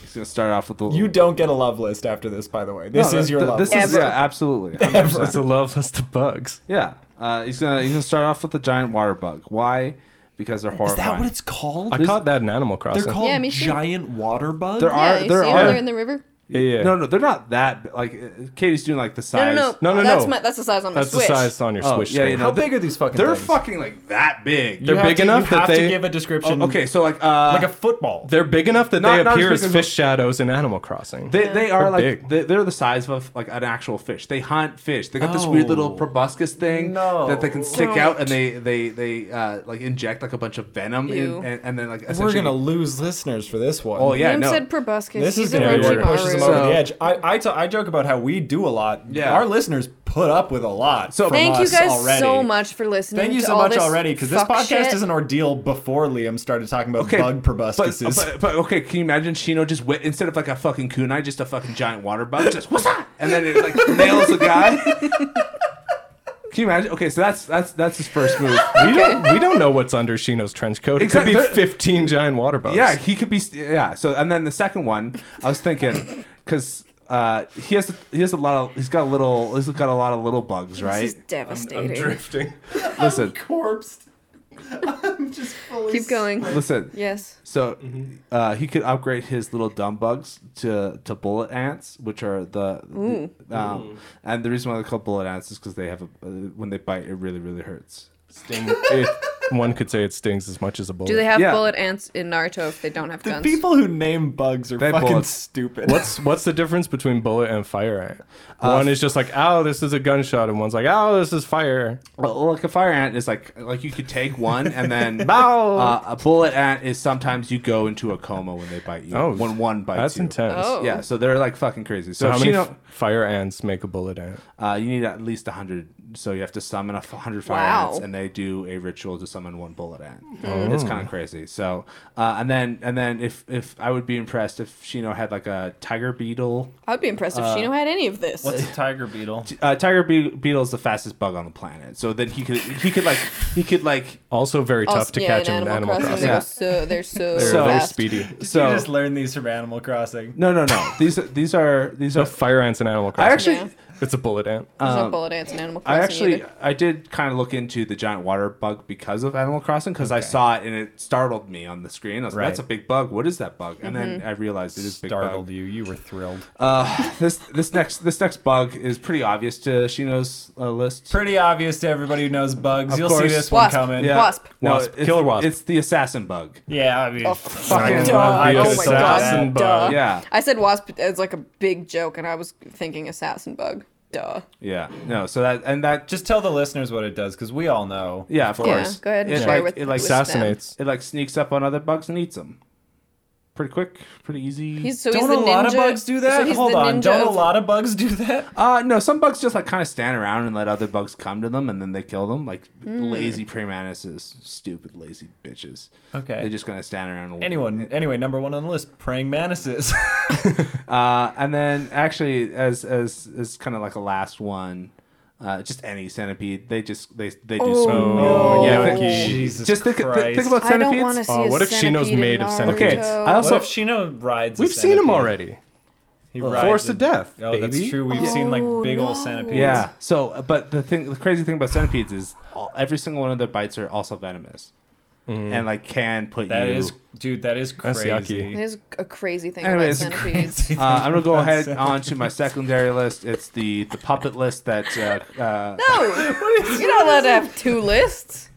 [SPEAKER 4] he's gonna start off with the
[SPEAKER 2] You don't get a love list after this, by the way.
[SPEAKER 4] No,
[SPEAKER 2] This
[SPEAKER 4] that-
[SPEAKER 2] is your
[SPEAKER 4] th-
[SPEAKER 2] love
[SPEAKER 4] This
[SPEAKER 2] list.
[SPEAKER 4] is yeah, absolutely.
[SPEAKER 1] It's a love list of bugs.
[SPEAKER 4] Yeah, uh, he's gonna he's gonna start off with the giant water bug. Why? Because they're horrifying.
[SPEAKER 2] Is that what it's called?
[SPEAKER 1] I caught that in Animal Crossing.
[SPEAKER 2] They're called
[SPEAKER 3] Yeah, me too.
[SPEAKER 2] giant water bugs.
[SPEAKER 4] There
[SPEAKER 3] yeah,
[SPEAKER 4] are
[SPEAKER 3] you
[SPEAKER 4] there
[SPEAKER 3] see how
[SPEAKER 4] are
[SPEAKER 3] they're in the river?
[SPEAKER 1] Yeah, yeah.
[SPEAKER 4] No, no, they're not that. Like uh, Katie's doing like the
[SPEAKER 3] No, no,
[SPEAKER 4] size.
[SPEAKER 3] no,
[SPEAKER 1] No, no,
[SPEAKER 3] That's
[SPEAKER 1] no.
[SPEAKER 3] my, that's the size on my
[SPEAKER 1] That's
[SPEAKER 3] Switch.
[SPEAKER 1] the size on your
[SPEAKER 4] Oh,
[SPEAKER 1] Switch
[SPEAKER 4] yeah, you
[SPEAKER 1] screen.
[SPEAKER 4] know,
[SPEAKER 2] How
[SPEAKER 4] they-
[SPEAKER 2] big are these fucking
[SPEAKER 4] They're
[SPEAKER 2] things?
[SPEAKER 4] fucking like that big.
[SPEAKER 1] They're
[SPEAKER 2] You have
[SPEAKER 1] big
[SPEAKER 2] to-
[SPEAKER 1] enough
[SPEAKER 2] you
[SPEAKER 1] that
[SPEAKER 2] have
[SPEAKER 1] they-
[SPEAKER 2] to give a description.
[SPEAKER 4] Oh, okay, so like uh,
[SPEAKER 2] like a football.
[SPEAKER 1] They're big enough that
[SPEAKER 4] Not-
[SPEAKER 1] they
[SPEAKER 4] not
[SPEAKER 1] appear
[SPEAKER 4] as
[SPEAKER 1] as
[SPEAKER 4] big as-
[SPEAKER 1] fish shadows in Animal Crossing.
[SPEAKER 4] They, they are
[SPEAKER 1] They're
[SPEAKER 4] like
[SPEAKER 1] big.
[SPEAKER 4] they, they're the size of like an actual fish. They hunt fish. They got this weird little
[SPEAKER 7] Oh.
[SPEAKER 4] proboscis thing
[SPEAKER 2] No.
[SPEAKER 4] that they can stick
[SPEAKER 3] Don't.
[SPEAKER 4] out, and they they they uh, like inject like a bunch of venom,
[SPEAKER 3] Ew.
[SPEAKER 4] in, and, and then like
[SPEAKER 2] We're
[SPEAKER 4] essentially.
[SPEAKER 2] gonna lose listeners for this one.
[SPEAKER 4] oh yeah,
[SPEAKER 3] Liam
[SPEAKER 4] no.
[SPEAKER 3] said proboscis.
[SPEAKER 2] This
[SPEAKER 3] He's
[SPEAKER 2] is
[SPEAKER 3] a
[SPEAKER 2] gonna be
[SPEAKER 3] Roshi
[SPEAKER 2] what pushes them over
[SPEAKER 4] So-
[SPEAKER 2] the edge. I I, t- I joke about how we do a lot.
[SPEAKER 4] Yeah.
[SPEAKER 2] Our listeners put up with a lot.
[SPEAKER 4] So-
[SPEAKER 2] from
[SPEAKER 4] Thank
[SPEAKER 3] Thank you
[SPEAKER 2] us
[SPEAKER 3] guys
[SPEAKER 2] already.
[SPEAKER 3] so much for listening.
[SPEAKER 2] Thank you
[SPEAKER 3] to
[SPEAKER 2] so
[SPEAKER 3] all
[SPEAKER 2] much
[SPEAKER 3] this
[SPEAKER 2] already because this
[SPEAKER 3] fuck
[SPEAKER 2] podcast
[SPEAKER 3] shit.
[SPEAKER 2] is an ordeal before Liam started talking about bug
[SPEAKER 4] but,
[SPEAKER 2] proboscises.
[SPEAKER 4] but, but okay, can you imagine Shino just wit instead of like a fucking kunai, just a fucking giant water bug, just what's that, and then it like nails the guy. Can you imagine? Okay, so that's that's that's his first move.
[SPEAKER 1] we, don't, we don't know what's under Shino's trench coat. It
[SPEAKER 4] Exactly.
[SPEAKER 1] could be 15 giant water bugs.
[SPEAKER 4] Yeah, he could be. Yeah. So and then the second one, I was thinking because uh, he has he has a lot of he's got a little he's got a lot of little bugs,
[SPEAKER 3] This
[SPEAKER 4] right?
[SPEAKER 3] is devastating.
[SPEAKER 1] I'm drifting.
[SPEAKER 4] Listen,
[SPEAKER 2] corpsed. I'm just fully
[SPEAKER 3] Keep going.
[SPEAKER 4] listen.
[SPEAKER 3] Yes.
[SPEAKER 4] So
[SPEAKER 1] Mm-hmm.
[SPEAKER 4] uh, he could upgrade his little dumb bugs to to bullet ants, which are the, the-
[SPEAKER 1] Mm.
[SPEAKER 4] um, and the reason why they're called bullet ants is because they have a, uh, when they bite it really really hurts.
[SPEAKER 1] Sting. It, one could say it stings as much as a bullet.
[SPEAKER 3] Do they have
[SPEAKER 4] Yeah.
[SPEAKER 3] bullet ants in Naruto if they don't have
[SPEAKER 2] The
[SPEAKER 3] guns?
[SPEAKER 2] people who name bugs are
[SPEAKER 4] They
[SPEAKER 2] fucking
[SPEAKER 4] bullets.
[SPEAKER 2] stupid.
[SPEAKER 1] What's what's the difference between bullet and fire ant? One is just like, ow, this is a gunshot, and one's like, ow, this is fire.
[SPEAKER 4] Well, like a fire ant is like like you could take one and then uh, a bullet ant is sometimes you go into a coma when they bite you.
[SPEAKER 1] Oh,
[SPEAKER 4] when one bites
[SPEAKER 1] That's
[SPEAKER 4] you.
[SPEAKER 1] intense.
[SPEAKER 3] Oh.
[SPEAKER 4] Yeah, so they're like fucking crazy. So,
[SPEAKER 1] So how
[SPEAKER 4] if
[SPEAKER 1] many
[SPEAKER 4] you know,
[SPEAKER 1] f- fire ants make a bullet ant?
[SPEAKER 4] uh, you need at least hundred. So you have to summon a hundred fire
[SPEAKER 3] Wow.
[SPEAKER 4] ants, and they do a ritual to summon one bullet ant.
[SPEAKER 1] Oh.
[SPEAKER 4] It's kind of crazy. So uh, and then and then if if I would be impressed if Shino had like a tiger beetle.
[SPEAKER 3] I'd be impressed if Shino had any of this.
[SPEAKER 7] What's a tiger beetle?
[SPEAKER 4] Uh, tiger be- beetle is the fastest bug on the planet. So then he could he could like he could like
[SPEAKER 1] Also very tough
[SPEAKER 3] Also-
[SPEAKER 1] to
[SPEAKER 3] yeah,
[SPEAKER 1] catch in Animal, Crossing.
[SPEAKER 3] They're
[SPEAKER 4] Yeah.
[SPEAKER 3] so they're so,
[SPEAKER 1] They're
[SPEAKER 4] So-
[SPEAKER 1] very
[SPEAKER 3] fast.
[SPEAKER 1] speedy.
[SPEAKER 4] so.
[SPEAKER 2] you just learn these from Animal Crossing.
[SPEAKER 4] no, no, no. These are- these are these
[SPEAKER 1] So
[SPEAKER 4] are
[SPEAKER 1] fire ants in Animal
[SPEAKER 4] I
[SPEAKER 1] Crossing.
[SPEAKER 4] actually,
[SPEAKER 3] Yeah.
[SPEAKER 1] it's a bullet ant.
[SPEAKER 3] There's no bullet ants in Animal
[SPEAKER 4] I
[SPEAKER 3] Crossing.
[SPEAKER 4] actually,
[SPEAKER 3] either.
[SPEAKER 4] I did kind of look into the giant water bug because of Animal Crossing because I saw it and it startled me on the screen. I was like, "That's a
[SPEAKER 2] Right.
[SPEAKER 4] big bug. What is that bug?" And then I realized it is big
[SPEAKER 2] Startled
[SPEAKER 4] bug.
[SPEAKER 2] you. You were thrilled.
[SPEAKER 4] This this next this next bug is pretty obvious to Shino's uh, list.
[SPEAKER 2] Pretty obvious to everybody who knows bugs. You'll see
[SPEAKER 4] course.
[SPEAKER 2] this one
[SPEAKER 3] wasp.
[SPEAKER 2] coming.
[SPEAKER 4] Yeah.
[SPEAKER 3] Wasp.
[SPEAKER 4] No,
[SPEAKER 1] Wasp.
[SPEAKER 4] it's-
[SPEAKER 1] Killer wasp.
[SPEAKER 4] It's the assassin bug.
[SPEAKER 2] Yeah, I mean,
[SPEAKER 4] Fucking
[SPEAKER 3] Duh.
[SPEAKER 4] bug.
[SPEAKER 2] I
[SPEAKER 3] oh
[SPEAKER 2] could've
[SPEAKER 3] my
[SPEAKER 2] said
[SPEAKER 3] god.
[SPEAKER 1] assassin
[SPEAKER 3] Duh.
[SPEAKER 1] bug.
[SPEAKER 4] Yeah.
[SPEAKER 3] I said wasp as like a big joke, and I was thinking assassin bug. Duh.
[SPEAKER 4] Yeah. No. So that and that just
[SPEAKER 2] just tell the listeners what it does because we all know.
[SPEAKER 4] yeah, of
[SPEAKER 3] Yeah.
[SPEAKER 4] course.
[SPEAKER 3] Go ahead and
[SPEAKER 4] It
[SPEAKER 3] share
[SPEAKER 4] like-
[SPEAKER 3] with
[SPEAKER 4] it like
[SPEAKER 3] with them.
[SPEAKER 1] Assassinates.
[SPEAKER 4] It like sneaks up on other bugs and eats them. Pretty quick. Pretty easy.
[SPEAKER 3] He's so
[SPEAKER 2] Don't
[SPEAKER 3] he's
[SPEAKER 2] a
[SPEAKER 3] the
[SPEAKER 2] lot of
[SPEAKER 3] ninja-
[SPEAKER 2] bugs do
[SPEAKER 3] So
[SPEAKER 2] that?
[SPEAKER 3] he's
[SPEAKER 2] Hold
[SPEAKER 3] the
[SPEAKER 2] on.
[SPEAKER 3] ninja
[SPEAKER 2] Don't a
[SPEAKER 3] of-
[SPEAKER 2] lot of bugs do that?
[SPEAKER 4] Uh, no, some bugs just like kind of stand around and let other bugs come to them, and then they kill them. Like
[SPEAKER 2] Hmm.
[SPEAKER 4] lazy praying mantises, stupid lazy bitches.
[SPEAKER 2] Okay.
[SPEAKER 4] they're just gonna stand around. And
[SPEAKER 2] Anyone, anyway, number one on the list: praying mantises.
[SPEAKER 4] Uh, and then actually, as as as kind of like a last one, uh, just any centipede. They just they they do.
[SPEAKER 3] Oh,
[SPEAKER 4] some-
[SPEAKER 3] no.
[SPEAKER 4] yeah. think-
[SPEAKER 1] Yucky.
[SPEAKER 2] Jesus
[SPEAKER 4] just think, think- think
[SPEAKER 2] Christ.
[SPEAKER 4] about
[SPEAKER 3] I don't want to
[SPEAKER 4] centipedes.
[SPEAKER 3] see.
[SPEAKER 1] Oh,
[SPEAKER 3] a
[SPEAKER 1] what if Shino's
[SPEAKER 3] centipede in
[SPEAKER 1] made of
[SPEAKER 3] Naruto?
[SPEAKER 1] centipedes?
[SPEAKER 4] Okay, I
[SPEAKER 2] What
[SPEAKER 4] also
[SPEAKER 2] if Shino rides? a
[SPEAKER 1] We've seen him
[SPEAKER 2] centipede?
[SPEAKER 1] already.
[SPEAKER 2] He
[SPEAKER 1] Forced
[SPEAKER 2] a-
[SPEAKER 1] to death,
[SPEAKER 2] Oh, that's
[SPEAKER 1] baby.
[SPEAKER 2] true. We've seen like big old centipedes.
[SPEAKER 4] yeah. So, but the thing, the crazy thing about centipedes is all, every single one of their bites are also venomous, and like can put
[SPEAKER 2] Mm. that
[SPEAKER 4] you.
[SPEAKER 2] is, dude. That is
[SPEAKER 1] That's
[SPEAKER 2] crazy.
[SPEAKER 1] yucky.
[SPEAKER 3] It is a crazy thing
[SPEAKER 4] Anyways,
[SPEAKER 3] about centipedes.
[SPEAKER 4] Uh, I'm gonna go ahead on to my secondary list. It's the the puppet list that uh, uh,
[SPEAKER 3] No, you're not allowed to have two lists.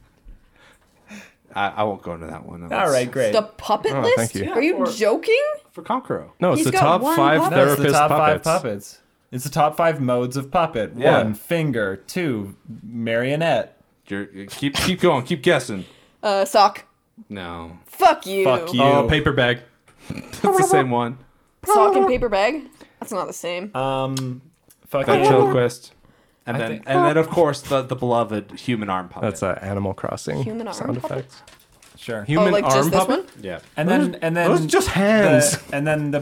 [SPEAKER 4] I, I won't go into that one.
[SPEAKER 2] All right, great.
[SPEAKER 3] The puppet
[SPEAKER 1] Oh,
[SPEAKER 3] list?
[SPEAKER 1] thank you.
[SPEAKER 3] Are you
[SPEAKER 4] Yeah, for-
[SPEAKER 3] joking?
[SPEAKER 4] for Conqueror.
[SPEAKER 1] No, it's
[SPEAKER 3] He's
[SPEAKER 1] the
[SPEAKER 3] got
[SPEAKER 1] top
[SPEAKER 3] one
[SPEAKER 1] five
[SPEAKER 3] puppet.
[SPEAKER 2] That's
[SPEAKER 1] therapist
[SPEAKER 2] the top
[SPEAKER 1] puppets.
[SPEAKER 2] five puppets. It's the top five modes of puppet.
[SPEAKER 4] Yeah.
[SPEAKER 2] One finger, two marionette.
[SPEAKER 4] You're, you keep keep going. Keep guessing.
[SPEAKER 3] Uh, sock.
[SPEAKER 4] No,
[SPEAKER 3] Fuck you.
[SPEAKER 2] Fuck you.
[SPEAKER 1] Oh, paper bag.
[SPEAKER 4] it's the same one.
[SPEAKER 3] Sock and paper bag? That's not the same.
[SPEAKER 2] Um, fucking
[SPEAKER 4] Ventriloquist. And then,
[SPEAKER 2] think-
[SPEAKER 4] and then, of course, the, the beloved human arm puppet.
[SPEAKER 1] That's uh, Animal Crossing
[SPEAKER 3] Human arm
[SPEAKER 1] sound
[SPEAKER 3] puppet?
[SPEAKER 1] effects.
[SPEAKER 2] sure.
[SPEAKER 3] oh,
[SPEAKER 1] Human
[SPEAKER 3] like
[SPEAKER 1] arm
[SPEAKER 3] just this
[SPEAKER 1] puppet.
[SPEAKER 3] one?
[SPEAKER 4] yeah,
[SPEAKER 2] And then and then
[SPEAKER 1] Those are just hands.
[SPEAKER 2] the- and then the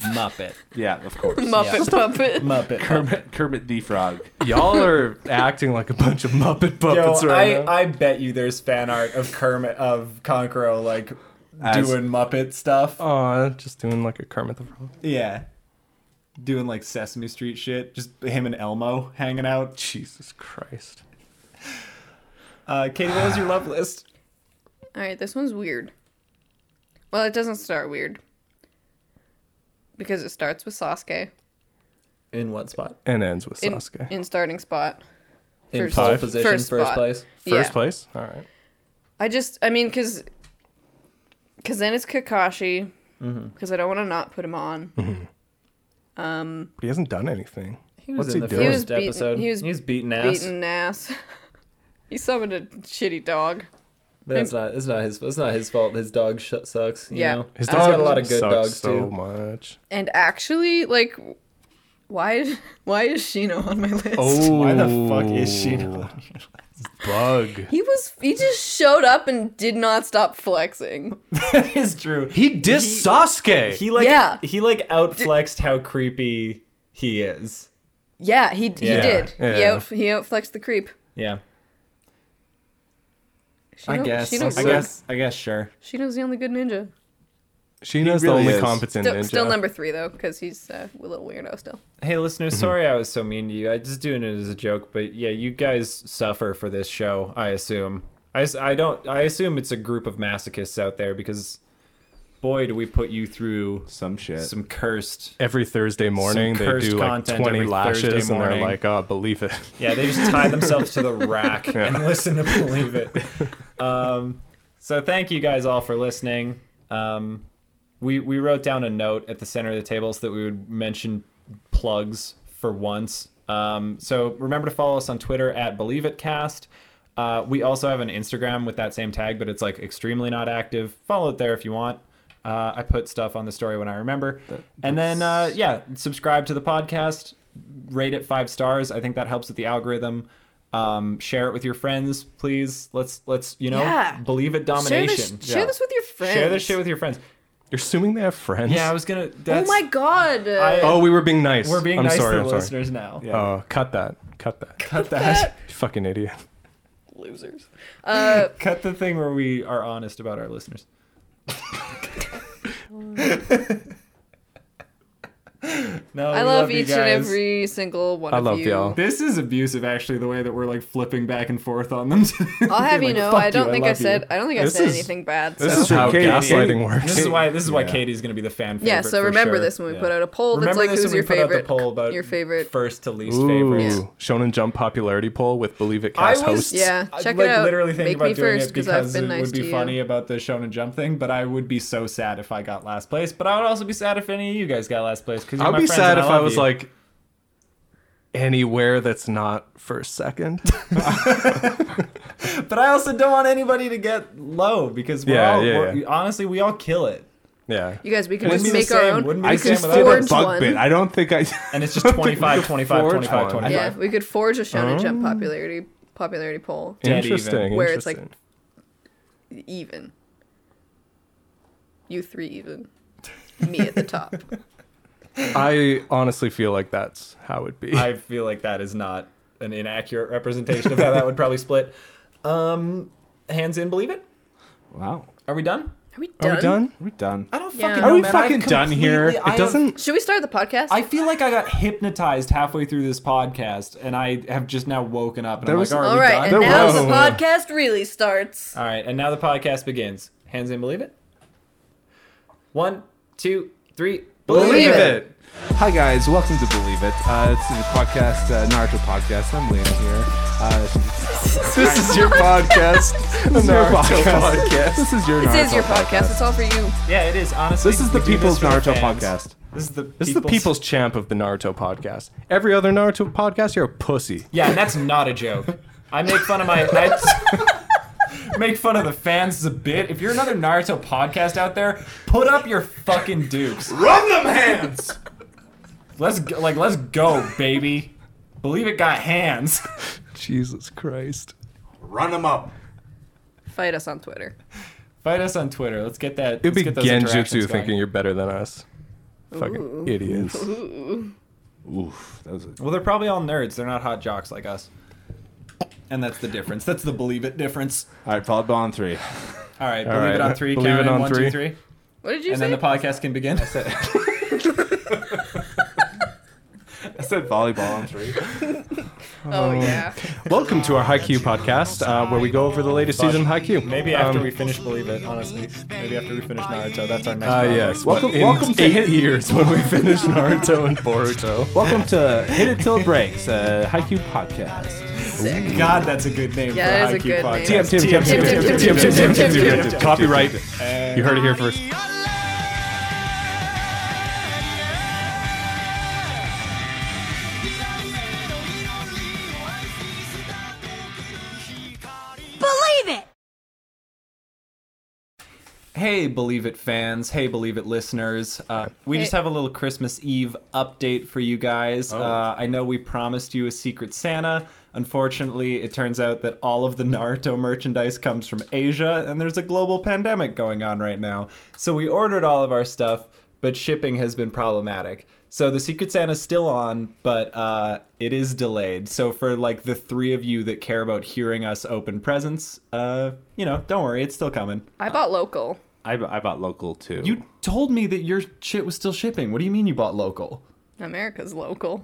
[SPEAKER 2] Muppet.
[SPEAKER 4] yeah, of course.
[SPEAKER 3] Muppet puppet.
[SPEAKER 2] Muppet.
[SPEAKER 4] Kermit, Kermit the Frog.
[SPEAKER 1] Y'all are acting like a bunch of Muppet
[SPEAKER 2] Yo,
[SPEAKER 1] puppets right
[SPEAKER 2] I,
[SPEAKER 1] now.
[SPEAKER 2] I bet you there's fan art of Kermit of Conquero like
[SPEAKER 4] As-
[SPEAKER 2] doing Muppet stuff.
[SPEAKER 1] Aw, just doing like a Kermit the Frog.
[SPEAKER 2] Oh, Yeah. Doing like Sesame Street shit. Just him and Elmo hanging out.
[SPEAKER 1] Jesus Christ.
[SPEAKER 2] Uh, Katie, what was your love list?
[SPEAKER 3] Alright, this one's weird. Well, it doesn't start weird. because it starts with Sasuke
[SPEAKER 2] In what spot?
[SPEAKER 1] and ends with
[SPEAKER 3] in,
[SPEAKER 1] Sasuke.
[SPEAKER 3] in starting spot.
[SPEAKER 2] In
[SPEAKER 3] First-
[SPEAKER 2] pole
[SPEAKER 3] Five.
[SPEAKER 2] position,
[SPEAKER 3] first
[SPEAKER 2] first,
[SPEAKER 3] spot.
[SPEAKER 2] place.
[SPEAKER 1] First
[SPEAKER 3] yeah.
[SPEAKER 1] place. All right.
[SPEAKER 3] I just, I mean, because because then it's Kakashi
[SPEAKER 2] Mm-hmm.
[SPEAKER 3] because I don't want to not put him on.
[SPEAKER 1] Mm-hmm. But he hasn't done anything.
[SPEAKER 2] He was
[SPEAKER 1] What's
[SPEAKER 2] in
[SPEAKER 1] he
[SPEAKER 2] the
[SPEAKER 1] doing?
[SPEAKER 3] He was
[SPEAKER 2] first
[SPEAKER 3] beaten-
[SPEAKER 2] episode.
[SPEAKER 3] he was
[SPEAKER 2] beating ass.
[SPEAKER 3] Beaten ass. he summoned a shitty dog.
[SPEAKER 2] That's not. It's not his. It's not his fault. His dog sh- sucks. You
[SPEAKER 3] Yeah.
[SPEAKER 2] know?
[SPEAKER 1] His
[SPEAKER 2] He's got
[SPEAKER 1] dog
[SPEAKER 2] a lot of good
[SPEAKER 1] sucks
[SPEAKER 2] dogs
[SPEAKER 1] so
[SPEAKER 2] too.
[SPEAKER 1] much.
[SPEAKER 3] And actually, like, why why is Shino on my list?
[SPEAKER 1] Oh,
[SPEAKER 2] Why the fuck is she?
[SPEAKER 1] bug?
[SPEAKER 3] He was he just showed up and did not stop flexing.
[SPEAKER 2] that is true.
[SPEAKER 1] He dissed Sasuke.
[SPEAKER 2] He like
[SPEAKER 3] Yeah.
[SPEAKER 2] he like outflexed how creepy he is.
[SPEAKER 3] Yeah, he he
[SPEAKER 2] Yeah.
[SPEAKER 3] did. He
[SPEAKER 1] Yeah.
[SPEAKER 3] out he outflexed the creep.
[SPEAKER 2] Yeah.
[SPEAKER 3] Shino, Shino's,
[SPEAKER 2] I guess. I guess. Sure.
[SPEAKER 3] Shino's the only good ninja.
[SPEAKER 1] she knows the
[SPEAKER 4] really
[SPEAKER 1] only
[SPEAKER 4] is.
[SPEAKER 1] competent
[SPEAKER 3] Still,
[SPEAKER 1] ninja.
[SPEAKER 3] still number three though, because he's uh, a little weirdo still.
[SPEAKER 2] Hey, listeners, sorry I was so mean to you. I just doing it as a joke, but yeah, you guys suffer for this show, I assume. I, s- I don't. I assume it's a group of masochists out there because, boy, do we put you through
[SPEAKER 4] Some shit.
[SPEAKER 2] some cursed.
[SPEAKER 1] Every Thursday morning, they
[SPEAKER 2] cursed
[SPEAKER 1] do like
[SPEAKER 2] content
[SPEAKER 1] 20
[SPEAKER 2] every Thursday
[SPEAKER 1] lashes, and they're
[SPEAKER 2] morning.
[SPEAKER 1] like, oh, believe it.
[SPEAKER 2] Yeah, they just tie themselves to the rack and listen to believe it. Um, so thank you guys all for listening. Um, we we wrote down a note at the center of the table so that we would mention plugs for once. Um, so remember to follow us on Twitter at BelieveItCast. Uh, we also have an Instagram with that same tag, but it's like extremely not active. Follow it there if you want. Uh, I put stuff on the story when I remember. and then, uh, yeah, subscribe to the podcast, rate it five stars. I think that helps with the algorithm. Um, share it with your friends, please. Let's let's you know
[SPEAKER 3] Yeah.
[SPEAKER 2] believe it
[SPEAKER 3] Share
[SPEAKER 2] domination.
[SPEAKER 3] this, share this with your friends.
[SPEAKER 2] Share this shit with your friends.
[SPEAKER 1] You're assuming they have friends?
[SPEAKER 2] Yeah, I was gonna.
[SPEAKER 3] Oh
[SPEAKER 2] That's,
[SPEAKER 3] my god!
[SPEAKER 2] I-
[SPEAKER 1] Oh, we were being nice.
[SPEAKER 2] We're being
[SPEAKER 1] I'm
[SPEAKER 2] nice
[SPEAKER 1] sorry,
[SPEAKER 2] to
[SPEAKER 1] I'm
[SPEAKER 2] the
[SPEAKER 1] sorry.
[SPEAKER 2] listeners now.
[SPEAKER 4] Yeah.
[SPEAKER 1] Oh, cut that. Cut that.
[SPEAKER 2] Cut that.
[SPEAKER 1] You fucking idiot.
[SPEAKER 3] Losers. Uh,
[SPEAKER 2] Cut the thing where we are honest about our listeners. no,
[SPEAKER 3] I
[SPEAKER 2] we
[SPEAKER 3] love,
[SPEAKER 2] you
[SPEAKER 3] each and
[SPEAKER 2] guys.
[SPEAKER 3] every single one
[SPEAKER 1] I
[SPEAKER 3] of
[SPEAKER 1] love
[SPEAKER 3] you.
[SPEAKER 1] y'all.
[SPEAKER 2] This is abusive, actually, the way that we're like flipping back and forth on them.
[SPEAKER 3] I'll have you know, I don't think I
[SPEAKER 2] love you."
[SPEAKER 3] said I don't think I
[SPEAKER 1] This
[SPEAKER 3] said
[SPEAKER 1] is-
[SPEAKER 3] anything bad.
[SPEAKER 1] This
[SPEAKER 3] so.
[SPEAKER 1] is how
[SPEAKER 4] Katie.
[SPEAKER 1] gaslighting works.
[SPEAKER 2] This is why. This is why Katie's gonna be the fan favorite.
[SPEAKER 3] yeah, so
[SPEAKER 2] for
[SPEAKER 3] remember
[SPEAKER 2] sure.
[SPEAKER 3] this when we
[SPEAKER 4] Yeah.
[SPEAKER 3] put out a poll that's
[SPEAKER 2] remember
[SPEAKER 3] like
[SPEAKER 2] this
[SPEAKER 3] who's
[SPEAKER 2] when
[SPEAKER 3] your
[SPEAKER 2] we put out
[SPEAKER 3] favorite
[SPEAKER 2] the poll about
[SPEAKER 3] your favorite
[SPEAKER 2] first to least
[SPEAKER 1] Ooh,
[SPEAKER 2] favorite.
[SPEAKER 1] Shonen Jump popularity poll with Believe It cast hosts.
[SPEAKER 3] Yeah,
[SPEAKER 2] I,
[SPEAKER 3] check it
[SPEAKER 2] like,
[SPEAKER 3] out.
[SPEAKER 2] Literally thinking
[SPEAKER 3] Make
[SPEAKER 2] about
[SPEAKER 3] me
[SPEAKER 2] doing
[SPEAKER 3] first,
[SPEAKER 2] it
[SPEAKER 3] 'cause I've
[SPEAKER 2] because
[SPEAKER 3] been
[SPEAKER 2] it
[SPEAKER 3] nice
[SPEAKER 2] would be
[SPEAKER 3] to
[SPEAKER 2] funny
[SPEAKER 3] you.
[SPEAKER 2] about the Shonen Jump thing, but I would be so sad if I got last place. But I would also be sad if any of you guys got last place because
[SPEAKER 1] I'd
[SPEAKER 2] my
[SPEAKER 1] be
[SPEAKER 2] friends
[SPEAKER 1] sad
[SPEAKER 2] and
[SPEAKER 1] if I
[SPEAKER 2] love
[SPEAKER 1] was
[SPEAKER 2] you.
[SPEAKER 1] like anywhere that's not first second.
[SPEAKER 2] But I also don't want anybody to get low because we're
[SPEAKER 1] Yeah,
[SPEAKER 2] all,
[SPEAKER 1] yeah,
[SPEAKER 2] we're,
[SPEAKER 1] yeah.
[SPEAKER 2] honestly we all kill it,
[SPEAKER 1] yeah.
[SPEAKER 3] You guys, we can
[SPEAKER 2] Wouldn't
[SPEAKER 3] just
[SPEAKER 2] be the
[SPEAKER 3] make our
[SPEAKER 2] same.
[SPEAKER 3] own.
[SPEAKER 2] Wouldn't be
[SPEAKER 3] We
[SPEAKER 4] I
[SPEAKER 2] the
[SPEAKER 3] could
[SPEAKER 2] same
[SPEAKER 4] just
[SPEAKER 2] without
[SPEAKER 4] did
[SPEAKER 3] forge
[SPEAKER 4] the bug
[SPEAKER 3] one.
[SPEAKER 4] bit. I don't think I.
[SPEAKER 2] and it's just 25, 25,
[SPEAKER 1] forge
[SPEAKER 2] 25,
[SPEAKER 1] one.
[SPEAKER 2] 25.
[SPEAKER 3] Yeah, we could forge a Shonen
[SPEAKER 1] Oh.
[SPEAKER 3] Jump popularity popularity poll
[SPEAKER 2] Dead
[SPEAKER 1] interesting.
[SPEAKER 2] even.
[SPEAKER 3] Where it's like-
[SPEAKER 1] interesting.
[SPEAKER 3] even. You three even. Me at the top.
[SPEAKER 1] I honestly feel like that's how it'd be.
[SPEAKER 2] I feel like that is not an inaccurate representation of how that would probably split. Um, hands in, believe it.
[SPEAKER 4] Wow.
[SPEAKER 2] Are we done?
[SPEAKER 3] Are we
[SPEAKER 1] Are
[SPEAKER 3] done?
[SPEAKER 1] we done?
[SPEAKER 4] We're done.
[SPEAKER 2] I don't
[SPEAKER 3] Yeah.
[SPEAKER 2] fucking.
[SPEAKER 3] Are
[SPEAKER 2] know,
[SPEAKER 4] we
[SPEAKER 2] man. I've
[SPEAKER 4] fucking done
[SPEAKER 2] completely-
[SPEAKER 4] here? It
[SPEAKER 2] I have-
[SPEAKER 1] It doesn't.
[SPEAKER 3] Should we start the podcast?
[SPEAKER 2] I feel like I got hypnotized halfway through this podcast, and I have just now woken up. And
[SPEAKER 4] There
[SPEAKER 2] I'm
[SPEAKER 4] was-
[SPEAKER 2] like, all right,
[SPEAKER 3] All
[SPEAKER 2] we
[SPEAKER 3] right,
[SPEAKER 2] done?
[SPEAKER 3] and now
[SPEAKER 1] was-
[SPEAKER 3] the podcast really starts.
[SPEAKER 2] all right, and now the podcast begins. Hands in, believe it. One, two, three.
[SPEAKER 3] Believe it.
[SPEAKER 4] Hi guys, welcome to Believe It. Uh, it's the podcast, uh, Naruto podcast. I'm Liam here. Uh,
[SPEAKER 1] This is your podcast.
[SPEAKER 4] this is your
[SPEAKER 1] Naruto
[SPEAKER 4] podcast. This is your.
[SPEAKER 3] This
[SPEAKER 4] Naruto
[SPEAKER 3] is your podcast. It's all for you.
[SPEAKER 2] Yeah, it is. Honestly,
[SPEAKER 4] This is the
[SPEAKER 2] we do
[SPEAKER 4] People's
[SPEAKER 2] for the
[SPEAKER 4] Naruto
[SPEAKER 2] fans.
[SPEAKER 4] podcast.
[SPEAKER 2] This is the
[SPEAKER 1] This is the people's champ of the Naruto podcast. Every other Naruto podcast, you're a pussy.
[SPEAKER 2] Yeah, and that's not a joke. I make fun of my. I make fun of the fans is a bit. If you're another Naruto podcast out there, put up your fucking dukes.
[SPEAKER 4] Run them hands.
[SPEAKER 2] Let's go, like let's go, baby. Believe it got hands.
[SPEAKER 1] Jesus Christ.
[SPEAKER 4] Run them up.
[SPEAKER 3] Fight us on Twitter.
[SPEAKER 2] Fight us on Twitter. Let's get that.
[SPEAKER 1] It'd
[SPEAKER 2] let's
[SPEAKER 1] be
[SPEAKER 2] get those interactions
[SPEAKER 1] Genjutsu
[SPEAKER 2] going.
[SPEAKER 1] thinking you're better than us. Fucking
[SPEAKER 3] Ooh.
[SPEAKER 1] idiots.
[SPEAKER 4] Oof, that was a
[SPEAKER 2] Well, they're probably all nerds. They're not hot jocks like us. And that's the difference. That's the believe it difference.
[SPEAKER 4] All right, followed by on three.
[SPEAKER 2] All right,
[SPEAKER 1] All
[SPEAKER 2] believe
[SPEAKER 1] right,
[SPEAKER 2] it on three.
[SPEAKER 1] believe
[SPEAKER 2] count
[SPEAKER 1] it
[SPEAKER 2] in,
[SPEAKER 1] on
[SPEAKER 2] one, two,
[SPEAKER 1] three.
[SPEAKER 2] three.
[SPEAKER 3] What did you
[SPEAKER 2] and
[SPEAKER 3] say?
[SPEAKER 2] then the podcast can begin.
[SPEAKER 4] I said volleyball on three.
[SPEAKER 3] Oh yeah.
[SPEAKER 1] Welcome to our Haikyuu podcast, uh, where we go over the latest season of Haikyuu.
[SPEAKER 2] Maybe after
[SPEAKER 1] Um,
[SPEAKER 2] we finish Believe It, honestly. Maybe after we finish Naruto, that's our next
[SPEAKER 1] Ah,
[SPEAKER 2] problem.
[SPEAKER 1] yes.
[SPEAKER 4] Welcome-
[SPEAKER 1] Welcome, in
[SPEAKER 4] welcome to
[SPEAKER 1] eight
[SPEAKER 4] Hit-
[SPEAKER 1] years when we finish Naruto and Boruto.
[SPEAKER 4] Welcome to Hit It Till It Breaks, a Haikyuu podcast.
[SPEAKER 2] God, that's a good name
[SPEAKER 3] Yeah, that
[SPEAKER 2] for
[SPEAKER 3] is
[SPEAKER 2] a
[SPEAKER 3] a
[SPEAKER 2] haiku
[SPEAKER 3] good
[SPEAKER 2] podcast.
[SPEAKER 3] name.
[SPEAKER 4] Tim, Tim,
[SPEAKER 3] Tim, Tim, Tim, Tim, Tim, Tim, Tim, Tim, Tim.
[SPEAKER 1] Copyright. You heard it here first.
[SPEAKER 2] Hey, Believe It fans. Hey, Believe It listeners. Uh, we just
[SPEAKER 3] Hey.
[SPEAKER 2] have a little Christmas Eve update for you guys. Uh, I know we promised you a Secret Santa. Unfortunately, it turns out that all of the Naruto merchandise comes from Asia, and there's a global pandemic going on right now. So we ordered all of our stuff, but shipping has been problematic. So the Secret Santa's still on, but uh, it is delayed. So for like the three of you that care about hearing us open presents, uh, you know, don't worry, it's still coming.
[SPEAKER 3] I bought local.
[SPEAKER 4] I, bu- I bought local too.
[SPEAKER 2] You told me that your shit was still shipping. What do you mean you bought local?
[SPEAKER 3] America's local.